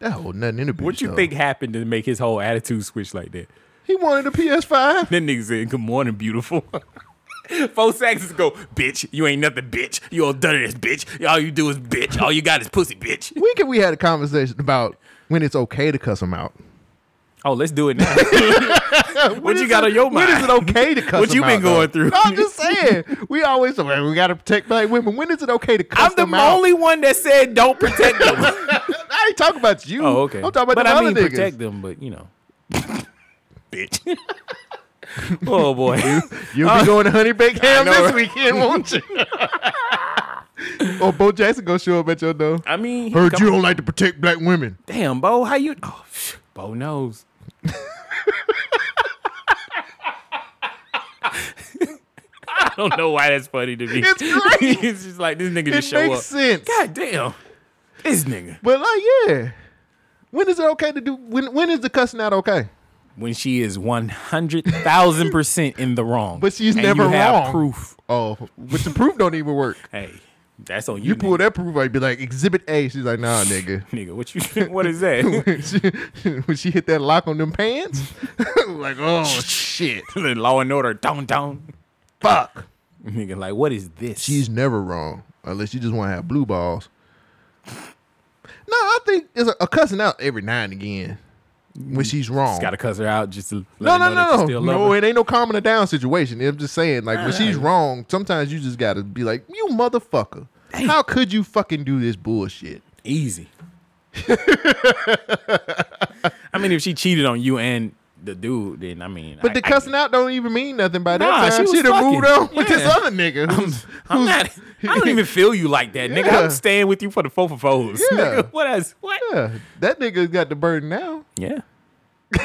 That hold nothing in the bitch. What you though. think happened to make his whole attitude switch like that? He wanted a PS5. That nigga said, "Good morning, beautiful." [LAUGHS] Four saxes go, bitch. You ain't nothing, bitch. You all done this, bitch. All you do is bitch. All you got is pussy, bitch. When can we had a conversation about when it's okay to cuss him out? Oh, let's do it now. what you got on your mind? When is it okay to cuss What you them been out, going though? through? No, I'm just saying. We always say "Well, we gotta protect black women. When is it okay to cuss I'm the them out? only one that said don't [LAUGHS] protect them. [LAUGHS] I ain't talking about you. oh, okay. I'm talking about but the I other mean niggas. protect them, but you know, [LAUGHS] bitch. [LAUGHS] oh [LAUGHS] boy. You'll be going to Honey Bake Ham Uh, know, this right? weekend, won't [LAUGHS] you? or Bo Jackson gonna show up at your door. I mean, Heard come- you don't like to protect black women. Damn, Bo, how you? Oh, phew, Bo knows. [LAUGHS] I don't know why that's funny to me. It's great. [LAUGHS] it's just like this nigga It just show makes up. sense. God damn, this nigga. But like, yeah. When is it okay to do when when is the cussing out okay? When she is one hundred thousand percent in the wrong, But she's and never you have wrong. Proof. Oh, but the proof don't even work. Hey, that's on you. You pull nigga. that proof out, you be like, exhibit A. She's like, nah, nigga. [LAUGHS] nigga. What you? [LAUGHS] What is that? when, she, [LAUGHS] when she hit that lock on them pants, [LAUGHS] like, oh shit. The Law and Order. Down, down. Fuck. Nigga, like what is this? She's never wrong. Unless you just want to have blue balls. No, I think it's a, a cussing out every now and again. When she's wrong. got to cuss her out just to No, let no, her know that you no, no. still love her. No, it ain't no calming her down situation. I'm just saying, like, when she's wrong, sometimes you just gotta be like, you motherfucker. How could you fucking do this bullshit? Easy. I mean, if she cheated on you and the dude, then I mean, But I- the I- cussing out don't even mean nothing by that Nah, she time. was She'd have moved fucking. on with this Yeah. other nigga. I'm, who's- I'm [LAUGHS] who's- not. I don't even feel you like that, nigga. Yeah. I'm staying with you for the four for fours. Yeah. Nigga, what else? What? Yeah, that nigga's got the burden now. Yeah. [LAUGHS]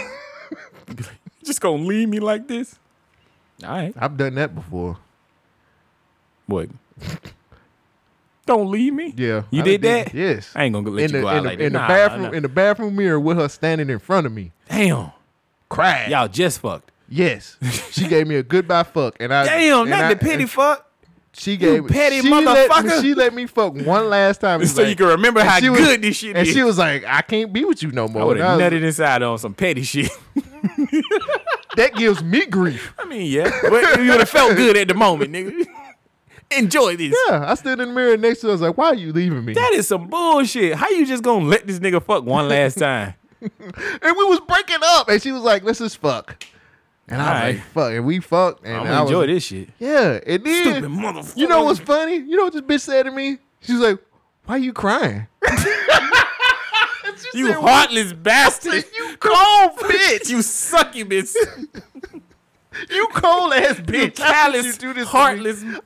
Just gonna leave me like this? All right. I've done that before. What? Don't leave me. Yeah, You I did done that? Yes, I ain't gonna let in you the, go out in the, like that. in the Nah, nah, bathroom nah. in the bathroom mirror with her standing in front of me. Damn. Crash. Y'all just fucked. Yes, she gave me a goodbye fuck, and [LAUGHS] I Damn, and not I- the pity and fuck. She gave petty she Let me, motherfucker. she let me fuck one last time. [LAUGHS] It was So you can remember and how she good this shit And is. she was like, "I can't be with you no more." I would have And I Oh, was- nutted inside on some petty shit. [LAUGHS] that gives me grief. I mean, yeah. But you would have felt good at the moment, nigga. Enjoy this. [LAUGHS] Yeah, I stood in the mirror next to her. I was like, "Why are you leaving me?" That is some bullshit. How you just gonna let this nigga fuck one last [LAUGHS] time? and we was breaking up, and she was like, "Let's just fuck." And I was Alright. like, "Fuck," and we fucked, and I'm I gonna was, enjoy this shit. Yeah, and then Stupid motherfucker. You know what's funny? You know what this bitch said to me? She was like, "Why you [LAUGHS] crying?" You heartless [LAUGHS] bastard. you cold bitch. you succubus. You cold ass bitch. You How could callous, to me? heartless- I'm,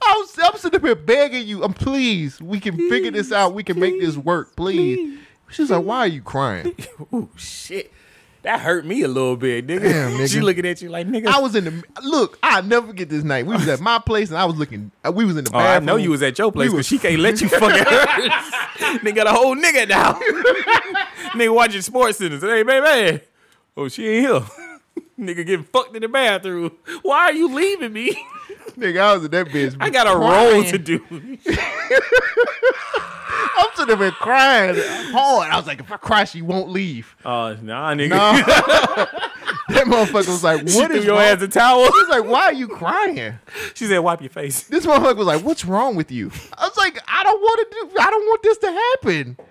I'm sitting here begging you. I'm please. We can figure this out. We can make this work. Please. She's like, why are [LAUGHS] you crying? Ooh, shit. That hurt me a little bit, nigga. Damn, nigga. [LAUGHS] She looking at you like, nigga. I was in the look. I never forget this night. We was at my place and I was looking. uh, We was in the oh, bathroom. I know you was at your place, We but was- she can't let you [LAUGHS] fucking hers. they got a whole nigga now. [LAUGHS] nigga watching sports centers. Hey, baby. Oh, she ain't here. [LAUGHS] nigga getting fucked in the bathroom. Why are you leaving me? Nigga, I was in that bitch. I got a crying. role to do. I'm sitting there crying hard. I was like, if I cry, she won't leave. Oh, nah, nigga. No. [LAUGHS] that motherfucker was like, [LAUGHS] Oh. She "What threw is your wrong?" ass a towel. [LAUGHS] He's like, "Why are you crying?" She said, wipe your face. This motherfucker was like, "What's wrong with you?" I was like, "I don't want to do. I don't want this to happen." [LAUGHS]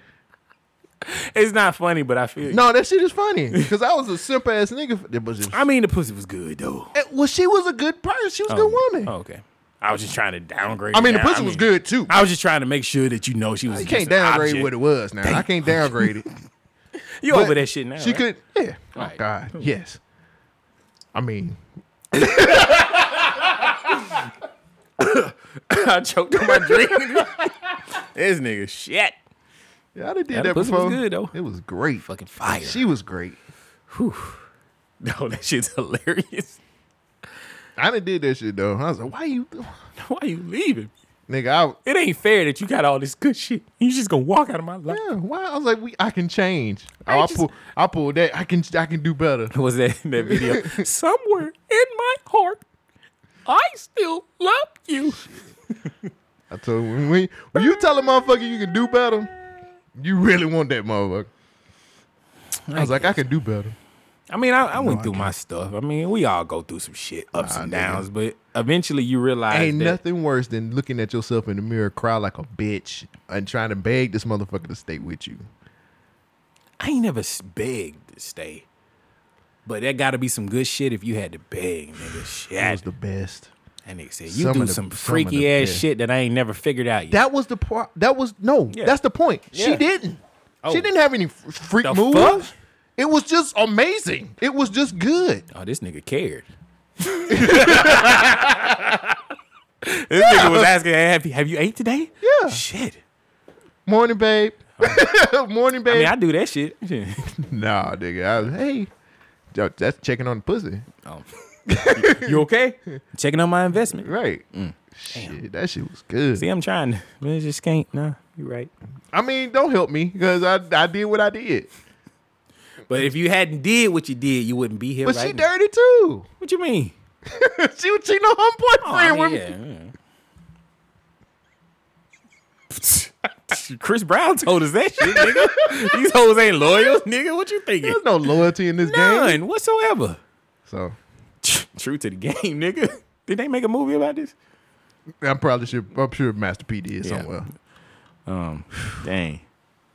It's not funny, but I feel you. No, that shit is funny because I was a simp ass nigga. It was just, I mean, the pussy was good, though. it- well, she was a good person. She was a good woman. Oh, okay. I was just trying to downgrade. I mean, it the down. pussy was good too. I, I was just trying to make sure that you know she was. can't just an downgrade object. what it was now. I can't downgrade it. You [LAUGHS] But over that shit now? She right? could, yeah. Oh Right. God, yes. I mean, [LAUGHS] I choked on [LAUGHS] my drink. [LAUGHS] this nigga shit. yeah, I done did That that pussy was before. good, though. It was great. Fucking fire. She was great. [LAUGHS] no, that shit's hilarious. I done did that shit though. I was like, "Why you, Why you leaving? nigga?" I It ain't fair that you got all this good shit. You just gonna walk out of my life. [LAUGHS] Yeah, why? I was like, we, I can change. I, I just- pull, I pull that. I can, I can do better. Was that in that [LAUGHS] video? Somewhere in my heart, I still love you. I told him, when, we- when you tell a motherfucker you can do better, you really want that motherfucker. I was like, I can do better. I mean, I, I went through my stuff. I mean, we all go through some shit, ups and downs, but eventually you realize Ain't that nothing worse than looking at yourself in the mirror, cry like a bitch, and trying to beg this motherfucker to stay with you. I ain't never s- begged to stay. But that got to be some good shit if you had to beg, nigga. That was Shit. the best. That nigga said, you some do of the- some some of the freaky ass best. shit that I ain't never figured out yet. That was the part. That was no. Yeah. That's the point. Yeah. She didn't. Oh. She didn't have any f- freak The moves. fuck? It was just amazing. It was just good. oh, this nigga cared. [LAUGHS] this nigga was asking, "Hey, have you, have you ate today? Yeah. Shit. Morning, babe. [LAUGHS] Uh-huh. I Morning, babe. mean, I do that shit. [LAUGHS] Nah, nigga. I was, hey, yo, that's checking on the pussy. Oh. you [LAUGHS] okay? Checking on my investment. Right. Shit, that shit was good. Mm. See, I'm trying to. Man, I just can't. Nah, you're right. I mean, don't help me because I, I did what I did. But if you hadn't did what you did, you wouldn't be here But right she now. dirty too. What you mean? she was cheating on her Oh, I boyfriend mean, with me. yeah, yeah. [LAUGHS] Chris Brown told us that shit, nigga. These hoes ain't loyal, nigga. What you thinking? There's no loyalty in this game. None whatsoever. So True to the game, nigga. Did they make a movie about this? I probably should. I'm sure Master P did Yeah. somewhere. Dang.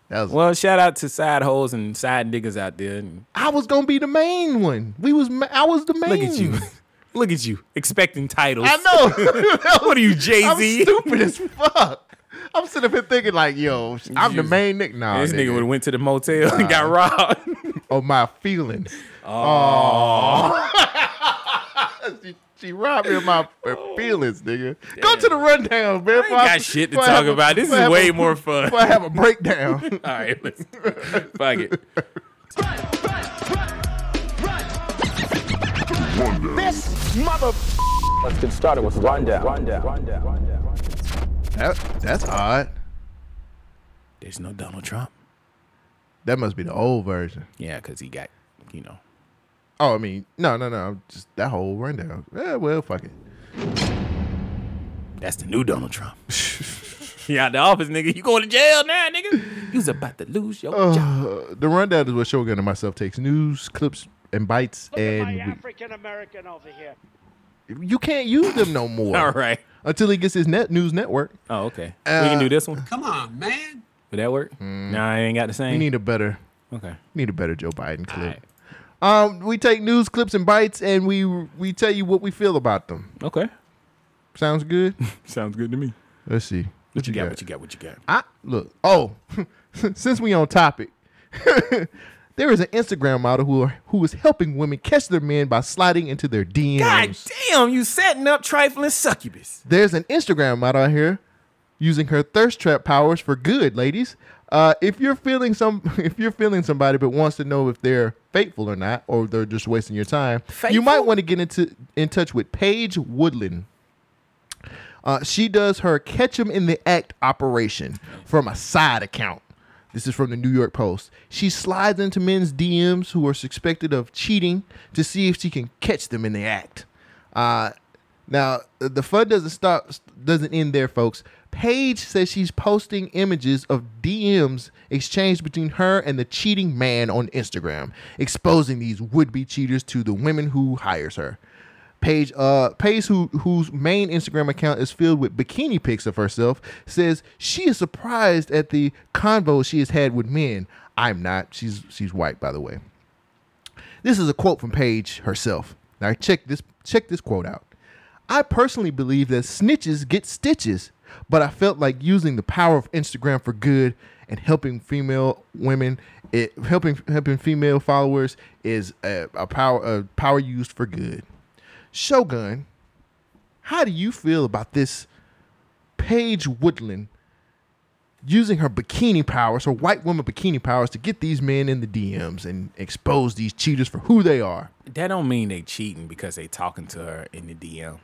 That was, Well, shout out to side hoes and side niggas out there. And I was gonna be the main one. We was. ma- I was the main. look at you. one. [LAUGHS] Look at you. Expecting titles. [LAUGHS] I [LAUGHS] know. What are you, Jay I'm Z? stupid as fuck. I'm sitting up here thinking like, yo, I'm the main nigga. Nah, [LAUGHS] This nigga nigga would have went to the motel and got robbed. [LAUGHS] of my feelings. Oh. [LAUGHS] she, she robbed me [LAUGHS] of my her feelings, nigga. Go to the rundown, man. Oh. I ain't got shit to talk about. This is way more fun. If I have a breakdown. [LAUGHS] All right, listen. Fuck it. That, that's odd. There's no Donald Trump. That must be the old version. Yeah, because he got, you know. Oh, I mean, no, no, no. I'm Just that whole rundown. Yeah, well, fuck it. That's the new Donald [LAUGHS] Trump. he out the office, nigga. You going to jail now, nigga? You was about to lose your job. Uh, the rundown is what Shogun and myself takes news, clips, and bites, and we- African American over here. you can't use them no [LAUGHS] more All right. until he gets his net news network. Oh, okay. Uh, we can do this one. Come on, man. Would that work? Nah, I ain't got the We same. need a better, okay. need a better Joe Biden clip. Um, we take news clips and bites, and we we tell you what we feel about them. Okay. [LAUGHS] Sounds good. Sounds good to me. Let's see. What you got? What you got? What you got? I look. Oh, [LAUGHS] since we on topic, [LAUGHS] there is an Instagram model who are, who is helping women catch their men by sliding into their DMs. God damn, you setting up trifling succubus. There's an Instagram model out here using her thirst trap powers for good, ladies. Uh, if you're feeling some, [LAUGHS] if you're feeling somebody but wants to know if they're faithful or not, or they're just wasting your time, you might Faithful? want to get into in touch with Paige Woodland. Uh, she does her catch 'em in the act operation from a side account. This is from the New York Post. She slides into men's DMs who are suspected of cheating to see if she can catch them in the act. Uh, now uh, the fun doesn't stop, doesn't end there, folks. Paige says she's posting images of DMs exchanged between her and the cheating man on Instagram, exposing these would-be cheaters to the women who hires her. Paige, uh, Paige, who whose main Instagram account is filled with bikini pics of herself, says she is surprised at the convo she has had with men. I'm not. She's she's white, by the way. This is a quote from Paige herself. Now check this check this quote out. I personally believe that snitches get stitches, but I felt like using the power of Instagram for good and helping female women, it, helping helping female followers is a, a power a power used for good. Shogun, how do you feel about this Paige Woodland using her bikini powers, her white woman bikini powers, to get these men in the DMs and expose these cheaters for who they are? That don't mean they cheating because they talking to her in the DM.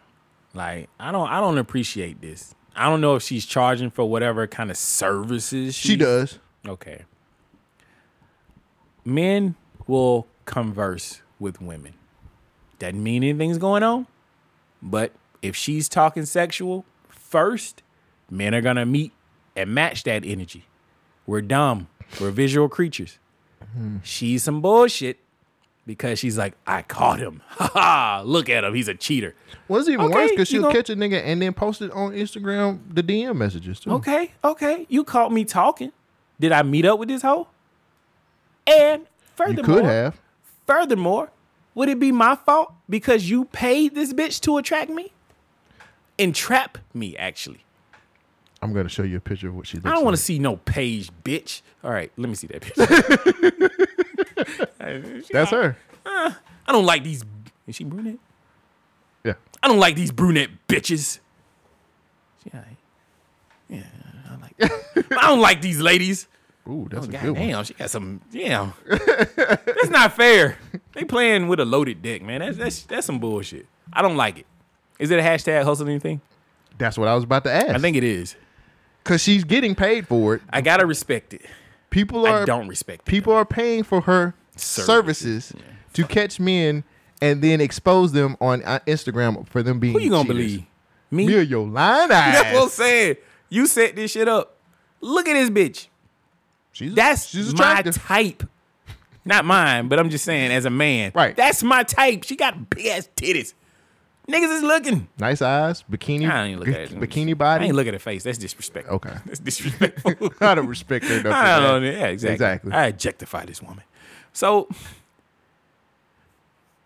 Like, I don't I don't appreciate this. I don't know if she's charging for whatever kind of services She does. Okay. Men will converse with women. Doesn't mean anything's going on, but if she's talking sexual first, men are gonna meet and match that energy. We're dumb. We're visual creatures. Hmm. She's some bullshit because she's like, I caught him. [LAUGHS] Ha ha! Look at him. He's a cheater. Was even Okay, worse because you she'll gon- catch a nigga and then post it on Instagram the DM messages too. Okay, okay. You caught me talking. Did I meet up with this hoe? And you furthermore, could have. Furthermore, would it be my fault because you paid this bitch to attract me? Entrap me, actually. I'm gonna show you a picture of what she looks. I don't want like. to see no page, bitch. All right, let me see that [LAUGHS] picture. That's her. I don't like these. Is she brunette? Yeah. I don't like these brunette bitches. She all right. Yeah, I like. [LAUGHS] But I don't like these ladies. Ooh, that's a God good one. damn, she got some. [LAUGHS] Damn, that's not fair. They playing with a loaded deck, man. That's that's that's some bullshit. I don't like it. Is it a hashtag hustle anything? That's what I was about to ask. I think it is. because she's getting paid for it. I gotta respect it. People are I don't respect it. people are paying for her services, Services. to catch men and then expose them on uh, Instagram for them being. Who you gonna cheaters. believe? Me? Me or your [LAUGHS] line That's what I'm eyes. saying. You set this shit up. Look at this bitch. She's, That's she's my attractive. type. Not mine, but I'm just saying as a man. Right. That's my type. She got big ass titties. Niggas is looking. nice eyes, bikini, I ain't look at it. bikini body. I ain't look at her face. That's disrespectful. Okay. [LAUGHS] That's disrespectful. [LAUGHS] I don't respect her. enough I for don't that. know. Yeah, exactly. Exactly. I objectify this woman. So,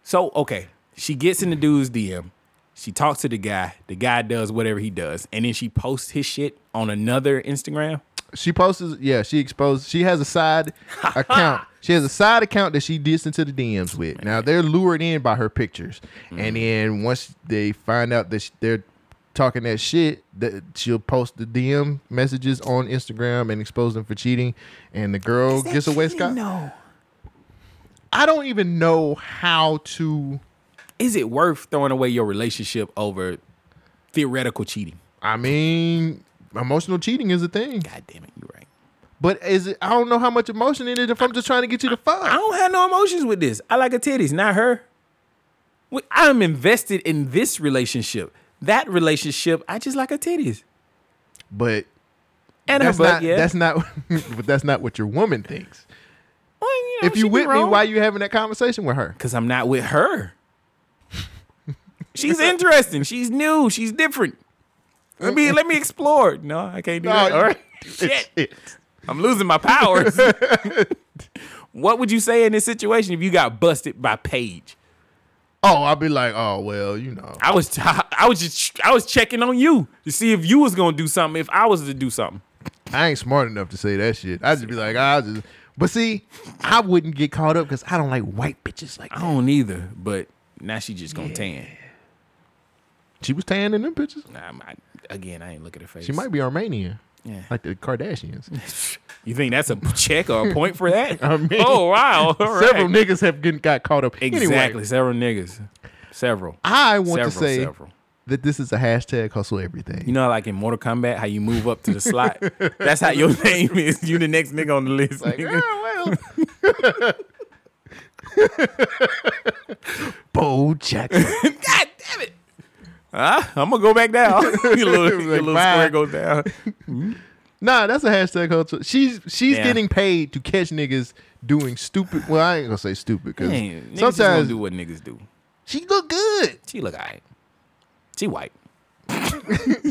so okay, she gets in the dude's DM. She talks to the guy. The guy does whatever he does, and then she posts his shit on another Instagram. She posts, yeah, she exposed. She has a side account. She has a side account that she digs into the DMs with. Now they're lured in by her pictures, and then once they find out that sh- they're talking that shit, that she'll post the DM messages on Instagram and expose them for cheating, and the girl gets away scot. No. I don't even know how to. Is it worth throwing away your relationship over theoretical cheating? I mean, emotional cheating is a thing, God damn it, you're right. but is it? I don't know how much emotion it is if I'm just trying to get you to fuck. I don't have no emotions with this. I like her titties, not her. We- I'm invested in this relationship. That relationship, I just like her titties but and that's her butt. not yeah, that's not [LAUGHS] but that's not what your woman thinks. Well, you know, if you with me, why you having that conversation with her? Because I'm not with her. [LAUGHS] She's interesting. She's new. She's different. Let me let me explore. No, I can't do that. [LAUGHS] All right. [LAUGHS] Shit. I'm losing my powers. what would you say in this situation if you got busted by Paige? Oh, I'll be like, oh well, you know. I was [LAUGHS] I was just I was checking on you to see if you was gonna do something if I was to do something. I ain't smart enough to say that shit. I'd just be like, I just but see, I wouldn't get caught up because I don't like white bitches like I that. don't either, but now she just gonna tan. She was tan in them bitches. Nah, I'm- I, again, I ain't look at her face. She might be Armenian. Yeah. Like the Kardashians. [LAUGHS] You think that's a [LAUGHS] check or a point for that? [LAUGHS] I mean, oh [LAUGHS] wow! All right. Several niggas have getting got caught up. exactly Anyway, several niggas, several. I want several, to say several. that this is a hashtag hustle everything. You know, like in Mortal Kombat, how you move up to the slot. [LAUGHS] That's how your name is. You the next nigga on the list. [LAUGHS] Like, nigga. oh, well. "Ah, [LAUGHS] Bo Jackson. God damn it! Huh? I'm gonna go back down. [LAUGHS] your [LAUGHS] little, your little bye. square goes [LAUGHS] down. Nah, that's a hashtag culture. She's she's Yeah. getting paid to catch niggas doing stupid. Well, I ain't gonna say stupid because Damn, niggas just gonna sometimes do what niggas do. she look good. She look alright. She white.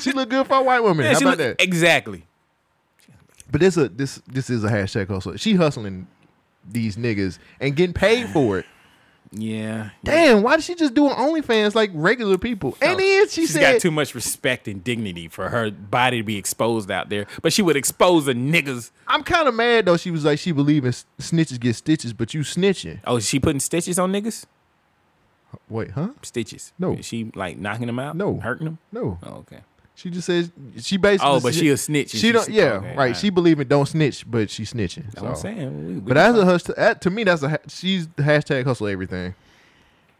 She look good for a white woman. Yeah, How she about look- that? exactly. But this a this this is a hashtag hustle. She hustling these niggas and getting paid for [SIGHS] it. Yeah. Damn, why did she just do an OnlyFans like regular people? And then she She's said, got too much respect and dignity for her body to be exposed out there. But she would expose the niggas. "I'm kind of mad though." She was like, "She believe in s- snitches get stitches, but you snitching." Oh, is she putting stitches on niggas? Wait, huh? Stitches. No. Is she like knocking them out? No. Hurting them? No, Oh, okay. she just says she basically. Oh, but she a snitch She, and she don't. sn- Yeah, okay, right. alright. She believe in don't snitch, but she snitching. That's what I'm so. saying. We- we But that's a hustle. That, to me, that's a ha- she's the hashtag hustle everything.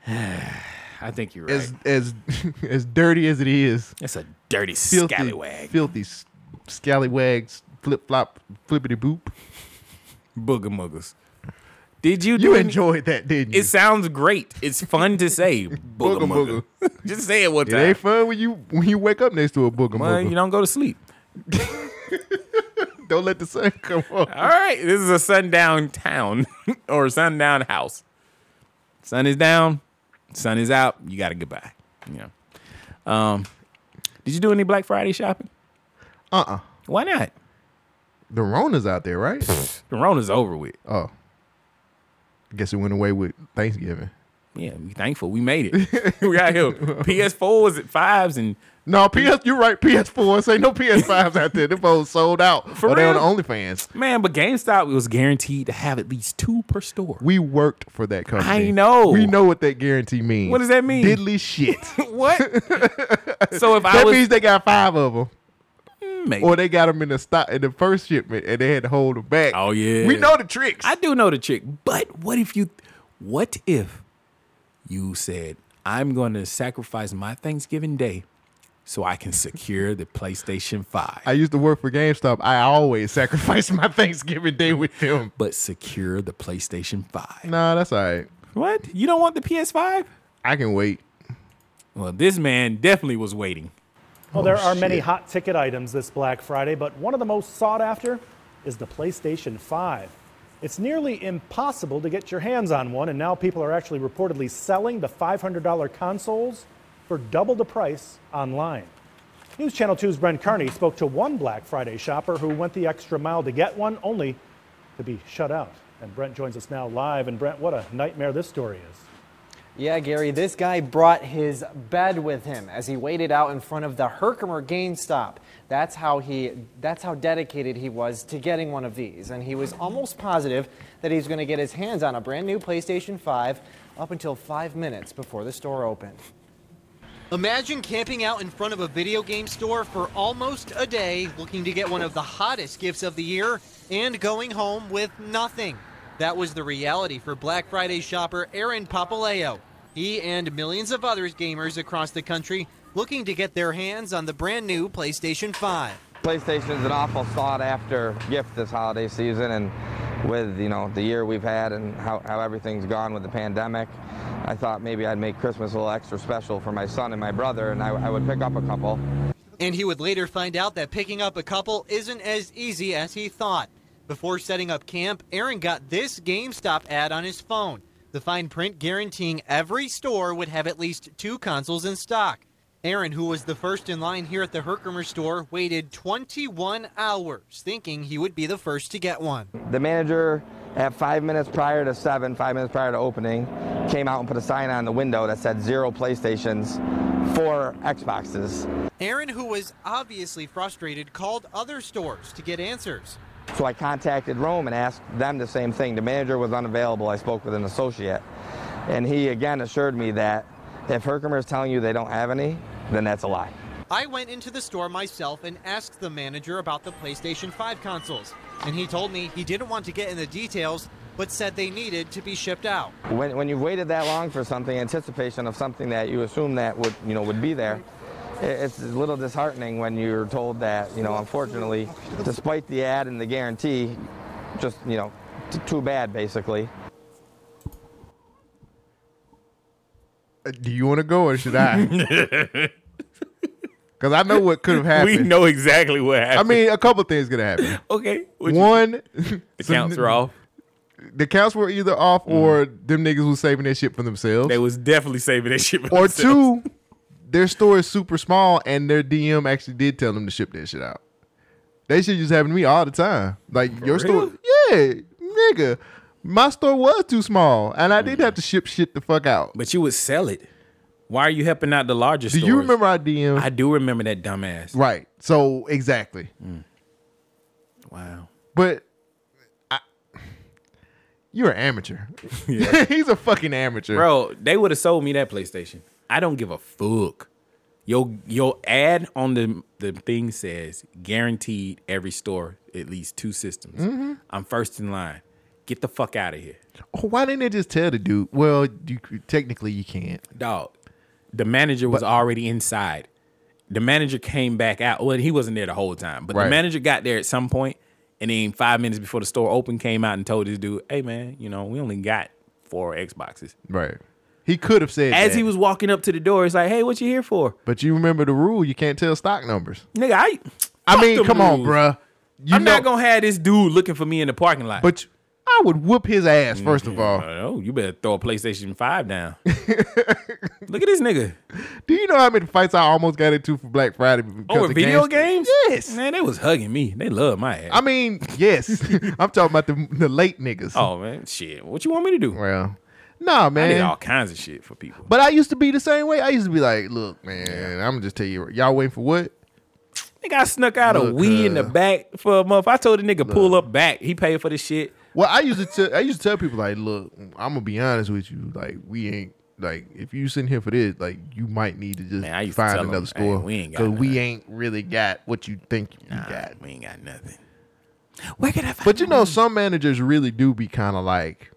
I think you're right. As as [LAUGHS] as dirty as it is, That's a dirty filthy, scallywag. filthy s- scallywags, flip flop, flippity boop. Booger muggers. Did you do You any- enjoyed that, didn't you? It sounds great. It's fun to [LAUGHS] say. Booger Booger mugger. [LAUGHS] Just say it one it time. ain't fun when you when you wake up next to a booger. Well, mooger. you don't go to sleep. Don't let the sun [LAUGHS] come up. All right, this is a sundown town [LAUGHS] or sundown house. Sun is down, sun is out. You got to goodbye. Yeah. Um, did you do any Black Friday shopping? Uh uh Why not? The Rona's out there, right? The Rona's over with. oh, guess it went away with Thanksgiving. Yeah, we thankful we made it. [LAUGHS] we got here. PS4 was at fives and No, PS. You're right. PS4. Say no PS5s out there. Them folks sold out. For or they on real? OnlyFans. man, but GameStop was guaranteed to have at least two per store. We worked for that company. I know. We know what that guarantee means. What does that mean? Diddly shit. [LAUGHS] what? so if I that was means they got five of them, maybe. or they got them in the stock in the first shipment, and they had to hold them back. Oh, yeah. We know the tricks. I do know the trick, but what if you, what if you said, I'm going to sacrifice my Thanksgiving day so I can secure the PlayStation 5, I used to work for GameStop. I always [LAUGHS] sacrificed my Thanksgiving day with them. but secure the PlayStation 5? Nah, that's all right. What? You don't want the PS5? I can wait. Well, this man definitely was waiting. Well, there are many shit. hot ticket items this Black Friday, but one of the most sought after is the PlayStation 5. It's nearly impossible to get your hands on one, and now people are actually reportedly selling the $500 consoles for double the price online. News Channel 2's Brent Kearney spoke to one Black Friday shopper who went the extra mile to get one, only to be shut out. And Brent joins us now live. And Brent, what a nightmare this story is. Yeah, Gary, this guy brought his bed with him as he waited out in front of the Herkimer GameStop. That's how he that's how dedicated he was to getting one of these, and he was almost positive that he was going to get his hands on a brand new PlayStation 5 up until 5 minutes before the store opened. Imagine camping out in front of a video game store for almost a day looking to get one of the hottest gifts of the year and going home with nothing. That was the reality for Black Friday shopper Aaron Papaleo. He and millions of other gamers across the country looking to get their hands on the brand new PlayStation 5. PlayStation is an awful sought after gift this holiday season, and with you know the year we've had and how, how everything's gone with the pandemic, I thought maybe I'd make Christmas a little extra special for my son and my brother, and I, I would pick up a couple. And he would later find out that picking up a couple isn't as easy as he thought. Before setting up camp, Aaron got this GameStop ad on his phone. The fine print guaranteeing every store would have at least two consoles in stock. Aaron, who was the first in line here at the Herkimer store, waited 21 hours thinking he would be the first to get one. The manager at five minutes prior to seven, five minutes prior to opening, came out and put a sign on the window that said zero PlayStations, four Xboxes. Aaron, who was obviously frustrated, called other stores to get answers. So I contacted Rome and asked them the same thing. The manager was unavailable. I spoke with an associate, and he again assured me that if Herkimer is telling you they don't have any, then that's a lie. I went into the store myself and asked the manager about the PlayStation 5 consoles, and he told me he didn't want to get in the details, but said they needed to be shipped out. When, when you've waited that long for something, anticipation of something that you assume that would you know would be there, i- it's a little disheartening when you're told that you know unfortunately, despite the ad and the guarantee, just you know, t- too bad basically. Uh, Do you want to go or should I? [LAUGHS] [LAUGHS] Because I know what could have we happened. know exactly what I happened. mean, a couple things could have happened. okay. what'd you- One, [LAUGHS] the counts are off. Mm-hmm. the counts were either off or them niggas was saving their shit for themselves. They was definitely saving that shit. for or themselves. two, their store is super small and their DM actually did tell them to ship that shit out. They shit just happen to me all the time. Like your store, yeah, nigga, my store was too small and I did have to ship shit the fuck out. Mm. But you would sell it. Why are you helping out the larger Do stores? you remember our DM? I do remember that dumbass. right. So exactly. Mm. Wow. But I, [SIGHS] you're [LAUGHS] an amateur. [LAUGHS] He's a fucking amateur. Bro, they would have sold me that PlayStation. I don't give a fuck. Your your ad on the the thing says guaranteed every store at least two systems. I'm first in line. Get the fuck out of here. Why didn't they just tell the dude? Well, you technically you can't. Dog. The manager was already inside. The manager came back out. Well, he wasn't there the whole time, but the Right. manager got there at some point, and then five minutes before the store opened, came out and told this dude, "Hey man, you know we only got four Xboxes." Right. He could have said As that, he was walking up to the door, it's like, "Hey, what you here for, but you remember the rule: you can't tell stock numbers. nigga?" I, I fuck mean, them come on, rules. bruh. You I'm not know- gonna have this dude looking for me in the parking lot. But you- I would whoop his ass first of all. oh, you better throw a PlayStation Five [LAUGHS] down. Look at this nigga Do you know how many fights I almost got into for Black Friday? because over of Oh, video gangsta- games. Yes. man, they was hugging me. They love my ass. I mean, [LAUGHS] yes. I'm talking about the, the late niggas. oh man, shit. What you want me to do? well, nah, I did man. all kinds of shit for people. But I used to be the same way. I used to be like, look, man, I'm gonna just tell you, y'all waiting for what? Nigga, I snuck out a Look, Wii in the uh, back for a month. I told the nigga pull up back. He paid for the shit. Well, I used to tell, I used to tell people like, look, I'm gonna be honest with you, like we ain't like if you sitting here for this, like you might need to just Man, I used to find tell 'em, another "Hey, store we ain't got we nothing." ain't really got what you think you got. We ain't got nothing. Where can I find? But you know, some managers really do be kind of like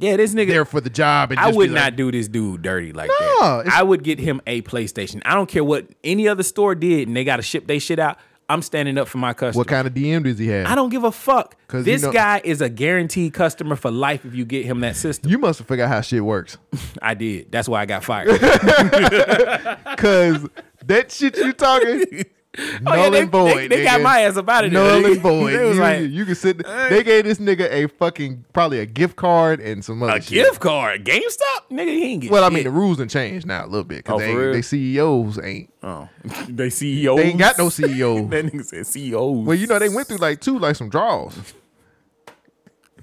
yeah, this nigga. there for the job. And I just would be not like, do this dude dirty like No, that. it's- I would get him a PlayStation. I don't care what any other store did, and they got to ship they shit out. I'm standing up for my customer. What kind of DM does he have? I don't give a fuck. 'Cause This you know- guy is a guaranteed customer for life if you get him that system. You must have figured out how shit works, I did. That's why I got [LAUGHS] fired. cause that shit [LAUGHS] you talking. Null Oh, yeah, they- and void. they- they got nigga. my ass up outta there. [LAUGHS] Null They- and void. they was you, like, uh, you can sit. They gave this nigga a fucking probably a gift card and some other a shit. gift card, GameStop, nigga. He ain't get. Well, I shit. mean, the rules done changed now a little bit Oh, because for real? they, they CEOs ain't oh. [LAUGHS] they CEOs. they ain't [LAUGHS] got no CEO. that nigga said E CEOs. well, you know they went through like two like some draws.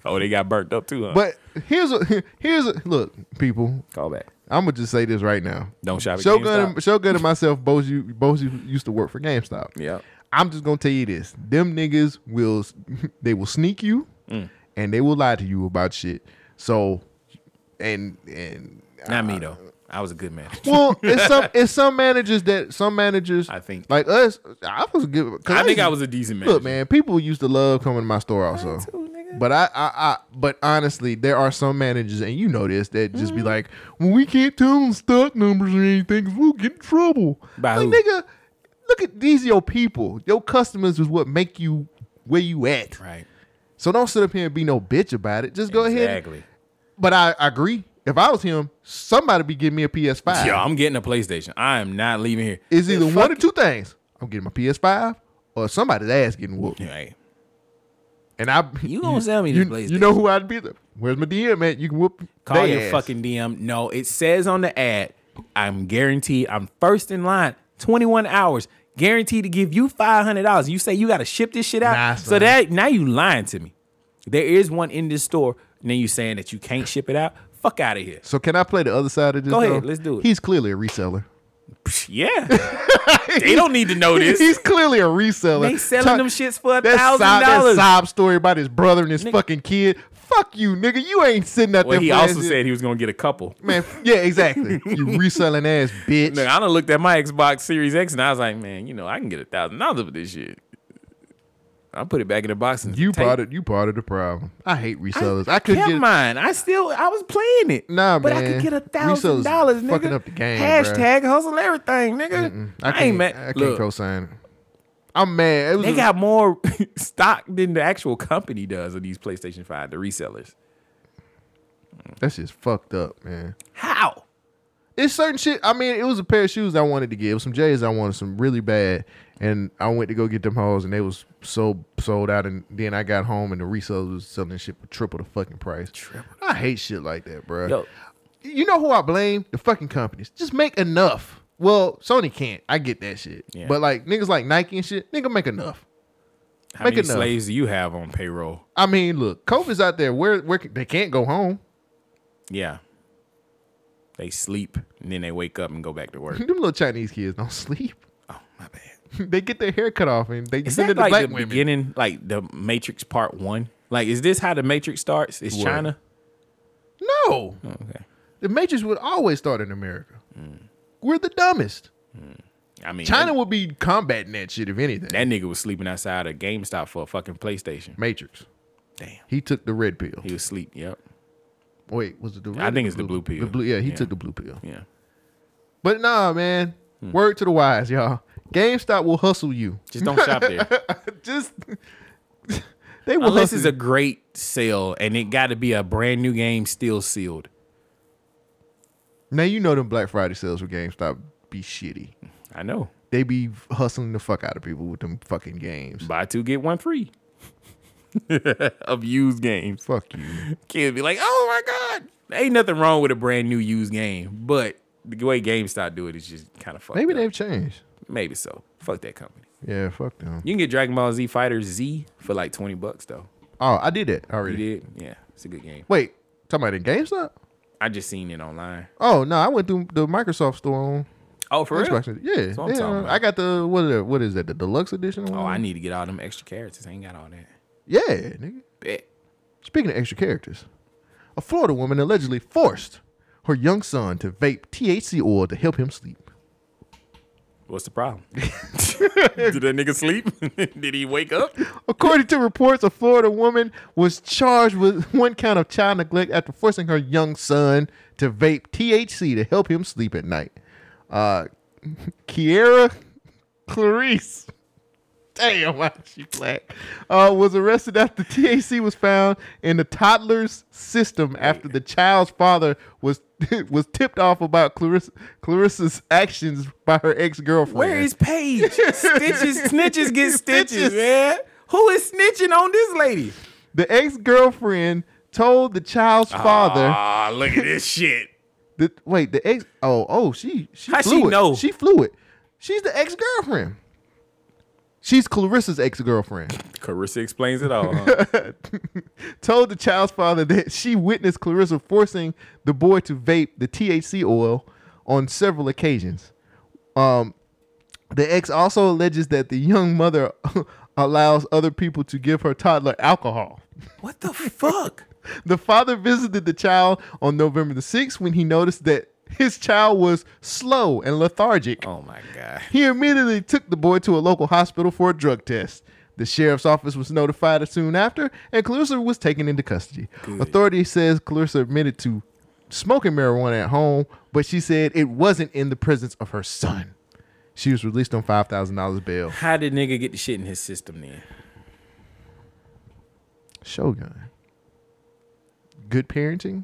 Oh, they got burnt up too. Huh? But [LAUGHS] here's a here's a look, people. call back. I'm gonna just say this right now. Don't shop at Shogun, GameStop. and, Shogun and myself both you both you- used to work for GameStop. Yep. I'm just gonna tell you this: them niggas will s- [LAUGHS] they will sneak you, Mm. and they will lie to you about shit. So, and and Not me though. I was a good man. [LAUGHS] well, it's some it's some managers that some managers I think like us. I was a good. 'cause I think used to- I was a decent Look, manager. man, people used to love coming to my store also. But I, I, I, but honestly, there are some managers, and you know this, that just be like, "Well, we can't tell them stock numbers or anything, 'cause we'll get in trouble." By like, who? nigga, look at these your people. Your customers is what make you where you at. Right. So don't sit up here and be no bitch about it. Just go ahead. Exactly. But I, I agree. If I was him, somebody be giving me a PS5. Yo, I'm getting a PlayStation. I am not leaving here. It's either one or two things. I'm getting my PS5 or somebody's ass getting whooped. Right. And I You gonna sell me you, this You know who I'd be there. Where's my DM at? You can whoop Call they your ass. fucking DM. No, it says on the ad, I'm guaranteed, I'm first in line, 21 hours, guaranteed to give you $500. You say you got to ship this shit out. Nah, so son. that now you lying to me. There is one in this store, and then you saying that you can't ship it out. Fuck out of here. So can I play the other side of this? Go ahead, though? let's do it. He's clearly a reseller. Yeah. [LAUGHS] they don't need to [LAUGHS] know this. He's clearly a reseller. They selling Talk- them shits for that $1,000. sob- That sob story about his brother and his Nigga. fucking kid. Fuck you, nigga. You ain't sitting out Well, there. he for also that shit. said he was gonna get a couple. [LAUGHS] man. f- Yeah, exactly. [LAUGHS] you reselling ass bitch. Look, I done looked at my Xbox Series X and I was like, man, you know, I can get a thousand dollars for this shit. I'll put it back in the box and You take part of you part of the problem. I hate resellers. I, couldn't kept get mine. I still I was playing it. Nah, but I man. could get a Resellers thousand dollars, nigga. fucking up the game, Hashtag hustle everything, nigga. I I, can't, ain't mad. I can't Look, co-sign. it. I'm mad. It was they a- got more [LAUGHS] stock than the actual company does of these PlayStation Five, the resellers. That's just fucked up, man. How? It's certain shit. I mean, it was a pair of shoes I wanted to get. It was some J's I wanted, some really bad, and I went to go get them hoes, and they was so sold out. And then I got home, and the resellers was selling this shit for triple the fucking price. Triple. I hate shit like that, bro. Yo. You know who I blame? The fucking companies. Just make enough. Well, Sony can't. I get that shit. Yeah. But like niggas like Nike and shit, nigga make enough. How Make many enough. slaves do you have on payroll? I mean, look, COVID's out there. Where where can- they can't go home. Yeah. They sleep and then they wake up and go back to [LAUGHS] work. Them little Chinese kids don't [LAUGHS] sleep. Oh my bad. they get their hair cut off and they Is send it that to like black the women. beginning, like the Matrix Part One? Like, is this how the Matrix starts? It's What? China. No, Oh, Okay. Hmm. the Matrix would always start in America. We're the dumbest. I mean, China would be combating that shit if anything. That nigga was sleeping outside a GameStop for a fucking PlayStation. Matrix. Damn. He took the red pill. He was asleep. Yep. Wait, was it the? Red I or think it's the blue pill. The blue, yeah, he Yeah. took the blue pill. Yeah. But nah, man. Hmm. Word to the wise, y'all. GameStop will hustle you. Just don't shop [LAUGHS] there. Just [LAUGHS] they will Unless hustle it's you. a great sale and it got to be a brand new game still sealed. Now you know them Black Friday sales with GameStop be shitty. I know. They be hustling the fuck out of people with them fucking games. Buy two get one free. [LAUGHS] of used games. Fuck you. Kids be like, "Oh my god, ain't nothing wrong with a brand new used game," but the way GameStop do it is just kind of fucked. Maybe up. they've changed. Maybe so. Fuck that company. Yeah, fuck them. You can get Dragon Ball Z Fighter Z for like twenty bucks though. Oh, I did that You already. did? Yeah, it's a good game. Wait, talking about in GameStop? I just seen it online. Oh no, I went through the Microsoft store on Oh, for real? Xbox. Yeah, That's what I'm yeah. um, talking about. I got the what? Is that, what is that? The deluxe edition? Oh, one? I need to get all them extra characters. I ain't got all that. Yeah, nigga. Bet. Speaking of extra characters, a Florida woman allegedly forced her young son to vape THC oil to help him sleep. What's the problem? [LAUGHS] Did that nigga sleep? [LAUGHS] Did he wake up? According to reports, a Florida woman was charged with [LAUGHS] one count of child neglect after forcing her young son to vape THC to help him sleep at night. Uh, [LAUGHS] Kiera Clarice. Damn, why she black? Uh, was arrested after [LAUGHS] THC was found in the toddler's system after the child's father was [LAUGHS] was tipped off about Clarissa, Clarissa's actions by her ex girlfriend. Where is Paige? Stitches, snitches get [LAUGHS] stitches, Snitches. man. Who is snitching on this lady? The ex girlfriend told the child's father Ah, look at this shit. that wait the ex oh oh she she How flew she it. know? she flew it she's the ex girlfriend She's Clarissa's ex girlfriend. Carissa explains it all. [LAUGHS] huh? Told the child's father that she witnessed Clarissa forcing the boy to vape the THC oil on several occasions. Um, the ex also alleges that the young mother [LAUGHS] allows other people to give her toddler alcohol. What the fuck? The father visited the child on November the 6th when he noticed that his child was slow and lethargic. Oh my God. He immediately took the boy to a local hospital for a drug test. The sheriff's office was notified soon after, and Clarissa was taken into custody. Good. Authority says Clarissa admitted to smoking marijuana at home, but she said it wasn't in the presence of her son. She was released on five thousand dollars bail. How did nigga get the shit in his system then? Shogun. Good parenting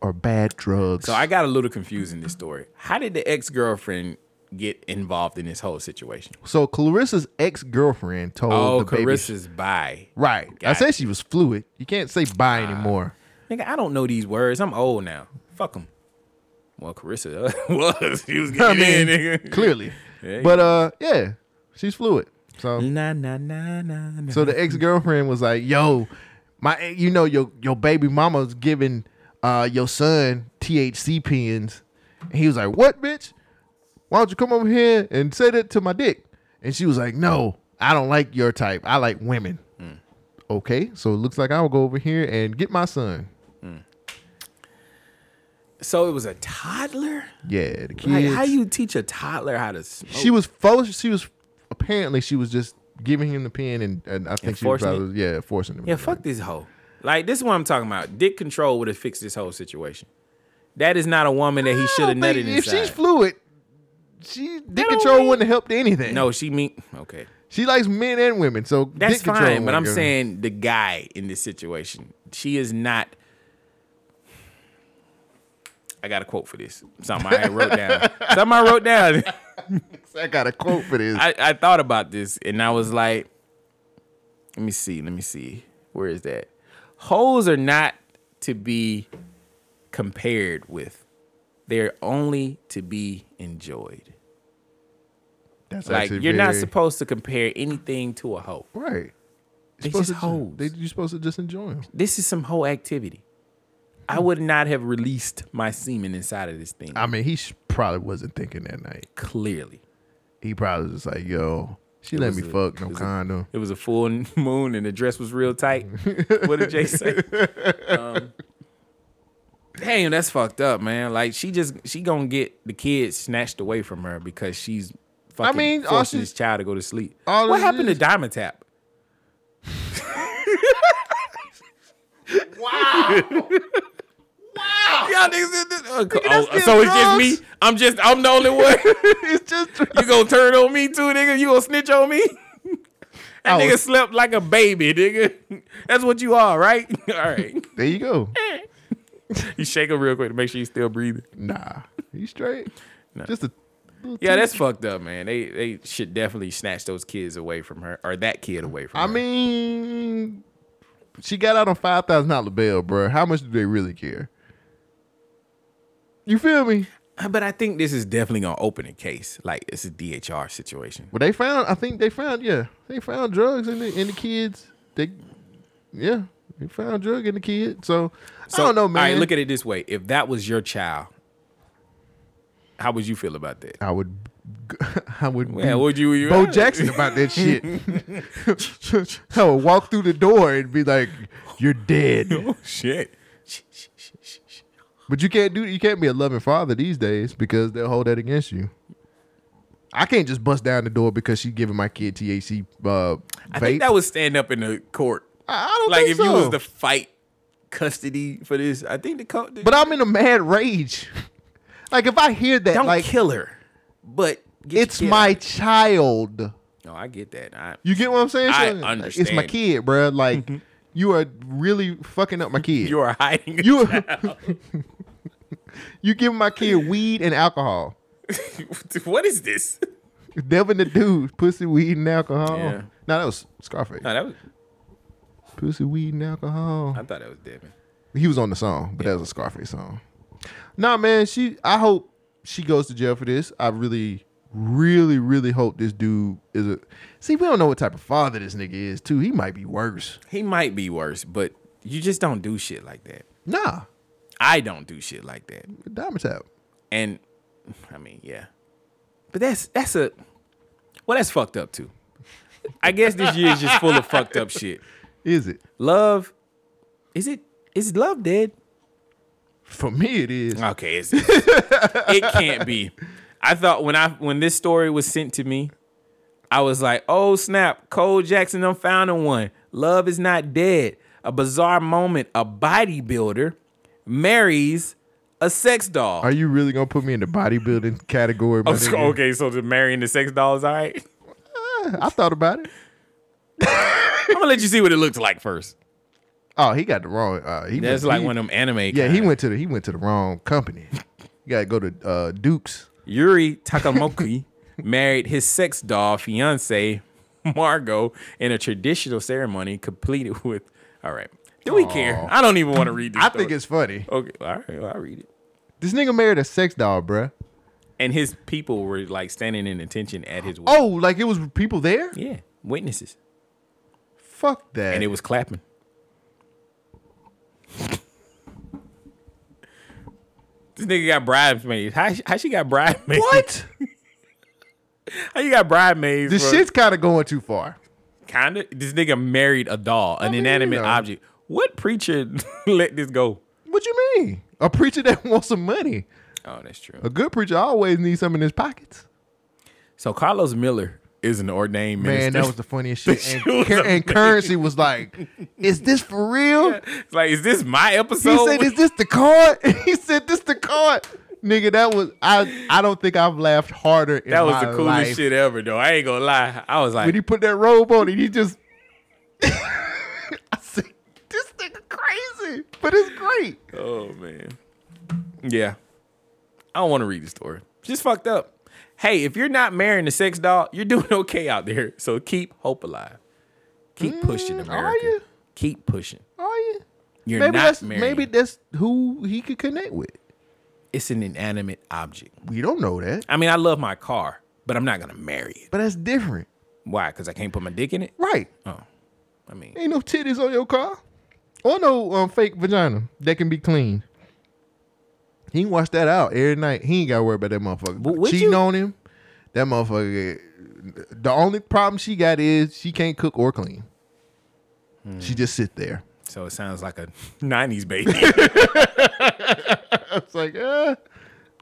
or bad drugs? So I got a little confused in this story. How did the ex girlfriend get involved in this whole situation? So Clarissa's ex girlfriend told Oh, the baby. Carissa's bi. right. I Got Ah. said she was fluid. You can't say bi anymore. Nigga, I don't know these words. I'm old now. Fuck them. Well, Carissa [LAUGHS] was. She [LAUGHS] was getting it in, nigga. clearly. Yeah. But uh, yeah, she's fluid. So na na na na. na. So the ex girlfriend was like, "Yo, my, you know, your your baby mama's giving uh your son THC pins." And he was like, "What, bitch? Why don't you come over here and say that to my dick?" And she was like, "No, I don't like your type. I like women." Mm. Okay, so it looks like I will go over here and get my son. So it was a toddler. Yeah, the Like, kids. how you teach a toddler how to smoke? she was fo- She was apparently she was just giving him the pin, and, and I think she was forcing it? probably, yeah forcing him. Yeah, fuck this hoe. Like this is what I'm talking about. Dick control would have fixed this whole situation. That is not a woman that he should have I don't nutted think- if inside. she's fluid, she dick control wouldn't help to anything. no, she mean okay. she likes men and women, so That's dick control fine, but wouldn't I'm go. saying the guy in this situation. She is not. I got a quote for this. Something I wrote down. [LAUGHS] Something I wrote down. [LAUGHS] I got a quote for this. I, I thought about this and I was like, let me see, let me see. Where is that? Hoes are not to be compared with. They're only to be enjoyed. That's Like actually you're not very- supposed to compare anything to a hoe. right. They supposed just to, hoes. They, you're supposed to just enjoy them. This is some hoe activity. I would not have released my semen inside of this thing. I mean, he sh- probably wasn't thinking that night. clearly. He probably was just like, "Yo, she let was me a- fuck it no was a- condom." It was a full [LAUGHS] moon and the dress was real tight. What did Jay say? Um, damn, that's fucked up, man. Like she just she gonna get the kids snatched away from her because she's fucking mean, all forcing she's- this child to go to sleep. all What it happened is- to Diamond [LAUGHS] Tap? wow. Wow. [LAUGHS] Y'all niggas, did this- uh, oh, just so did it's just me. drugs. I'm just I'm the only one. it's just You gonna turn on me too, nigga? You gonna snitch on me? [LAUGHS] That I nigga was- slept like a baby, nigga. That's what you are, right? [LAUGHS] All right. there you [LAUGHS] go. You shake him real quick to make sure he's still breathing. Nah, you straight. Just a little Yeah, teeny- that's fucked up, man. They they should definitely snatch those kids away from her or that kid away from I her. mean, she got out on five thousand dollar bail, bro. How much do they really care? You feel me? but I think this is definitely gonna open a case. Like it's a DHR situation. Well, they found. I think they found. Yeah, they found drugs in the in the kids. They, yeah, they found drug in the kid. So, I don't know, man. All right, look at it this way: if that was your child, how would you feel about that? I would. [LAUGHS] I would. Yeah, be would you? you Bo Jackson about that shit. [LAUGHS] [LAUGHS] I would walk through the door and be like, "You're dead." Oh shit. But you can't do you can't be a loving father these days because they'll hold that against you. I can't just bust down the door because she's giving my kid THC uh, vape. I think that would stand up in the court. I- I don't like think if you was so. to fight custody for this, I think the court. but I'm in a mad rage. [LAUGHS] like if I hear that, don't like kill her. But get your it's kid my out. child. No, I get that. I, You get what I'm saying? I Sheldon? Like, It's my understand. Mm-hmm. kid, bro. Like you are really fucking up my kid. you are hiding. a [LAUGHS] you child. [LAUGHS] you giving my kid weed and alcohol. [LAUGHS] what is this? Devin the dude, pussy, weed, and alcohol. Yeah. No, that was Scarface. No, that was. Pussy, weed, and alcohol. I thought that was Devin. He was on the song, but that was a Scarface song. Nah, man, she. I hope she goes to jail for this. I really really, really hope this dude is a. See, we don't know what type of father this nigga is, too. He might be worse. He might be worse, but you just don't do shit like that. Nah. I don't do shit like that. Diamond tap. And I mean, yeah. But that's that's a well, that's fucked up too. I guess this year is just full of fucked up shit. Is it? Love is it is love dead? For me it is. Okay, it's, it's- it can't be. I thought when I when this story was sent to me, I was like, oh snap, Cole Jackson done found a one. Love is not dead. A bizarre moment. A bodybuilder marries a sex doll. Are you really gonna put me in the bodybuilding category? my Oh, so- nigga? [LAUGHS] okay, so the marrying the sex doll is all right. [LAUGHS] Eh, I thought about it. I'm gonna let you see what it looks like first. Oh, he got the wrong. Uh, he That's went- like he- one of them anime. Yeah, he went to the he went to the wrong company. you gotta go to uh, Duke's. Yuri Takamoki [LAUGHS] married his sex doll fiance Margot in a traditional ceremony completed with. All right, do we care? Aw. I don't even want to read. This I story. think it's funny. okay. All right, well, I'll read it. This nigga married a sex doll, bruh. And his people were like standing in attention at his. wedding. Oh, like it was people there? yeah, witnesses, Fuck that. and it was clapping. This nigga got bridesmaids. How, how she got bridesmaids? [LAUGHS] [LAUGHS] what? How you got bridesmaids? the shit's kind of going too far. kind of. This nigga married a doll, an inanimate know. object. What preacher [LAUGHS] let this go? What you mean? A preacher [LAUGHS] that wants some money. Oh, that's true. A good preacher always needs some in his pockets. So Carlos Miller is an ordained Man, minister. that was [LAUGHS] the funniest shit. This And, shit was cur- and currency was like, "Is this for real?" [LAUGHS] It's like, is this my He episode? said, "Is this the card?" [LAUGHS] he said, "This the card." Nigga, that was I. I don't think I've laughed harder. In that was my the coolest life. shit ever, though. I ain't gonna lie. I was When like, he put that robe on, and he just, [LAUGHS] I said, "This nigga crazy," but it's great. oh man, yeah. I don't want to read the story. Just fucked up. Hey, if you're not marrying a sex doll, you're doing [LAUGHS] okay out there. So keep hope alive. Keep pushing, America. Mm, you? Keep pushing. Are you? You're maybe Oh, not that's married. maybe that's who he could connect with. It's an inanimate object. We don't know that, I mean, I love my car, but I'm not gonna marry it. but that's different, Why? Because I can't put my dick in it. right? Oh, I mean, Ain't no titties on your car, or no um, fake vagina that can be cleaned. He can wash that out every night. He ain't got to worry about that motherfucker But would cheating you- on him. That motherfucker. The only problem she got is she can't cook or clean. She just sit there. so it sounds like a [LAUGHS] '90s baby. [LAUGHS] It's like, uh,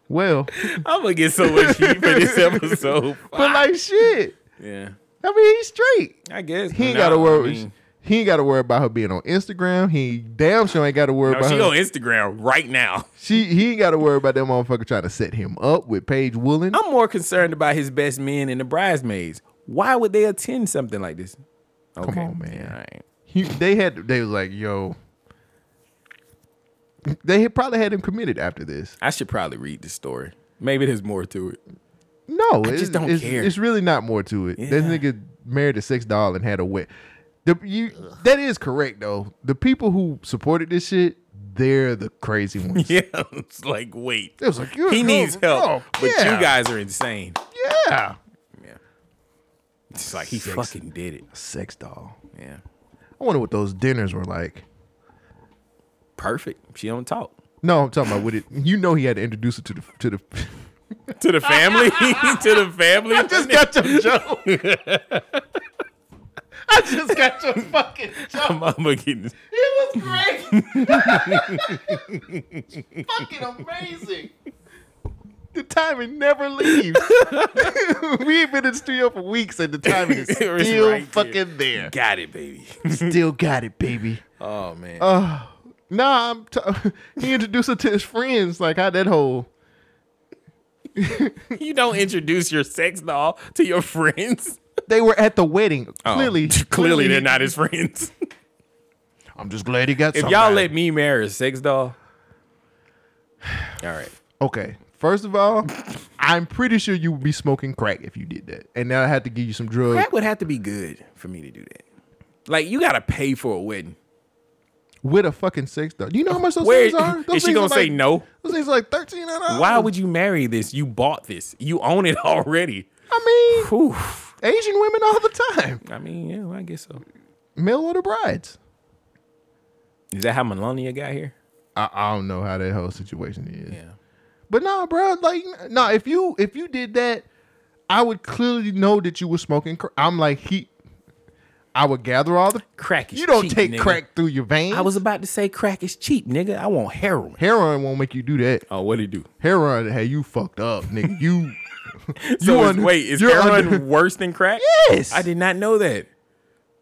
well, I'm gonna get so much heat for this episode. [LAUGHS] but like shit. yeah, I mean, he's straight. I guess He ain't No, got to worry. I mean, he ain't got to worry about her being on Instagram. He damn sure ain't got to worry no, about oh, she her. on Instagram right now. she he ain't got to worry about that motherfucker trying to set him up with Paige [LAUGHS] Woolen. I'm more concerned about his best men and the bridesmaids. Why would they attend something like this? Okay. on, man. Yeah, all right. He, they had they was like, yo. They had probably had him committed after this. I should probably read the story. Maybe there's more to it. [LAUGHS] No, just it's- don't it's, care. It's really not more to it. This Yeah. nigga married a sex doll and had a wet. The, you, that is correct though. The people who supported this shit, they're the crazy ones. Yeah, it's like wait, It was like you [LAUGHS] he you- needs help, oh, but yeah, you guys are insane. yeah, It's like he fucking did it. sex doll. Yeah, I wonder what those dinners were like. perfect. She don't talk No, I'm talking about with it. You know, he had to introduce her to the to the. [LAUGHS] to the family. [LAUGHS] to the family. I [LAUGHS] just got your joke. I just got your fucking joke. Mama getting It was great. [LAUGHS] fucking amazing. The timing never leaves. [LAUGHS] We've been in the studio for weeks and the timing [LAUGHS] is It's still right fucking there. got it, baby. [LAUGHS] Still got it, baby. Oh man. Uh, Nah, I'm t- [LAUGHS] he introduced her to his friends. Like, how that whole. you don't introduce your sex doll to your friends. They were at the wedding. Oh, [LAUGHS] [LAUGHS] Clearly. clearly they're not his friends. I'm just glad he [LAUGHS] got if y'all let me marry a sex doll, [SIGHS] all right. Okay. First of all, I'm pretty sure you would be smoking crack if you did that. And now I had to give you some drugs. That would have to be good for me to do that. Like you gotta pay for a wedding. with a fucking sex doll. Do you know how much those Where- things [LAUGHS] are? Those is she things gonna are say like- no? Those things are like thirteen dollars. Why would you marry this? You bought this. You own it [LAUGHS] already. I mean, Asian women all the time. I mean, yeah, well, I guess so. Male order brides. Is that how Melania got here? I, I don't know how that whole situation is. Yeah. But nah, bro. Like, nah. If you if you did that, I would clearly know that you were smoking. Cr- I'm like he. I would gather all the crack. is You don't cheap, take nigga. crack through your veins. I was about to say crack is cheap, nigga. I want heroin. Heroin won't make you do that. Oh, what'd he [LAUGHS] do? Heroin, hey, you fucked [LAUGHS] up, nigga. You. So is, under- wait, is you're heroin under- worse than crack? Yes. I did not know that.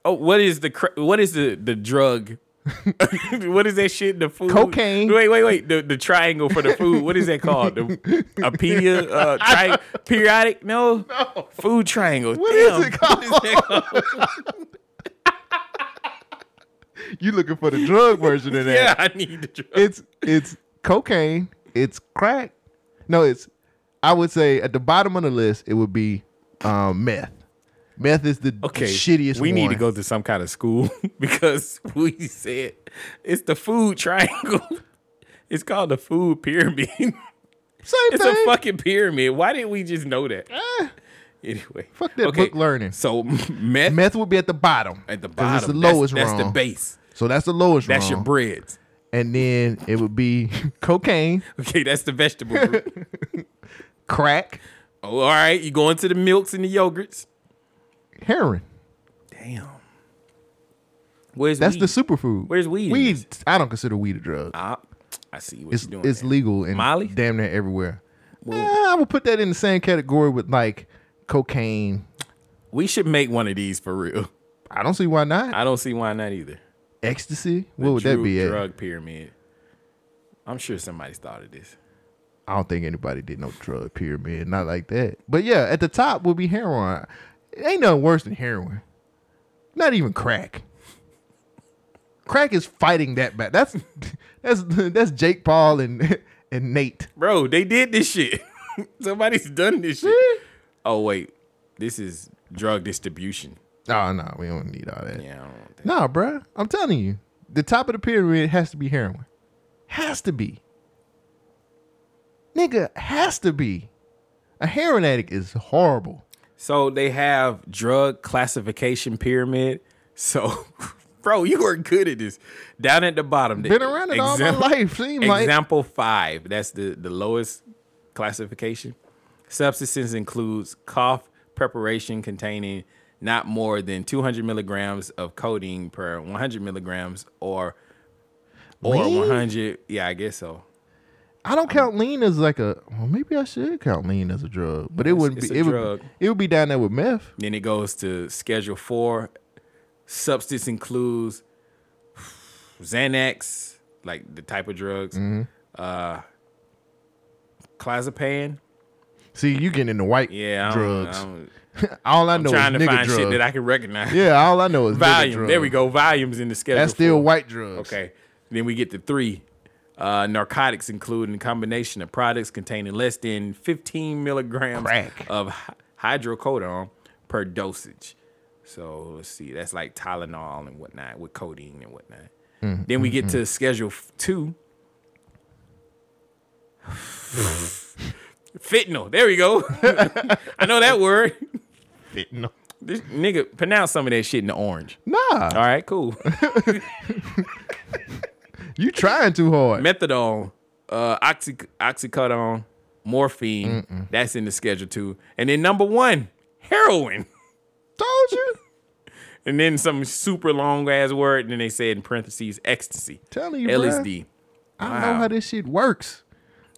Oh, what is the cra- what is the the drug? [LAUGHS] what is that shit? The food Cocaine. Wait, wait, wait. The the triangle for the food. What is that called? The [LAUGHS] a pedia uh, [LAUGHS] tri- periodic? No. Food triangle. What is Damn. [LAUGHS] it called? you looking for the drug version of that? Yeah, I need the drug. It's it's cocaine. It's crack. No, it's. I would say at the bottom of the list, it would be um, meth. Meth is the okay. shittiest. We need to one. go to some kind of school [LAUGHS] because we said it's the food triangle. [LAUGHS] it's called the food pyramid. [LAUGHS] Same it's thing. a fucking pyramid. Why didn't we just know that? Anyway, Eh. Fuck that book learning. So meth Meth would be at the bottom. at the 'cause bottom. It's the That's- lowest that's, the rung. base. So that's the lowest. That's your rung. breads. And then it would be [LAUGHS] cocaine, Okay, that's the vegetable. group. [LAUGHS] crack, oh, all right, you go into the milks and the yogurts. heroin. Damn. Where's That's weed? the superfood. Where's weed in Weed. this? I don't consider weed a drug. Ah, I see what it's you're doing. it's there. legal in Molly? damn near everywhere. Eh, I would put that in the same category with like cocaine. We should make one of these for real. I don't see why not. I don't see why not either. Ecstasy. What would that Drew be? At? Drug pyramid. I'm sure somebody started this. I don't think anybody did no drug pyramid. Not like that. But yeah, at the top would be heroin. It ain't nothing worse than heroin. Not even crack. Crack is fighting that back. That's [LAUGHS] that's that's Jake Paul and [LAUGHS] and Nate. Bro, they did this shit. [LAUGHS] Somebody's done this shit. Oh wait, this is drug distribution. Oh no, we don't need all that. Yeah, I don't want that. Nah, bruh. I'm telling you, the top of the pyramid has to be heroin. Has to be. Nigga, has to be. A heroin addict is horrible. So they have drug classification pyramid. So, [LAUGHS] bro, you are good at this. Down at the bottom, the Been around it all my example- life, seem like. example five. That's the the lowest classification. Substances includes cough preparation containing not more than 200 milligrams of codeine per 100 milligrams or or Really? 100. Yeah, I guess so. I don't count lean as like a well, maybe I should count lean as a drug, but it it's- wouldn't it's be a it drug. would it would be down there with meth. Then it goes to Schedule Four. Substance includes Xanax, like the type of drugs, Mm-hmm. uh, clozapine. See, you getting into white Yeah, I don't- drugs. I don't- [LAUGHS] all I know I'm trying is to nigga find drug. shit that I can recognize. yeah, all I know is nigga volume. There drug. we go. Volumes in the schedule. That's still four. white drugs. Okay. Then we get to three. Uh, narcotics including combination of products containing less than 15 milligrams Crack. of hy- hydrocodone per dosage. So let's see, that's like Tylenol and whatnot with codeine and whatnot. Mm, then we get to Schedule f- Two. [SIGHS] Fentanyl. There we go. [LAUGHS] I know that word. [LAUGHS] Fentanyl. This nigga pronounce some of that shit in the orange. Nah, All right, [LAUGHS] cool. you trying too [LAUGHS] hard. methadone, uh, oxy, oxycodone, morphine. That's in the schedule too. And then number one, heroin. [LAUGHS] Told you. And then some super long ass word. And then they said in parentheses, ecstasy. Telling you, LSD. I don't know Wow. how this shit works.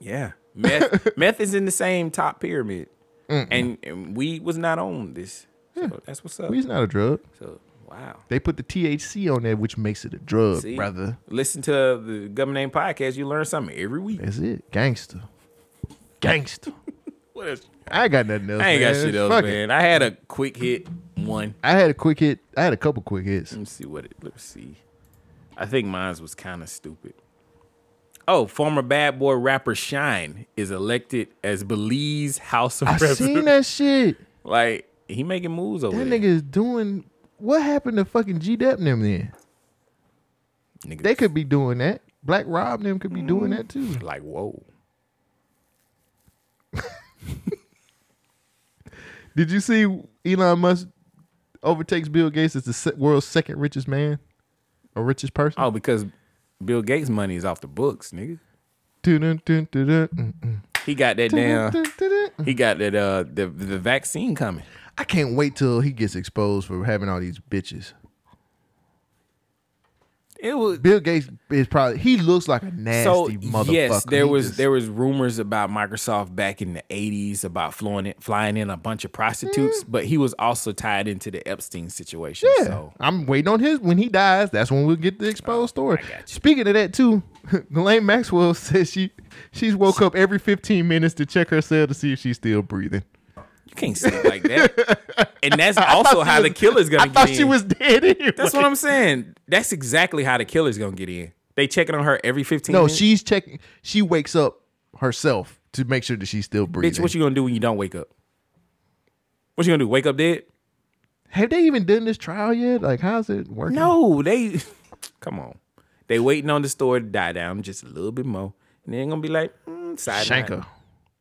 Yeah. Meth, [LAUGHS] meth is in the same top pyramid. And, and weed was not on this. So that's what's up. Weed's not a drug. so, wow. They put the THC on there, which makes it a drug, See, brother. listen to the Government Name podcast. You learn something every week. That's it. Gangster. Gangster. What else? I ain't got nothing else. I ain't got man. shit else, Fuck it. man. I had a quick hit one. I had a quick hit. I had a couple quick hits. Let me see what it. Let me see. I think mine's was kind of stupid. Oh, former bad boy rapper Shine is elected as Belize House of I seen Representatives. that [LAUGHS] shit. Like he making moves over That there. nigga is doing. What happened to fucking G Dep and them then? They could be doing that. Black Rob and them could be doing that too. Like whoa. Did you see Elon Musk overtakes Bill Gates as the se- world's second richest man or richest person? Oh, because Bill Gates' money is off the books, nigga. Dun, dun, dun, dun, mm-mm. He got that Dun, damn. dun, dun, He got that uh the the vaccine coming. I can't wait till he gets exposed for having all these bitches. It was Bill Gates is probably he looks like a nasty motherfucker. Yes, there He was just- there was rumors about Microsoft back in the eighties about flying in, flying in a bunch of prostitutes, but he was also tied into the Epstein situation. Yeah, So I'm waiting on his when he dies. That's when we'll get the exposed Oh, story. Speaking of that too, [LAUGHS] Ghislaine Maxwell [LAUGHS] says she she's woke up every 15 minutes to check herself to see if she's still breathing. you can't say it like [LAUGHS] that. and that's I thought also she how the was- killer's gonna I get thought in. she was dead [LAUGHS] anyway. That's what I'm saying. That's exactly how the killer's gonna get in. They checking on her every 15 No, minutes. she's checking. She wakes up herself to make sure that she's still breathing. Bitch, what you gonna do when you don't wake up? What you gonna do? Wake up dead? Have they even done this trial yet? Like, how's it working? No, they [LAUGHS] come on. They waiting on the story to die down just a little bit more. And they're gonna be like, mm, side Shanker. note.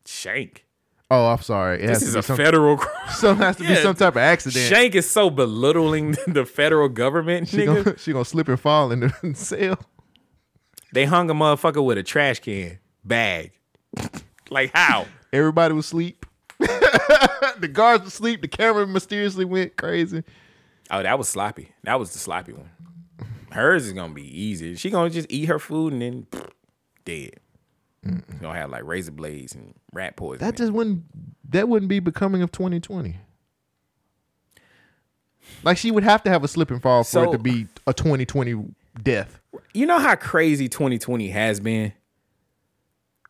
Shank. Oh, I'm sorry. It This has to is be a some- [LAUGHS] federal crime. Some has to be some type of accident. Shank is so belittling [LAUGHS] the federal government, she nigga. gonna, she gonna slip and fall in the [LAUGHS] cell. They hung a motherfucker with a trash can bag. like how? Everybody was asleep. [LAUGHS] the guards were asleep. The camera mysteriously went crazy. Oh, that was sloppy. That was the sloppy one. Hers is gonna be easy. She gonna just eat her food and then [SNIFFS] pfft, dead. She gonna have like razor blades and rat poison. That just wouldn't that wouldn't be becoming of 2020. Like she would have to have a slip and fall for So- it to be a 2020 death. you know how crazy 2020 has been,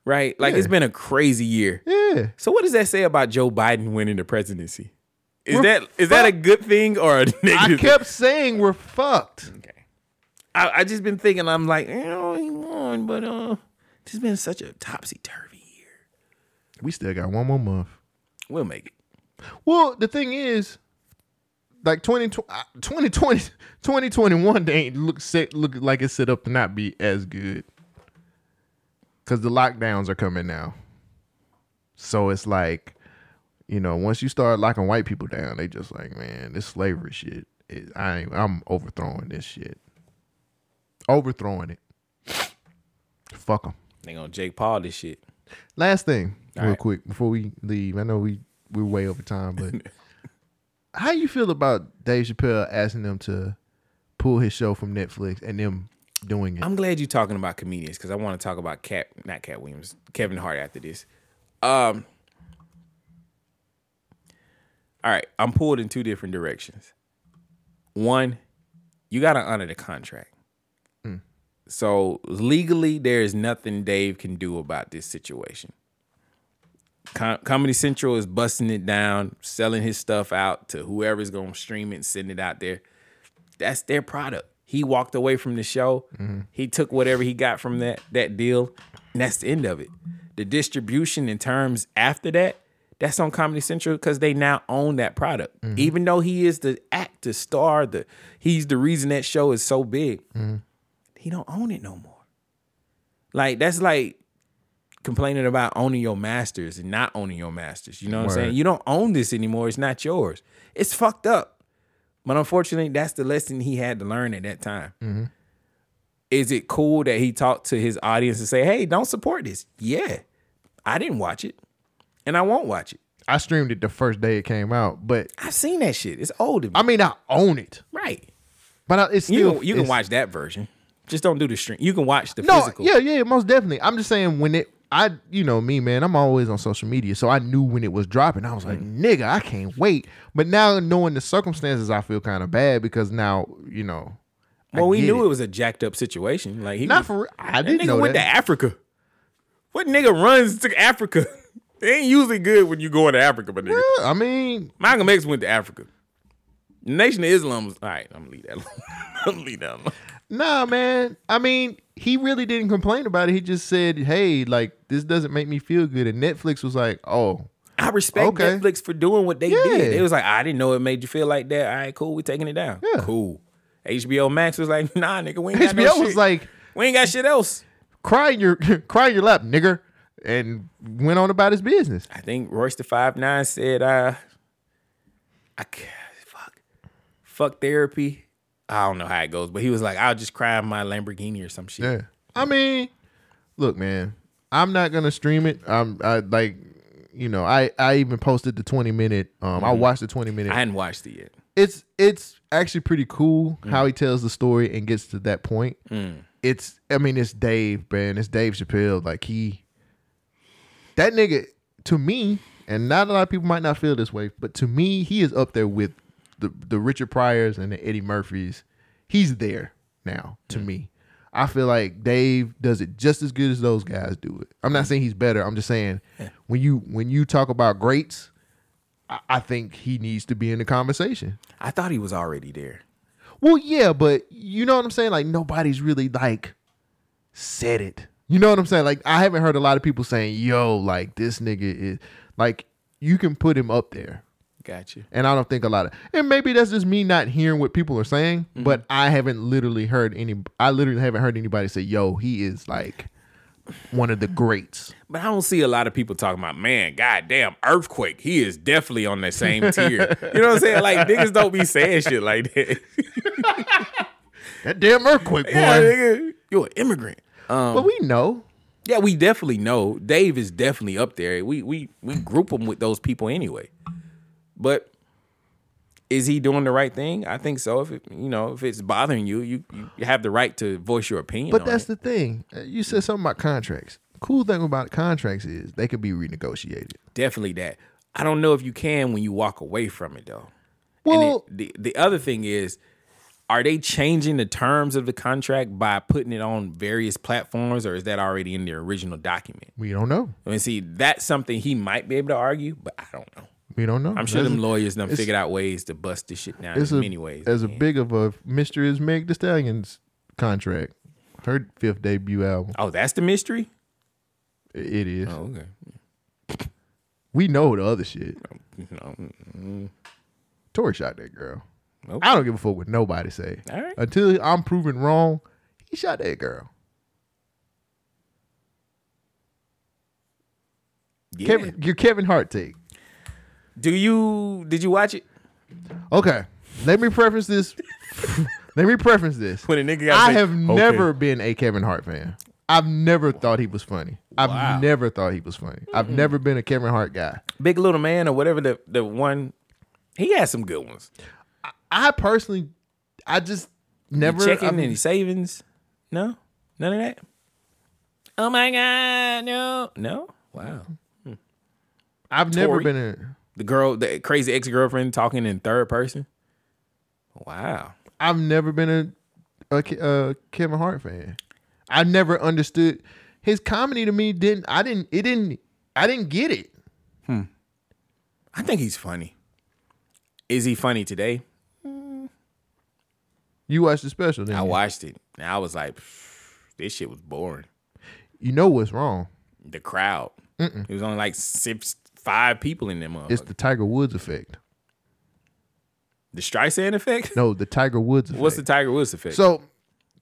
right? Like it's Yeah. been a crazy year. Yeah. So what does that say about Joe Biden winning the presidency? Is that is that a good thing or a [LAUGHS] negative? I thing? kept saying we're fucked. I, I just been thinking. I'm like, "Eh, you know, he won, but uh, this has been such a topsy turvy. We still got one more month. We'll make it. Well, the thing is, like uh, 20, [LAUGHS] 2020, 2021, they ain't look set, look like it's set up to not be as good because the lockdowns are coming now. So it's like, you know, once you start locking white people down, they just like, man, this slavery shit. Is, I ain't, I'm overthrowing this shit. Overthrowing it. Fuck them. They gonna Jake Paul this shit. Last thing, All real right. quick, before we leave. I know we we're way over [LAUGHS] time, but how you feel about Dave Chappelle asking them to pull his show from Netflix and them doing it? I'm glad you're talking about comedians because I want to talk about Cat, not Cat Williams, Kevin Hart after this. Um, all right, I'm pulled in two different directions. One, you got to honor the contract. Mm. So legally, there is nothing Dave can do about this situation. Com- Comedy Central is busting it down, selling his stuff out to whoever's going to stream it and send it out there. That's their product. He walked away from the show. He took whatever he got from that that deal, and that's the end of it. The distribution in terms after that, that's on Comedy Central because they now own that product. Even though he is the act, the star, the he's the reason that show is so big. He don't own it no more. Like that's like complaining about owning your masters and not owning your masters. You know what I'm saying? Word. You don't own this anymore. It's not yours. It's fucked up. But unfortunately, that's the lesson he had to learn at that time. Mhm. Is it cool that he talked to his audience and say, "Hey, don't support this"? Yeah, I didn't watch it, and I won't watch it. I streamed it the first day it came out, but I've seen that shit. It's old. to me. I mean, I own it, Right. but I, it's You still can, you can it's- watch that version. Just don't do the stream. You can watch the No, physical. yeah, yeah, most definitely. I'm just saying when it, I, you know me, man. I'm always on social media, so I knew when it was dropping. I was like, Mm. nigga, I can't wait. But now knowing the circumstances, I feel kind of bad because now you know. I Well, we get knew it. was a jacked up situation. Like he Not was- for real. I that didn't nigga know went that. to Africa. What nigga runs to Africa? [LAUGHS] it ain't usually good when you going to Africa, but nigga. I mean, Malcolm X went to Africa. The Nation of Islam was all right. I'm gonna leave that alone. [LAUGHS] I'm gonna leave that alone. Nah, man. I mean, he really didn't complain about it. He just said, "Hey, like this doesn't make me feel good." And Netflix was like, "Oh, I respect Okay. Netflix for doing what they Yeah. did. It was like I didn't know it made you feel like that. All right, cool. We're taking it down. Cool. HBO Max was like, nah, nigga, we ain't got no [LAUGHS] HBO shit. was like, we ain't got shit else. Cry in your [LAUGHS] cry in your lap, nigger, and went on about his business. I think Royce the Five Nine said, uh, I ca- fuck, fuck therapy. I don't know how it goes, but he was like, I'll just cry in my Lamborghini or some shit. Yeah. I mean, look, man, I'm not gonna stream it. I'm I like, you know, I I even posted the 20 minute. Um, I Mhm. watched the 20 minute. I hadn't watched it yet. it's it's actually pretty cool Mm. how he tells the story and gets to that point. Mm. It's I mean it's Dave, man. It's Dave Chappelle. Like he that nigga to me, and not a lot of people might not feel this way, but to me, he is up there with the the Richard Pryors and the Eddie Murphys. He's there now Mm. to me. I feel like Dave does it just as good as those guys do it. I'm not saying he's better. I'm just saying when you when you talk about greats, I, I think he needs to be in the conversation. I thought he was already there. Well, yeah, but you know what I'm saying? Like nobody's really like said it. You know what I'm saying? Like I haven't heard a lot of people saying, "Yo, like this nigga is like you can put him up there." Gotcha. And I don't think a lot of and maybe that's just me not hearing what people are saying, Mm-hmm. but I haven't literally heard any I literally haven't heard anybody say, "Yo, he is like one of the greats." But I don't see a lot of people talking about, man, goddamn, earthquake. He is definitely on that same tier. You know what I'm saying? Like niggas don't be saying shit like that. [LAUGHS] that damn earthquake, boy. Yeah, nigga, you an immigrant. Um, but we know. Yeah, we definitely know. Dave is definitely up there. We we we group him with those people anyway. But is he doing the right thing? I think so. If it, you know, if it's bothering you, you you have the right to voice your opinion. But on that's it. the thing. Uh, You said something about contracts. Cool thing about contracts is they can be renegotiated. definitely that. I don't know if you can when you walk away from it though. Well- and it- the the other thing is, are they changing the terms of the contract by putting it on various platforms, or is that already in their original document? We don't know. I mean, see, that's something he might be able to argue, but I don't know. We don't know. I'm sure them That's- lawyers done it's- figured out ways to bust this shit down It's in a- many ways. As a big of a mystery as Meg The Stallion's contract, her fifth debut album. Oh, that's the mystery. I- It is. Oh, okay. We know the other shit. Oh, No. Tori shot that girl. I don't give a fuck what nobody say. All right. Until I'm proven wrong, he shot that girl. Yeah. Kevin, your Kevin Hart take. Do you did you watch it? Okay. Let me preface this. [LAUGHS] Let me preface this. When a nigga gotta I say, have "Okay." never been a Kevin Hart fan. I've never thought he was funny. Wow. I've never thought he was funny. I've never been a Kevin Hart guy. Big Little Man or whatever the the one. He had some good ones. I personally, I just never. You checking I mean- any savings? No, none of that. Oh my god, no, no. Wow. I've never been a. the girl, the crazy ex girlfriend talking in third person. Wow. I've never been a, a, Ke- a Kevin Hart fan. I never understood his comedy. To me, didn't I didn't it didn't I didn't get it. I think he's funny. Is he funny today? You watched the special, then I watched it and I was like, this shit was boring. you know what's wrong. The crowd. Mm-mm. It was only like six, five people in them. It's the Tiger Woods effect. the Streisand effect. No, the Tiger Woods [LAUGHS] effect. What's the Tiger Woods effect? So,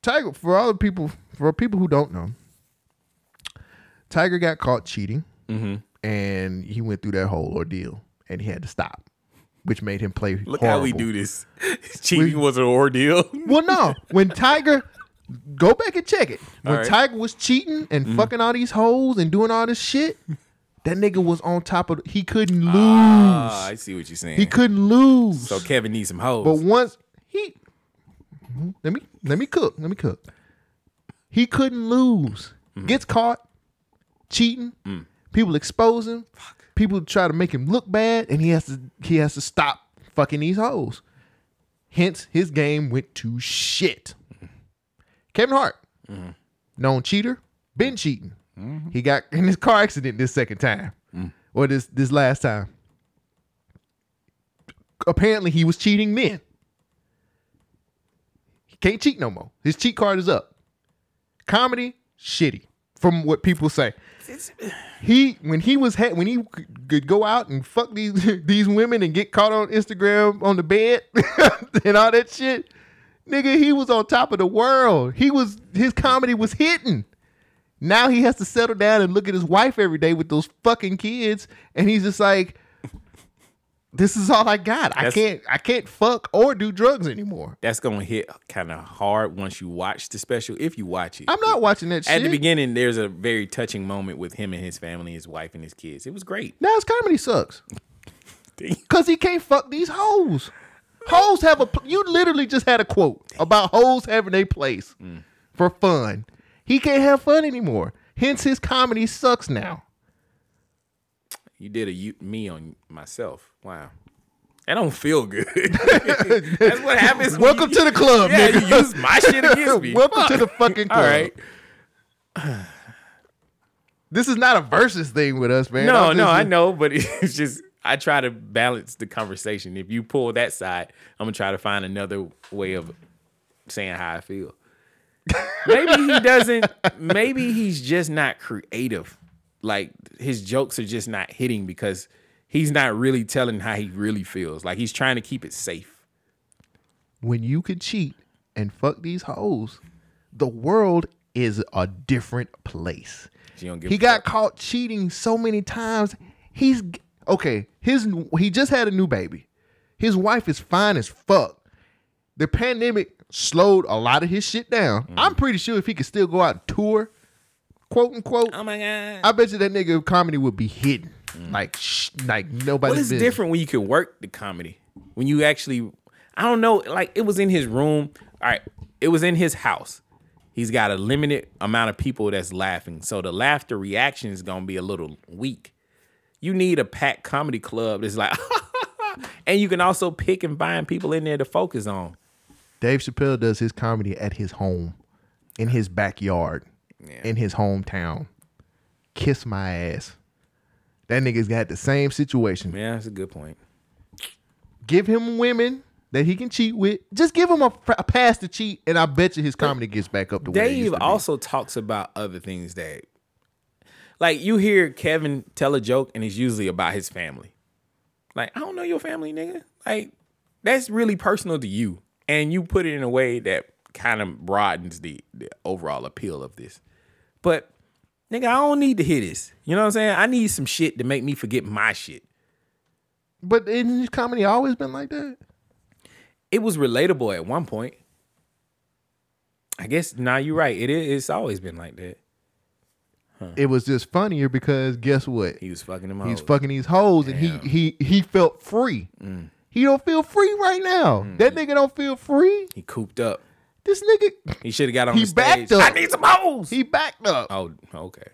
Tiger for all the people for people who don't know, Tiger got caught cheating, Mm-hmm. and he went through that whole ordeal, and he had to stop, which made him play. look how we horrible. do this. [LAUGHS] Cheating was an [LAUGHS] ordeal. Well, no. When Tiger, go back and check it. When All right. Tiger was cheating and Mhm. fucking all these hoes and doing all this shit, that nigga was on top of. He couldn't lose. Ah, I see what you're saying. He couldn't lose. So Kevin needs some hoes. But once he, let me let me cook. Let me cook. He couldn't lose. Gets caught cheating. Mm. People expose him. People try to make him look bad, and he has to he has to stop fucking these hoes. Hence, his game went to shit. Kevin Hart, known cheater, been cheating. He got in his car accident this second time, or this this last time. Apparently, he was cheating then. He can't cheat no more. His cheat card is up. Comedy shitty, from what people say. He when he was ha- when he c- could go out and fuck these [LAUGHS] these women and get caught on Instagram on the bed and all that shit. Nigga, he was on top of the world. He was his comedy was hitting. Now he has to settle down and look at his wife every day with those fucking kids, and he's just like, "This is all I got. I That's- can't, I can't fuck or do drugs anymore." That's gonna hit kind of hard once you watch the special. If you watch it, I'm not watching that shit. At the beginning, there's a very touching moment with him and his family, his wife and his kids. It was great. Now his comedy sucks. Cause he can't fuck these hoes. Hoes have a. pl- You literally just had a quote about hoes having a place Mm. for fun. He can't have fun anymore. Hence his comedy sucks now. You did a you, me on myself. Wow. That don't feel good. [LAUGHS] That's what happens. when Welcome you- to the club, Yeah, nigga. you use my shit against me. [LAUGHS] Welcome to Fuck. the [LAUGHS] fucking All club. right. This is not a versus thing with us, man. no, I'm no, just- I know, but [LAUGHS] it's just I try to balance the conversation. If you pull that side, I'm gonna try to find another way of saying how I feel. maybe he doesn't. Maybe he's just not creative. Like his jokes are just not hitting because he's not really telling how he really feels. Like he's trying to keep it safe. When you can cheat and fuck these hoes, the world is a different place. She don't give He a got caught cheating so many times. He's okay. His he just had a new baby. His wife is fine as fuck. The pandemic slowed a lot of his shit down. Mm-hmm. I'm pretty sure if he could still go out and tour, quote unquote, Oh my god. I bet you that nigga comedy would be hidden. Mm. Like shh, like nobody. Well, it's different when you can work the comedy. When you actually, I don't know, like it was in his room. All right, it was in his house. He's got a limited amount of people that's laughing, so the laughter reaction is gonna be a little weak. You need a packed comedy club that's like, [LAUGHS] and you can also pick and find people in there to focus on. Dave Chappelle does his comedy at his home, in his backyard, in his hometown. Kiss my ass. That nigga's got the same situation. Yeah, that's a good point. Give him women that he can cheat with. Just give him a, a pass to cheat, and I bet you his comedy gets back up to where it used Dave to be. also talks about other things that, like, you hear Kevin tell a joke and it's usually about his family. Like, I don't know your family, nigga. Like, that's really personal to you. And you put it in a way that kind of broadens the, the overall appeal of this. But, nigga, I don't need to hear this. You know what I'm saying? I need some shit to make me forget my shit. But isn't his comedy always been like that? It was relatable at one point. I guess, nah, you're right. It is. It's always been like that. It was just funnier because guess what? Uh-huh. He was fucking them He's hoes. fucking these hoes, and he he he felt free. Mm. He don't feel free right now. That nigga don't feel free. He cooped up. This nigga He should have got on He the stage. backed up. I need some hoes. He backed up. Oh, okay.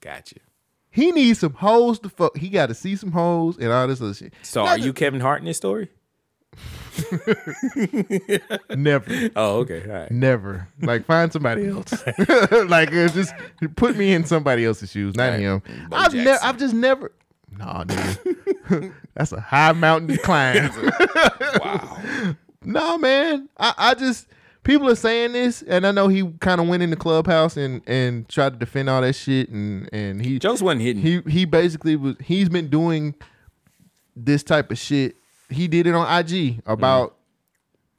Gotcha. He needs some hoes to fuck. He got to see some hoes and all this other shit. So are you Kevin Hart in this story? [LAUGHS] Never, Oh, okay. All right. never. Like find [LAUGHS] somebody else. [LAUGHS] like uh, just put me in somebody else's shoes, not him. Bo I've never. Jackson. I've just never. Nah, nigga. [LAUGHS] That's a high mountain to climb. [LAUGHS] Wow. No, man. I, I just people are saying this, and I know he kind of went in the clubhouse and and tried to defend all that shit, and and he Jokes wasn't hidden. he he basically was he's been doing this type of shit. He did it on IG about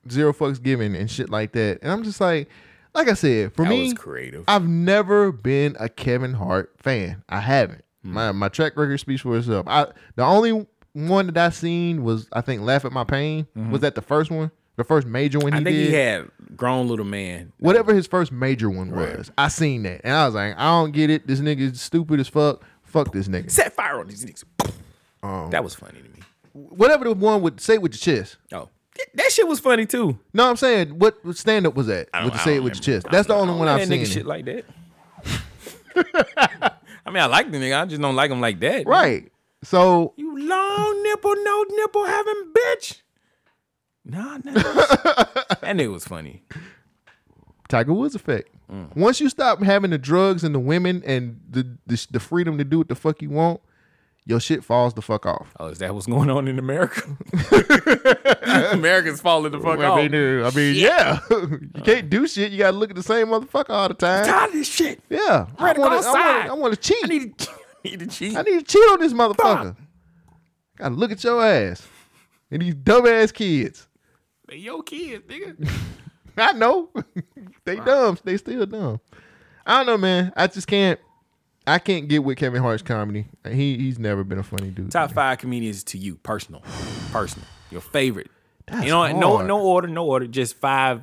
Mm-hmm. zero fucks given and shit like that, and I'm just like. Like I said, for That me, was creative. I've never been a Kevin Hart fan. I haven't. Mm-hmm. My my track record speaks for itself. I the only one that I seen was I think Laugh at My Pain. Was that the first one? The first major one Mm-hmm. I he think did? he had grown little man. Whatever his first major one was. I seen that. And I was like, I don't get it. This nigga is stupid as fuck. Fuck this nigga. Set fire on these niggas. Oh. that was funny to me. Whatever the one would say with your chest. Oh, that shit was funny too. No, I'm saying what stand up was that? I don't, With the I say it don't with your remember. chest. That's the I don't- only I one don't I've like seen. that Nigga shit like [LAUGHS] that. I mean, I like the nigga. I just don't like him like that. Right. So You long nipple, no nipple having bitch. Nah, [LAUGHS] nah. that nigga was funny. Tiger Woods effect. Mm. Once you stop having the drugs and the women and the, the the freedom to do what the fuck you want, your shit falls the fuck off. Oh, is that what's going on in [LAUGHS] America? America's falling the fuck Well, off. Uh. I mean, uh, I mean, yeah, [LAUGHS] you can't do shit. You gotta look at the same motherfucker all the time. Tired of this shit. Yeah, I Ready to go want to. outside. I want to cheat. I need to, need to cheat. I need to cheat on this motherfucker. Gotta look at your ass and these dumbass kids. They your kids, nigga. I know. [LAUGHS] they dumb. They still dumb. I don't know, man. I just can't. I can't get with Kevin Hart's comedy. He he's never been a funny dude. Top five comedians to you, personal, personal, your favorite. you know, what? no, hard. no order, no order. Just five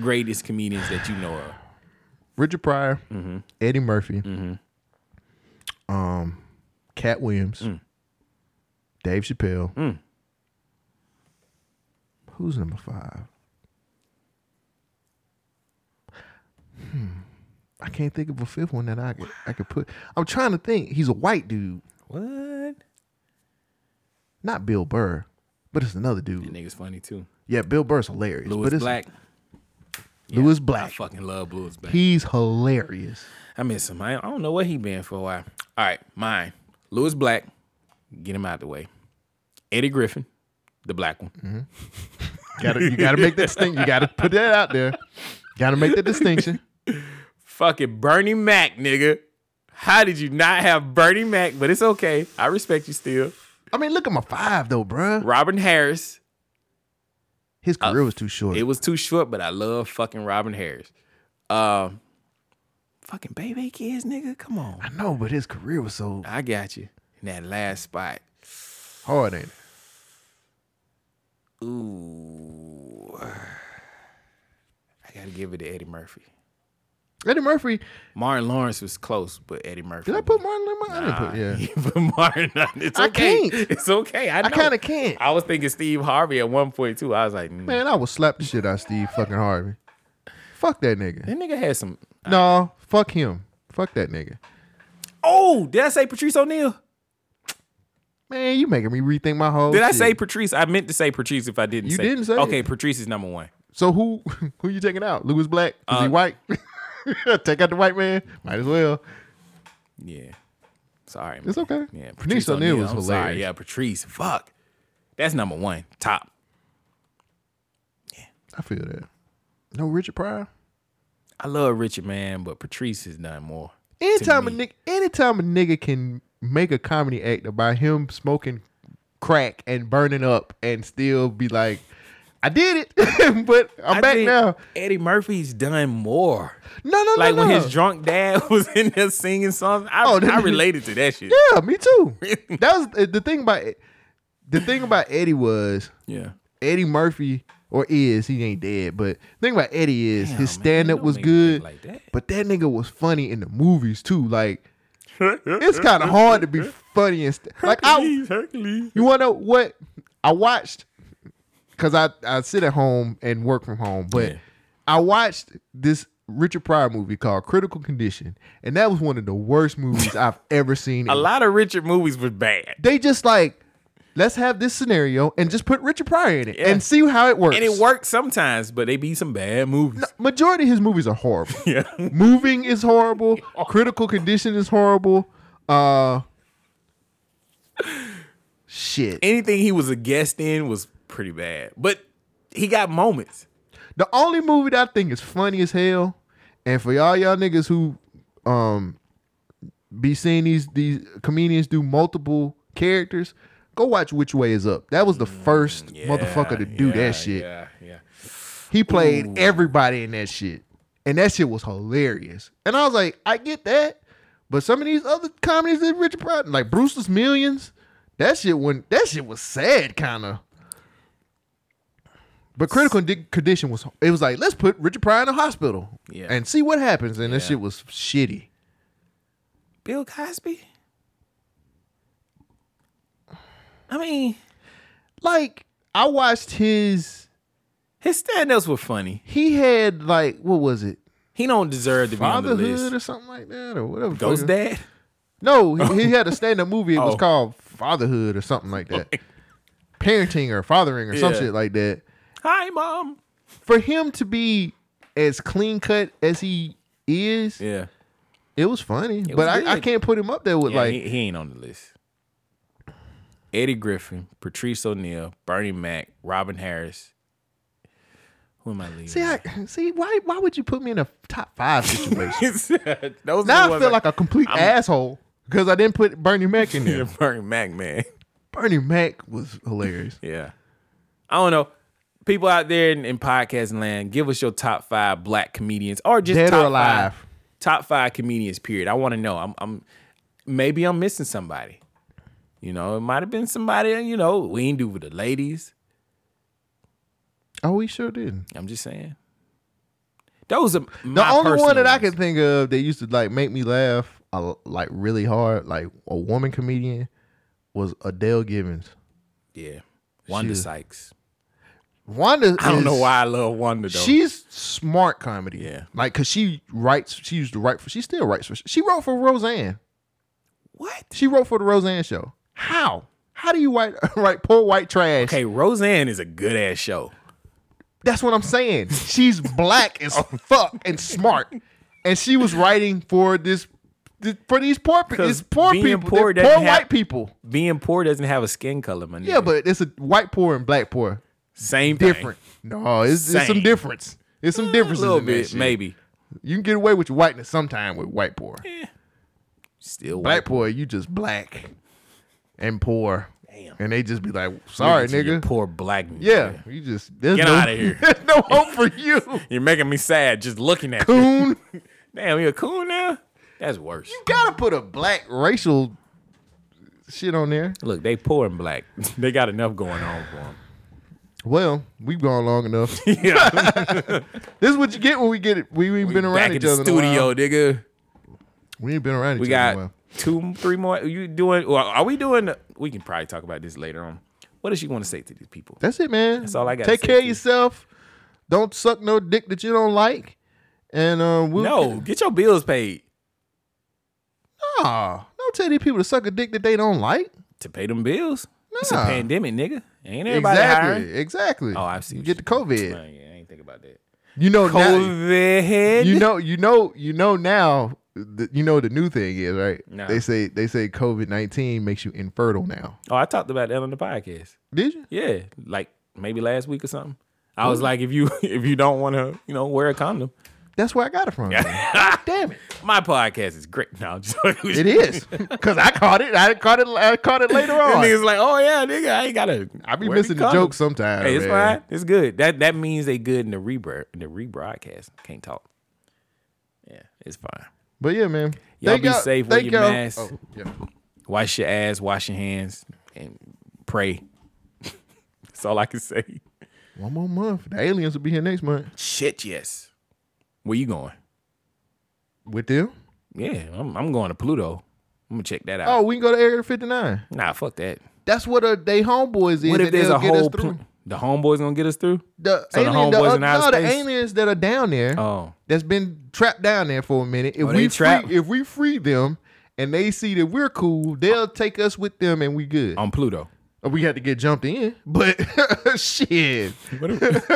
greatest comedians that you know of. Richard Pryor, Eddie Murphy, um, Cat Williams, Dave Chappelle. Who's number five? Hmm. I can't think of a fifth one that I could, I could put. I'm trying to think. He's a white dude. What? Not Bill Burr, but it's another dude. That nigga's funny too. Yeah, Bill Burr's hilarious. Louis but it's Black. Louis Black. I fucking love Louis Black. He's hilarious. I miss him. I, I don't know where he been for a while. All right, mine. Louis Black, get him out the way. Eddie Griffin, the black one. Gotta, you gotta make that distinction. You gotta put that out there. Gotta make the distinction. Fucking Bernie Mac, nigga. How did you not have Bernie Mac? But it's okay. I respect you still. I mean, look at my five though, bruh. Robin Harris. His career was too short. Uh, It was too short, but I love fucking Robin Harris. Um, fucking baby kids, nigga. Come on. I know, but his career was so I got you. In that last spot. hard, ain't it? Ooh. I gotta give it to Eddie Murphy. Eddie Murphy. Martin Lawrence was close, but Eddie Murphy. Did I put Martin Lemon? I didn't put. Yeah. [LAUGHS] put Martin? on. It's I okay. can't. It's okay. I, I know. kinda can't. I was thinking Steve Harvey at one point too. I was like, mm. Man, I would slap the shit out of Steve fucking Harvey. Fuck that nigga. that nigga had some. No, fuck him. Fuck that nigga. Oh, did I say Patrice O'Neal? Man, you making me rethink my whole. Did I Oh, shit. say Patrice? I meant to say Patrice if I didn't. You say didn't say it. Okay, Patrice is number one. So who [LAUGHS] who you taking out? Louis Black? Is he Uh, white? [LAUGHS] Take out the white man. Might as well. Yeah. Sorry. It's man. okay. Yeah, Patrice O'Neal was I'm hilarious. Sorry. Yeah, Patrice. Fuck. That's number one. Top. I feel that. No Richard Pryor. I love Richard, man, but Patrice has done more. Anytime a me. nigga, anytime a nigga can make a comedy act about him smoking crack and burning up and still be like, I did it, [LAUGHS] but I'm I back think now. Eddie Murphy's done more. No, no, no, Like when no. his drunk dad [LAUGHS] was in there singing songs. I, Oh, that- I related to that shit. yeah, [LAUGHS] me too. that was uh, the thing about the thing about Eddie was Yeah. Eddie Murphy or is he ain't dead, but the thing about Eddie is Damn, man, his stand up don't was make me good, think like that. but that nigga was funny in the movies [LAUGHS] too. Like it's kind of hard to be funny and st- like I Hercules. You want to know what I watched? Because I, I sit at home and work from home, but Yeah. I watched this Richard Pryor movie called Critical Condition, and that was one of the worst [LAUGHS] movies I've ever seen. A lot of Richard movies was bad. They just like, let's have this scenario and just put Richard Pryor in it Yeah. and see how it works. And it worked sometimes, but they be some bad movies. Majority of his movies are horrible. [LAUGHS] Yeah. Oh. Moving is [LAUGHS] horrible. Critical Condition is horrible. Uh, shit. Anything he was a guest in was pretty bad. But he got moments. The only movie that I think is funny as hell, and for y'all y'all niggas who um be seeing these these comedians do multiple characters, go watch Which Way Is Up. That was the first motherfucker to do Mm, yeah, that shit. Yeah, yeah. He played everybody in that shit, and that shit was hilarious. And I was like, I get that, but some of these other comedies that Richard Pryor, like Brewster's Millions, that shit when that shit was sad kind of. But critical Di- condition was it was like let's put Richard Pryor in a hospital Yeah. and see what happens, and that shit was shitty. Bill Cosby? I mean, Like I watched his, his stand-ups were funny. he had like what was it, He don't deserve to be on the fatherhood list. or something like that or whatever. Ghost fucking- Dad? No, [LAUGHS] he, he had a stand-up movie. It was Oh. called Fatherhood or something like that. Parenting or fathering or some Yeah. shit like that. Hi, Mom. For him to be as clean cut as he is, Yeah. it was funny. was but I, I good. can't put him up there with Yeah, like he, he ain't on the list. Eddie Griffin, Patrice O'Neal, Bernie Mac, Robin Harris. Who am I leaving? see I, see why why would you put me in a top five situation? [LAUGHS] Those are the now I ones feel like a complete I'm- asshole because I didn't put Bernie Mac in [LAUGHS] there. Yeah, Bernie Mac, man. Bernie Mac was hilarious. Yeah. I don't know. people out there in, in podcasting land, give us your top five black comedians or just Dead or top alive. Five, top five comedians. Period. I want to know. I'm, I'm maybe I'm missing somebody. You know, it might have been somebody. You know, we ain't do with the ladies. Oh, we sure didn't. I'm just saying. Those are The my only personal one that I can think of that used to like make me laugh uh, like really hard, like a woman comedian, was Adele Gibbons. Yeah. Wanda She- Sykes. Wanda, I don't know is- why I love Wanda though. She's smart comedy. Yeah, like because she writes. She used to write for. She still writes for. She wrote for Roseanne. What? She wrote for the Roseanne show. How? How do you write [LAUGHS] write poor white trash? Okay, Roseanne is a good ass show. That's what I'm saying. She's black [LAUGHS] Oh. as fuck and smart, and she was writing for this th- for these poor people. 'Cause These poor being people. poor Poor, poor doesn't white have- people. Being poor doesn't have a skin color, man. Yeah, but it's a white poor and black poor. Same thing. Different. No, it's, it's some Same. Eh, difference. It's some differences. little in that bit, shit. maybe. You can get away with your whiteness sometime with white poor. Still black white. poor, you just black and poor. And they just be like, sorry, Look at you, you nigga. Poor black man. Yeah, you just there's Get no, out of here. [LAUGHS] There's no hope for [LAUGHS] you. You're making me sad just looking at Coon. you. Damn, you a coon now? That's worse. You gotta put a black racial shit on there. Look, they poor and black. [LAUGHS] they got enough going on for [LAUGHS] them. Well, we've gone [LAUGHS] long enough. this is what you get when we get it. We ain't been around Back each in the other. in a while. studio, nigga. We ain't been around each We other. in a got while. two, three more. You doing? Well, are we doing? We can probably talk about this later on. What does she want to say to these people? That's it, man. That's all I got. Take care of yourself. Don't suck no dick that you don't like. And uh, we'll No, get your bills paid. Nah, don't tell these people to suck a dick that they don't like. To pay them bills. It's a Nah. pandemic, nigga. Ain't everybody Exactly. hiring? Exactly. Oh, I see. You get the COVID. Oh, yeah, I ain't think about that. You know COVID. Now, you know. You know. You know now. th- You know the new thing is right. Nah. They say they say COVID nineteen makes you infertile now. Oh, I talked about that on the podcast. Did you? Yeah, like maybe last week or something. I was like, if you [LAUGHS] if you don't want to, you know, wear a condom. That's where I got it from. [LAUGHS] Damn it! My podcast is great. [LAUGHS] No, I'm just [LAUGHS] It is because I caught it. I caught it. I caught it later That on. nigga's like, oh yeah, nigga, I ain't gotta. I be wear the missing the condom." joke sometimes. Hey, it's man. fine. It's good. That that means they good in the rebroad in the rebroadcast. Can't talk. Yeah, it's fine. But yeah, man. Y'all Thank be safe. Wear thank your y'all. mask. Oh, yeah. Wash your ass. Wash your hands. And pray. [LAUGHS] That's all I can say. One more month. The aliens will be here next month Shit, yes. Where you going? with them. Yeah, I'm, I'm going to Pluto. I'm gonna check that out. Oh, we can go to Area Fifty Nine. Nah, fuck that. That's what a, they homeboys is. What if that there's they'll a get us whole through. pl- the homeboys gonna get us through? The So the alien, the, homeboys oth- in outer no, the space? aliens that are down there Oh. that's been trapped down there for a minute. If Oh, they we trapped? free, if we free them and they see that we're cool, they'll take us with them and we good. On Pluto. we had to get jumped in, but [LAUGHS] [LAUGHS] shit, What if,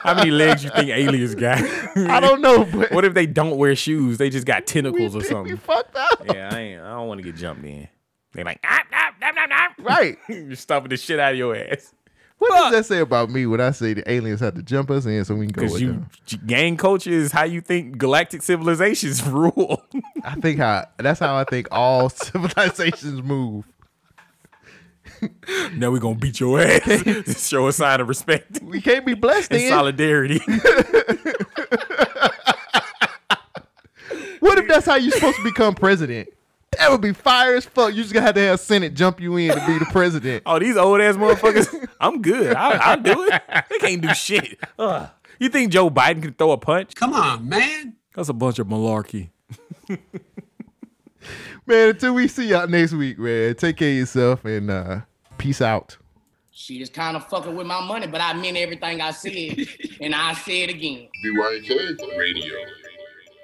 how many legs you think aliens got? [LAUGHS] [LAUGHS] I don't know. But what if they don't wear shoes? They just got tentacles or we [LAUGHS] something. fucked up, Yeah, I, ain't, I don't want to get jumped in. They like, ah, ah, ah, ah, ah. right? [LAUGHS] you're stomping the shit out of your ass What does that say about me when I say the aliens have to jump us in so we can go because with you them? gang culture is how you think galactic civilizations [LAUGHS] rule. I think how that's how I think all [LAUGHS] civilizations move. now we're gonna beat your ass. [LAUGHS] Show a sign of respect We can't be blessed and then. solidarity. What if that's how you're supposed to become president? That would be fire as fuck. You just gotta have to have Senate jump you in to be the president. [LAUGHS] Oh, these old ass motherfuckers. I'm good. I, I'll do it. They can't do shit. Ugh. You think Joe Biden can throw a punch? Come on, man. That's a bunch of malarkey. Man, until we see y'all next week, man. Take care of yourself and uh peace out. She just kind of fucking with my money, but I meant everything I said, and I say it again. BYK Radio.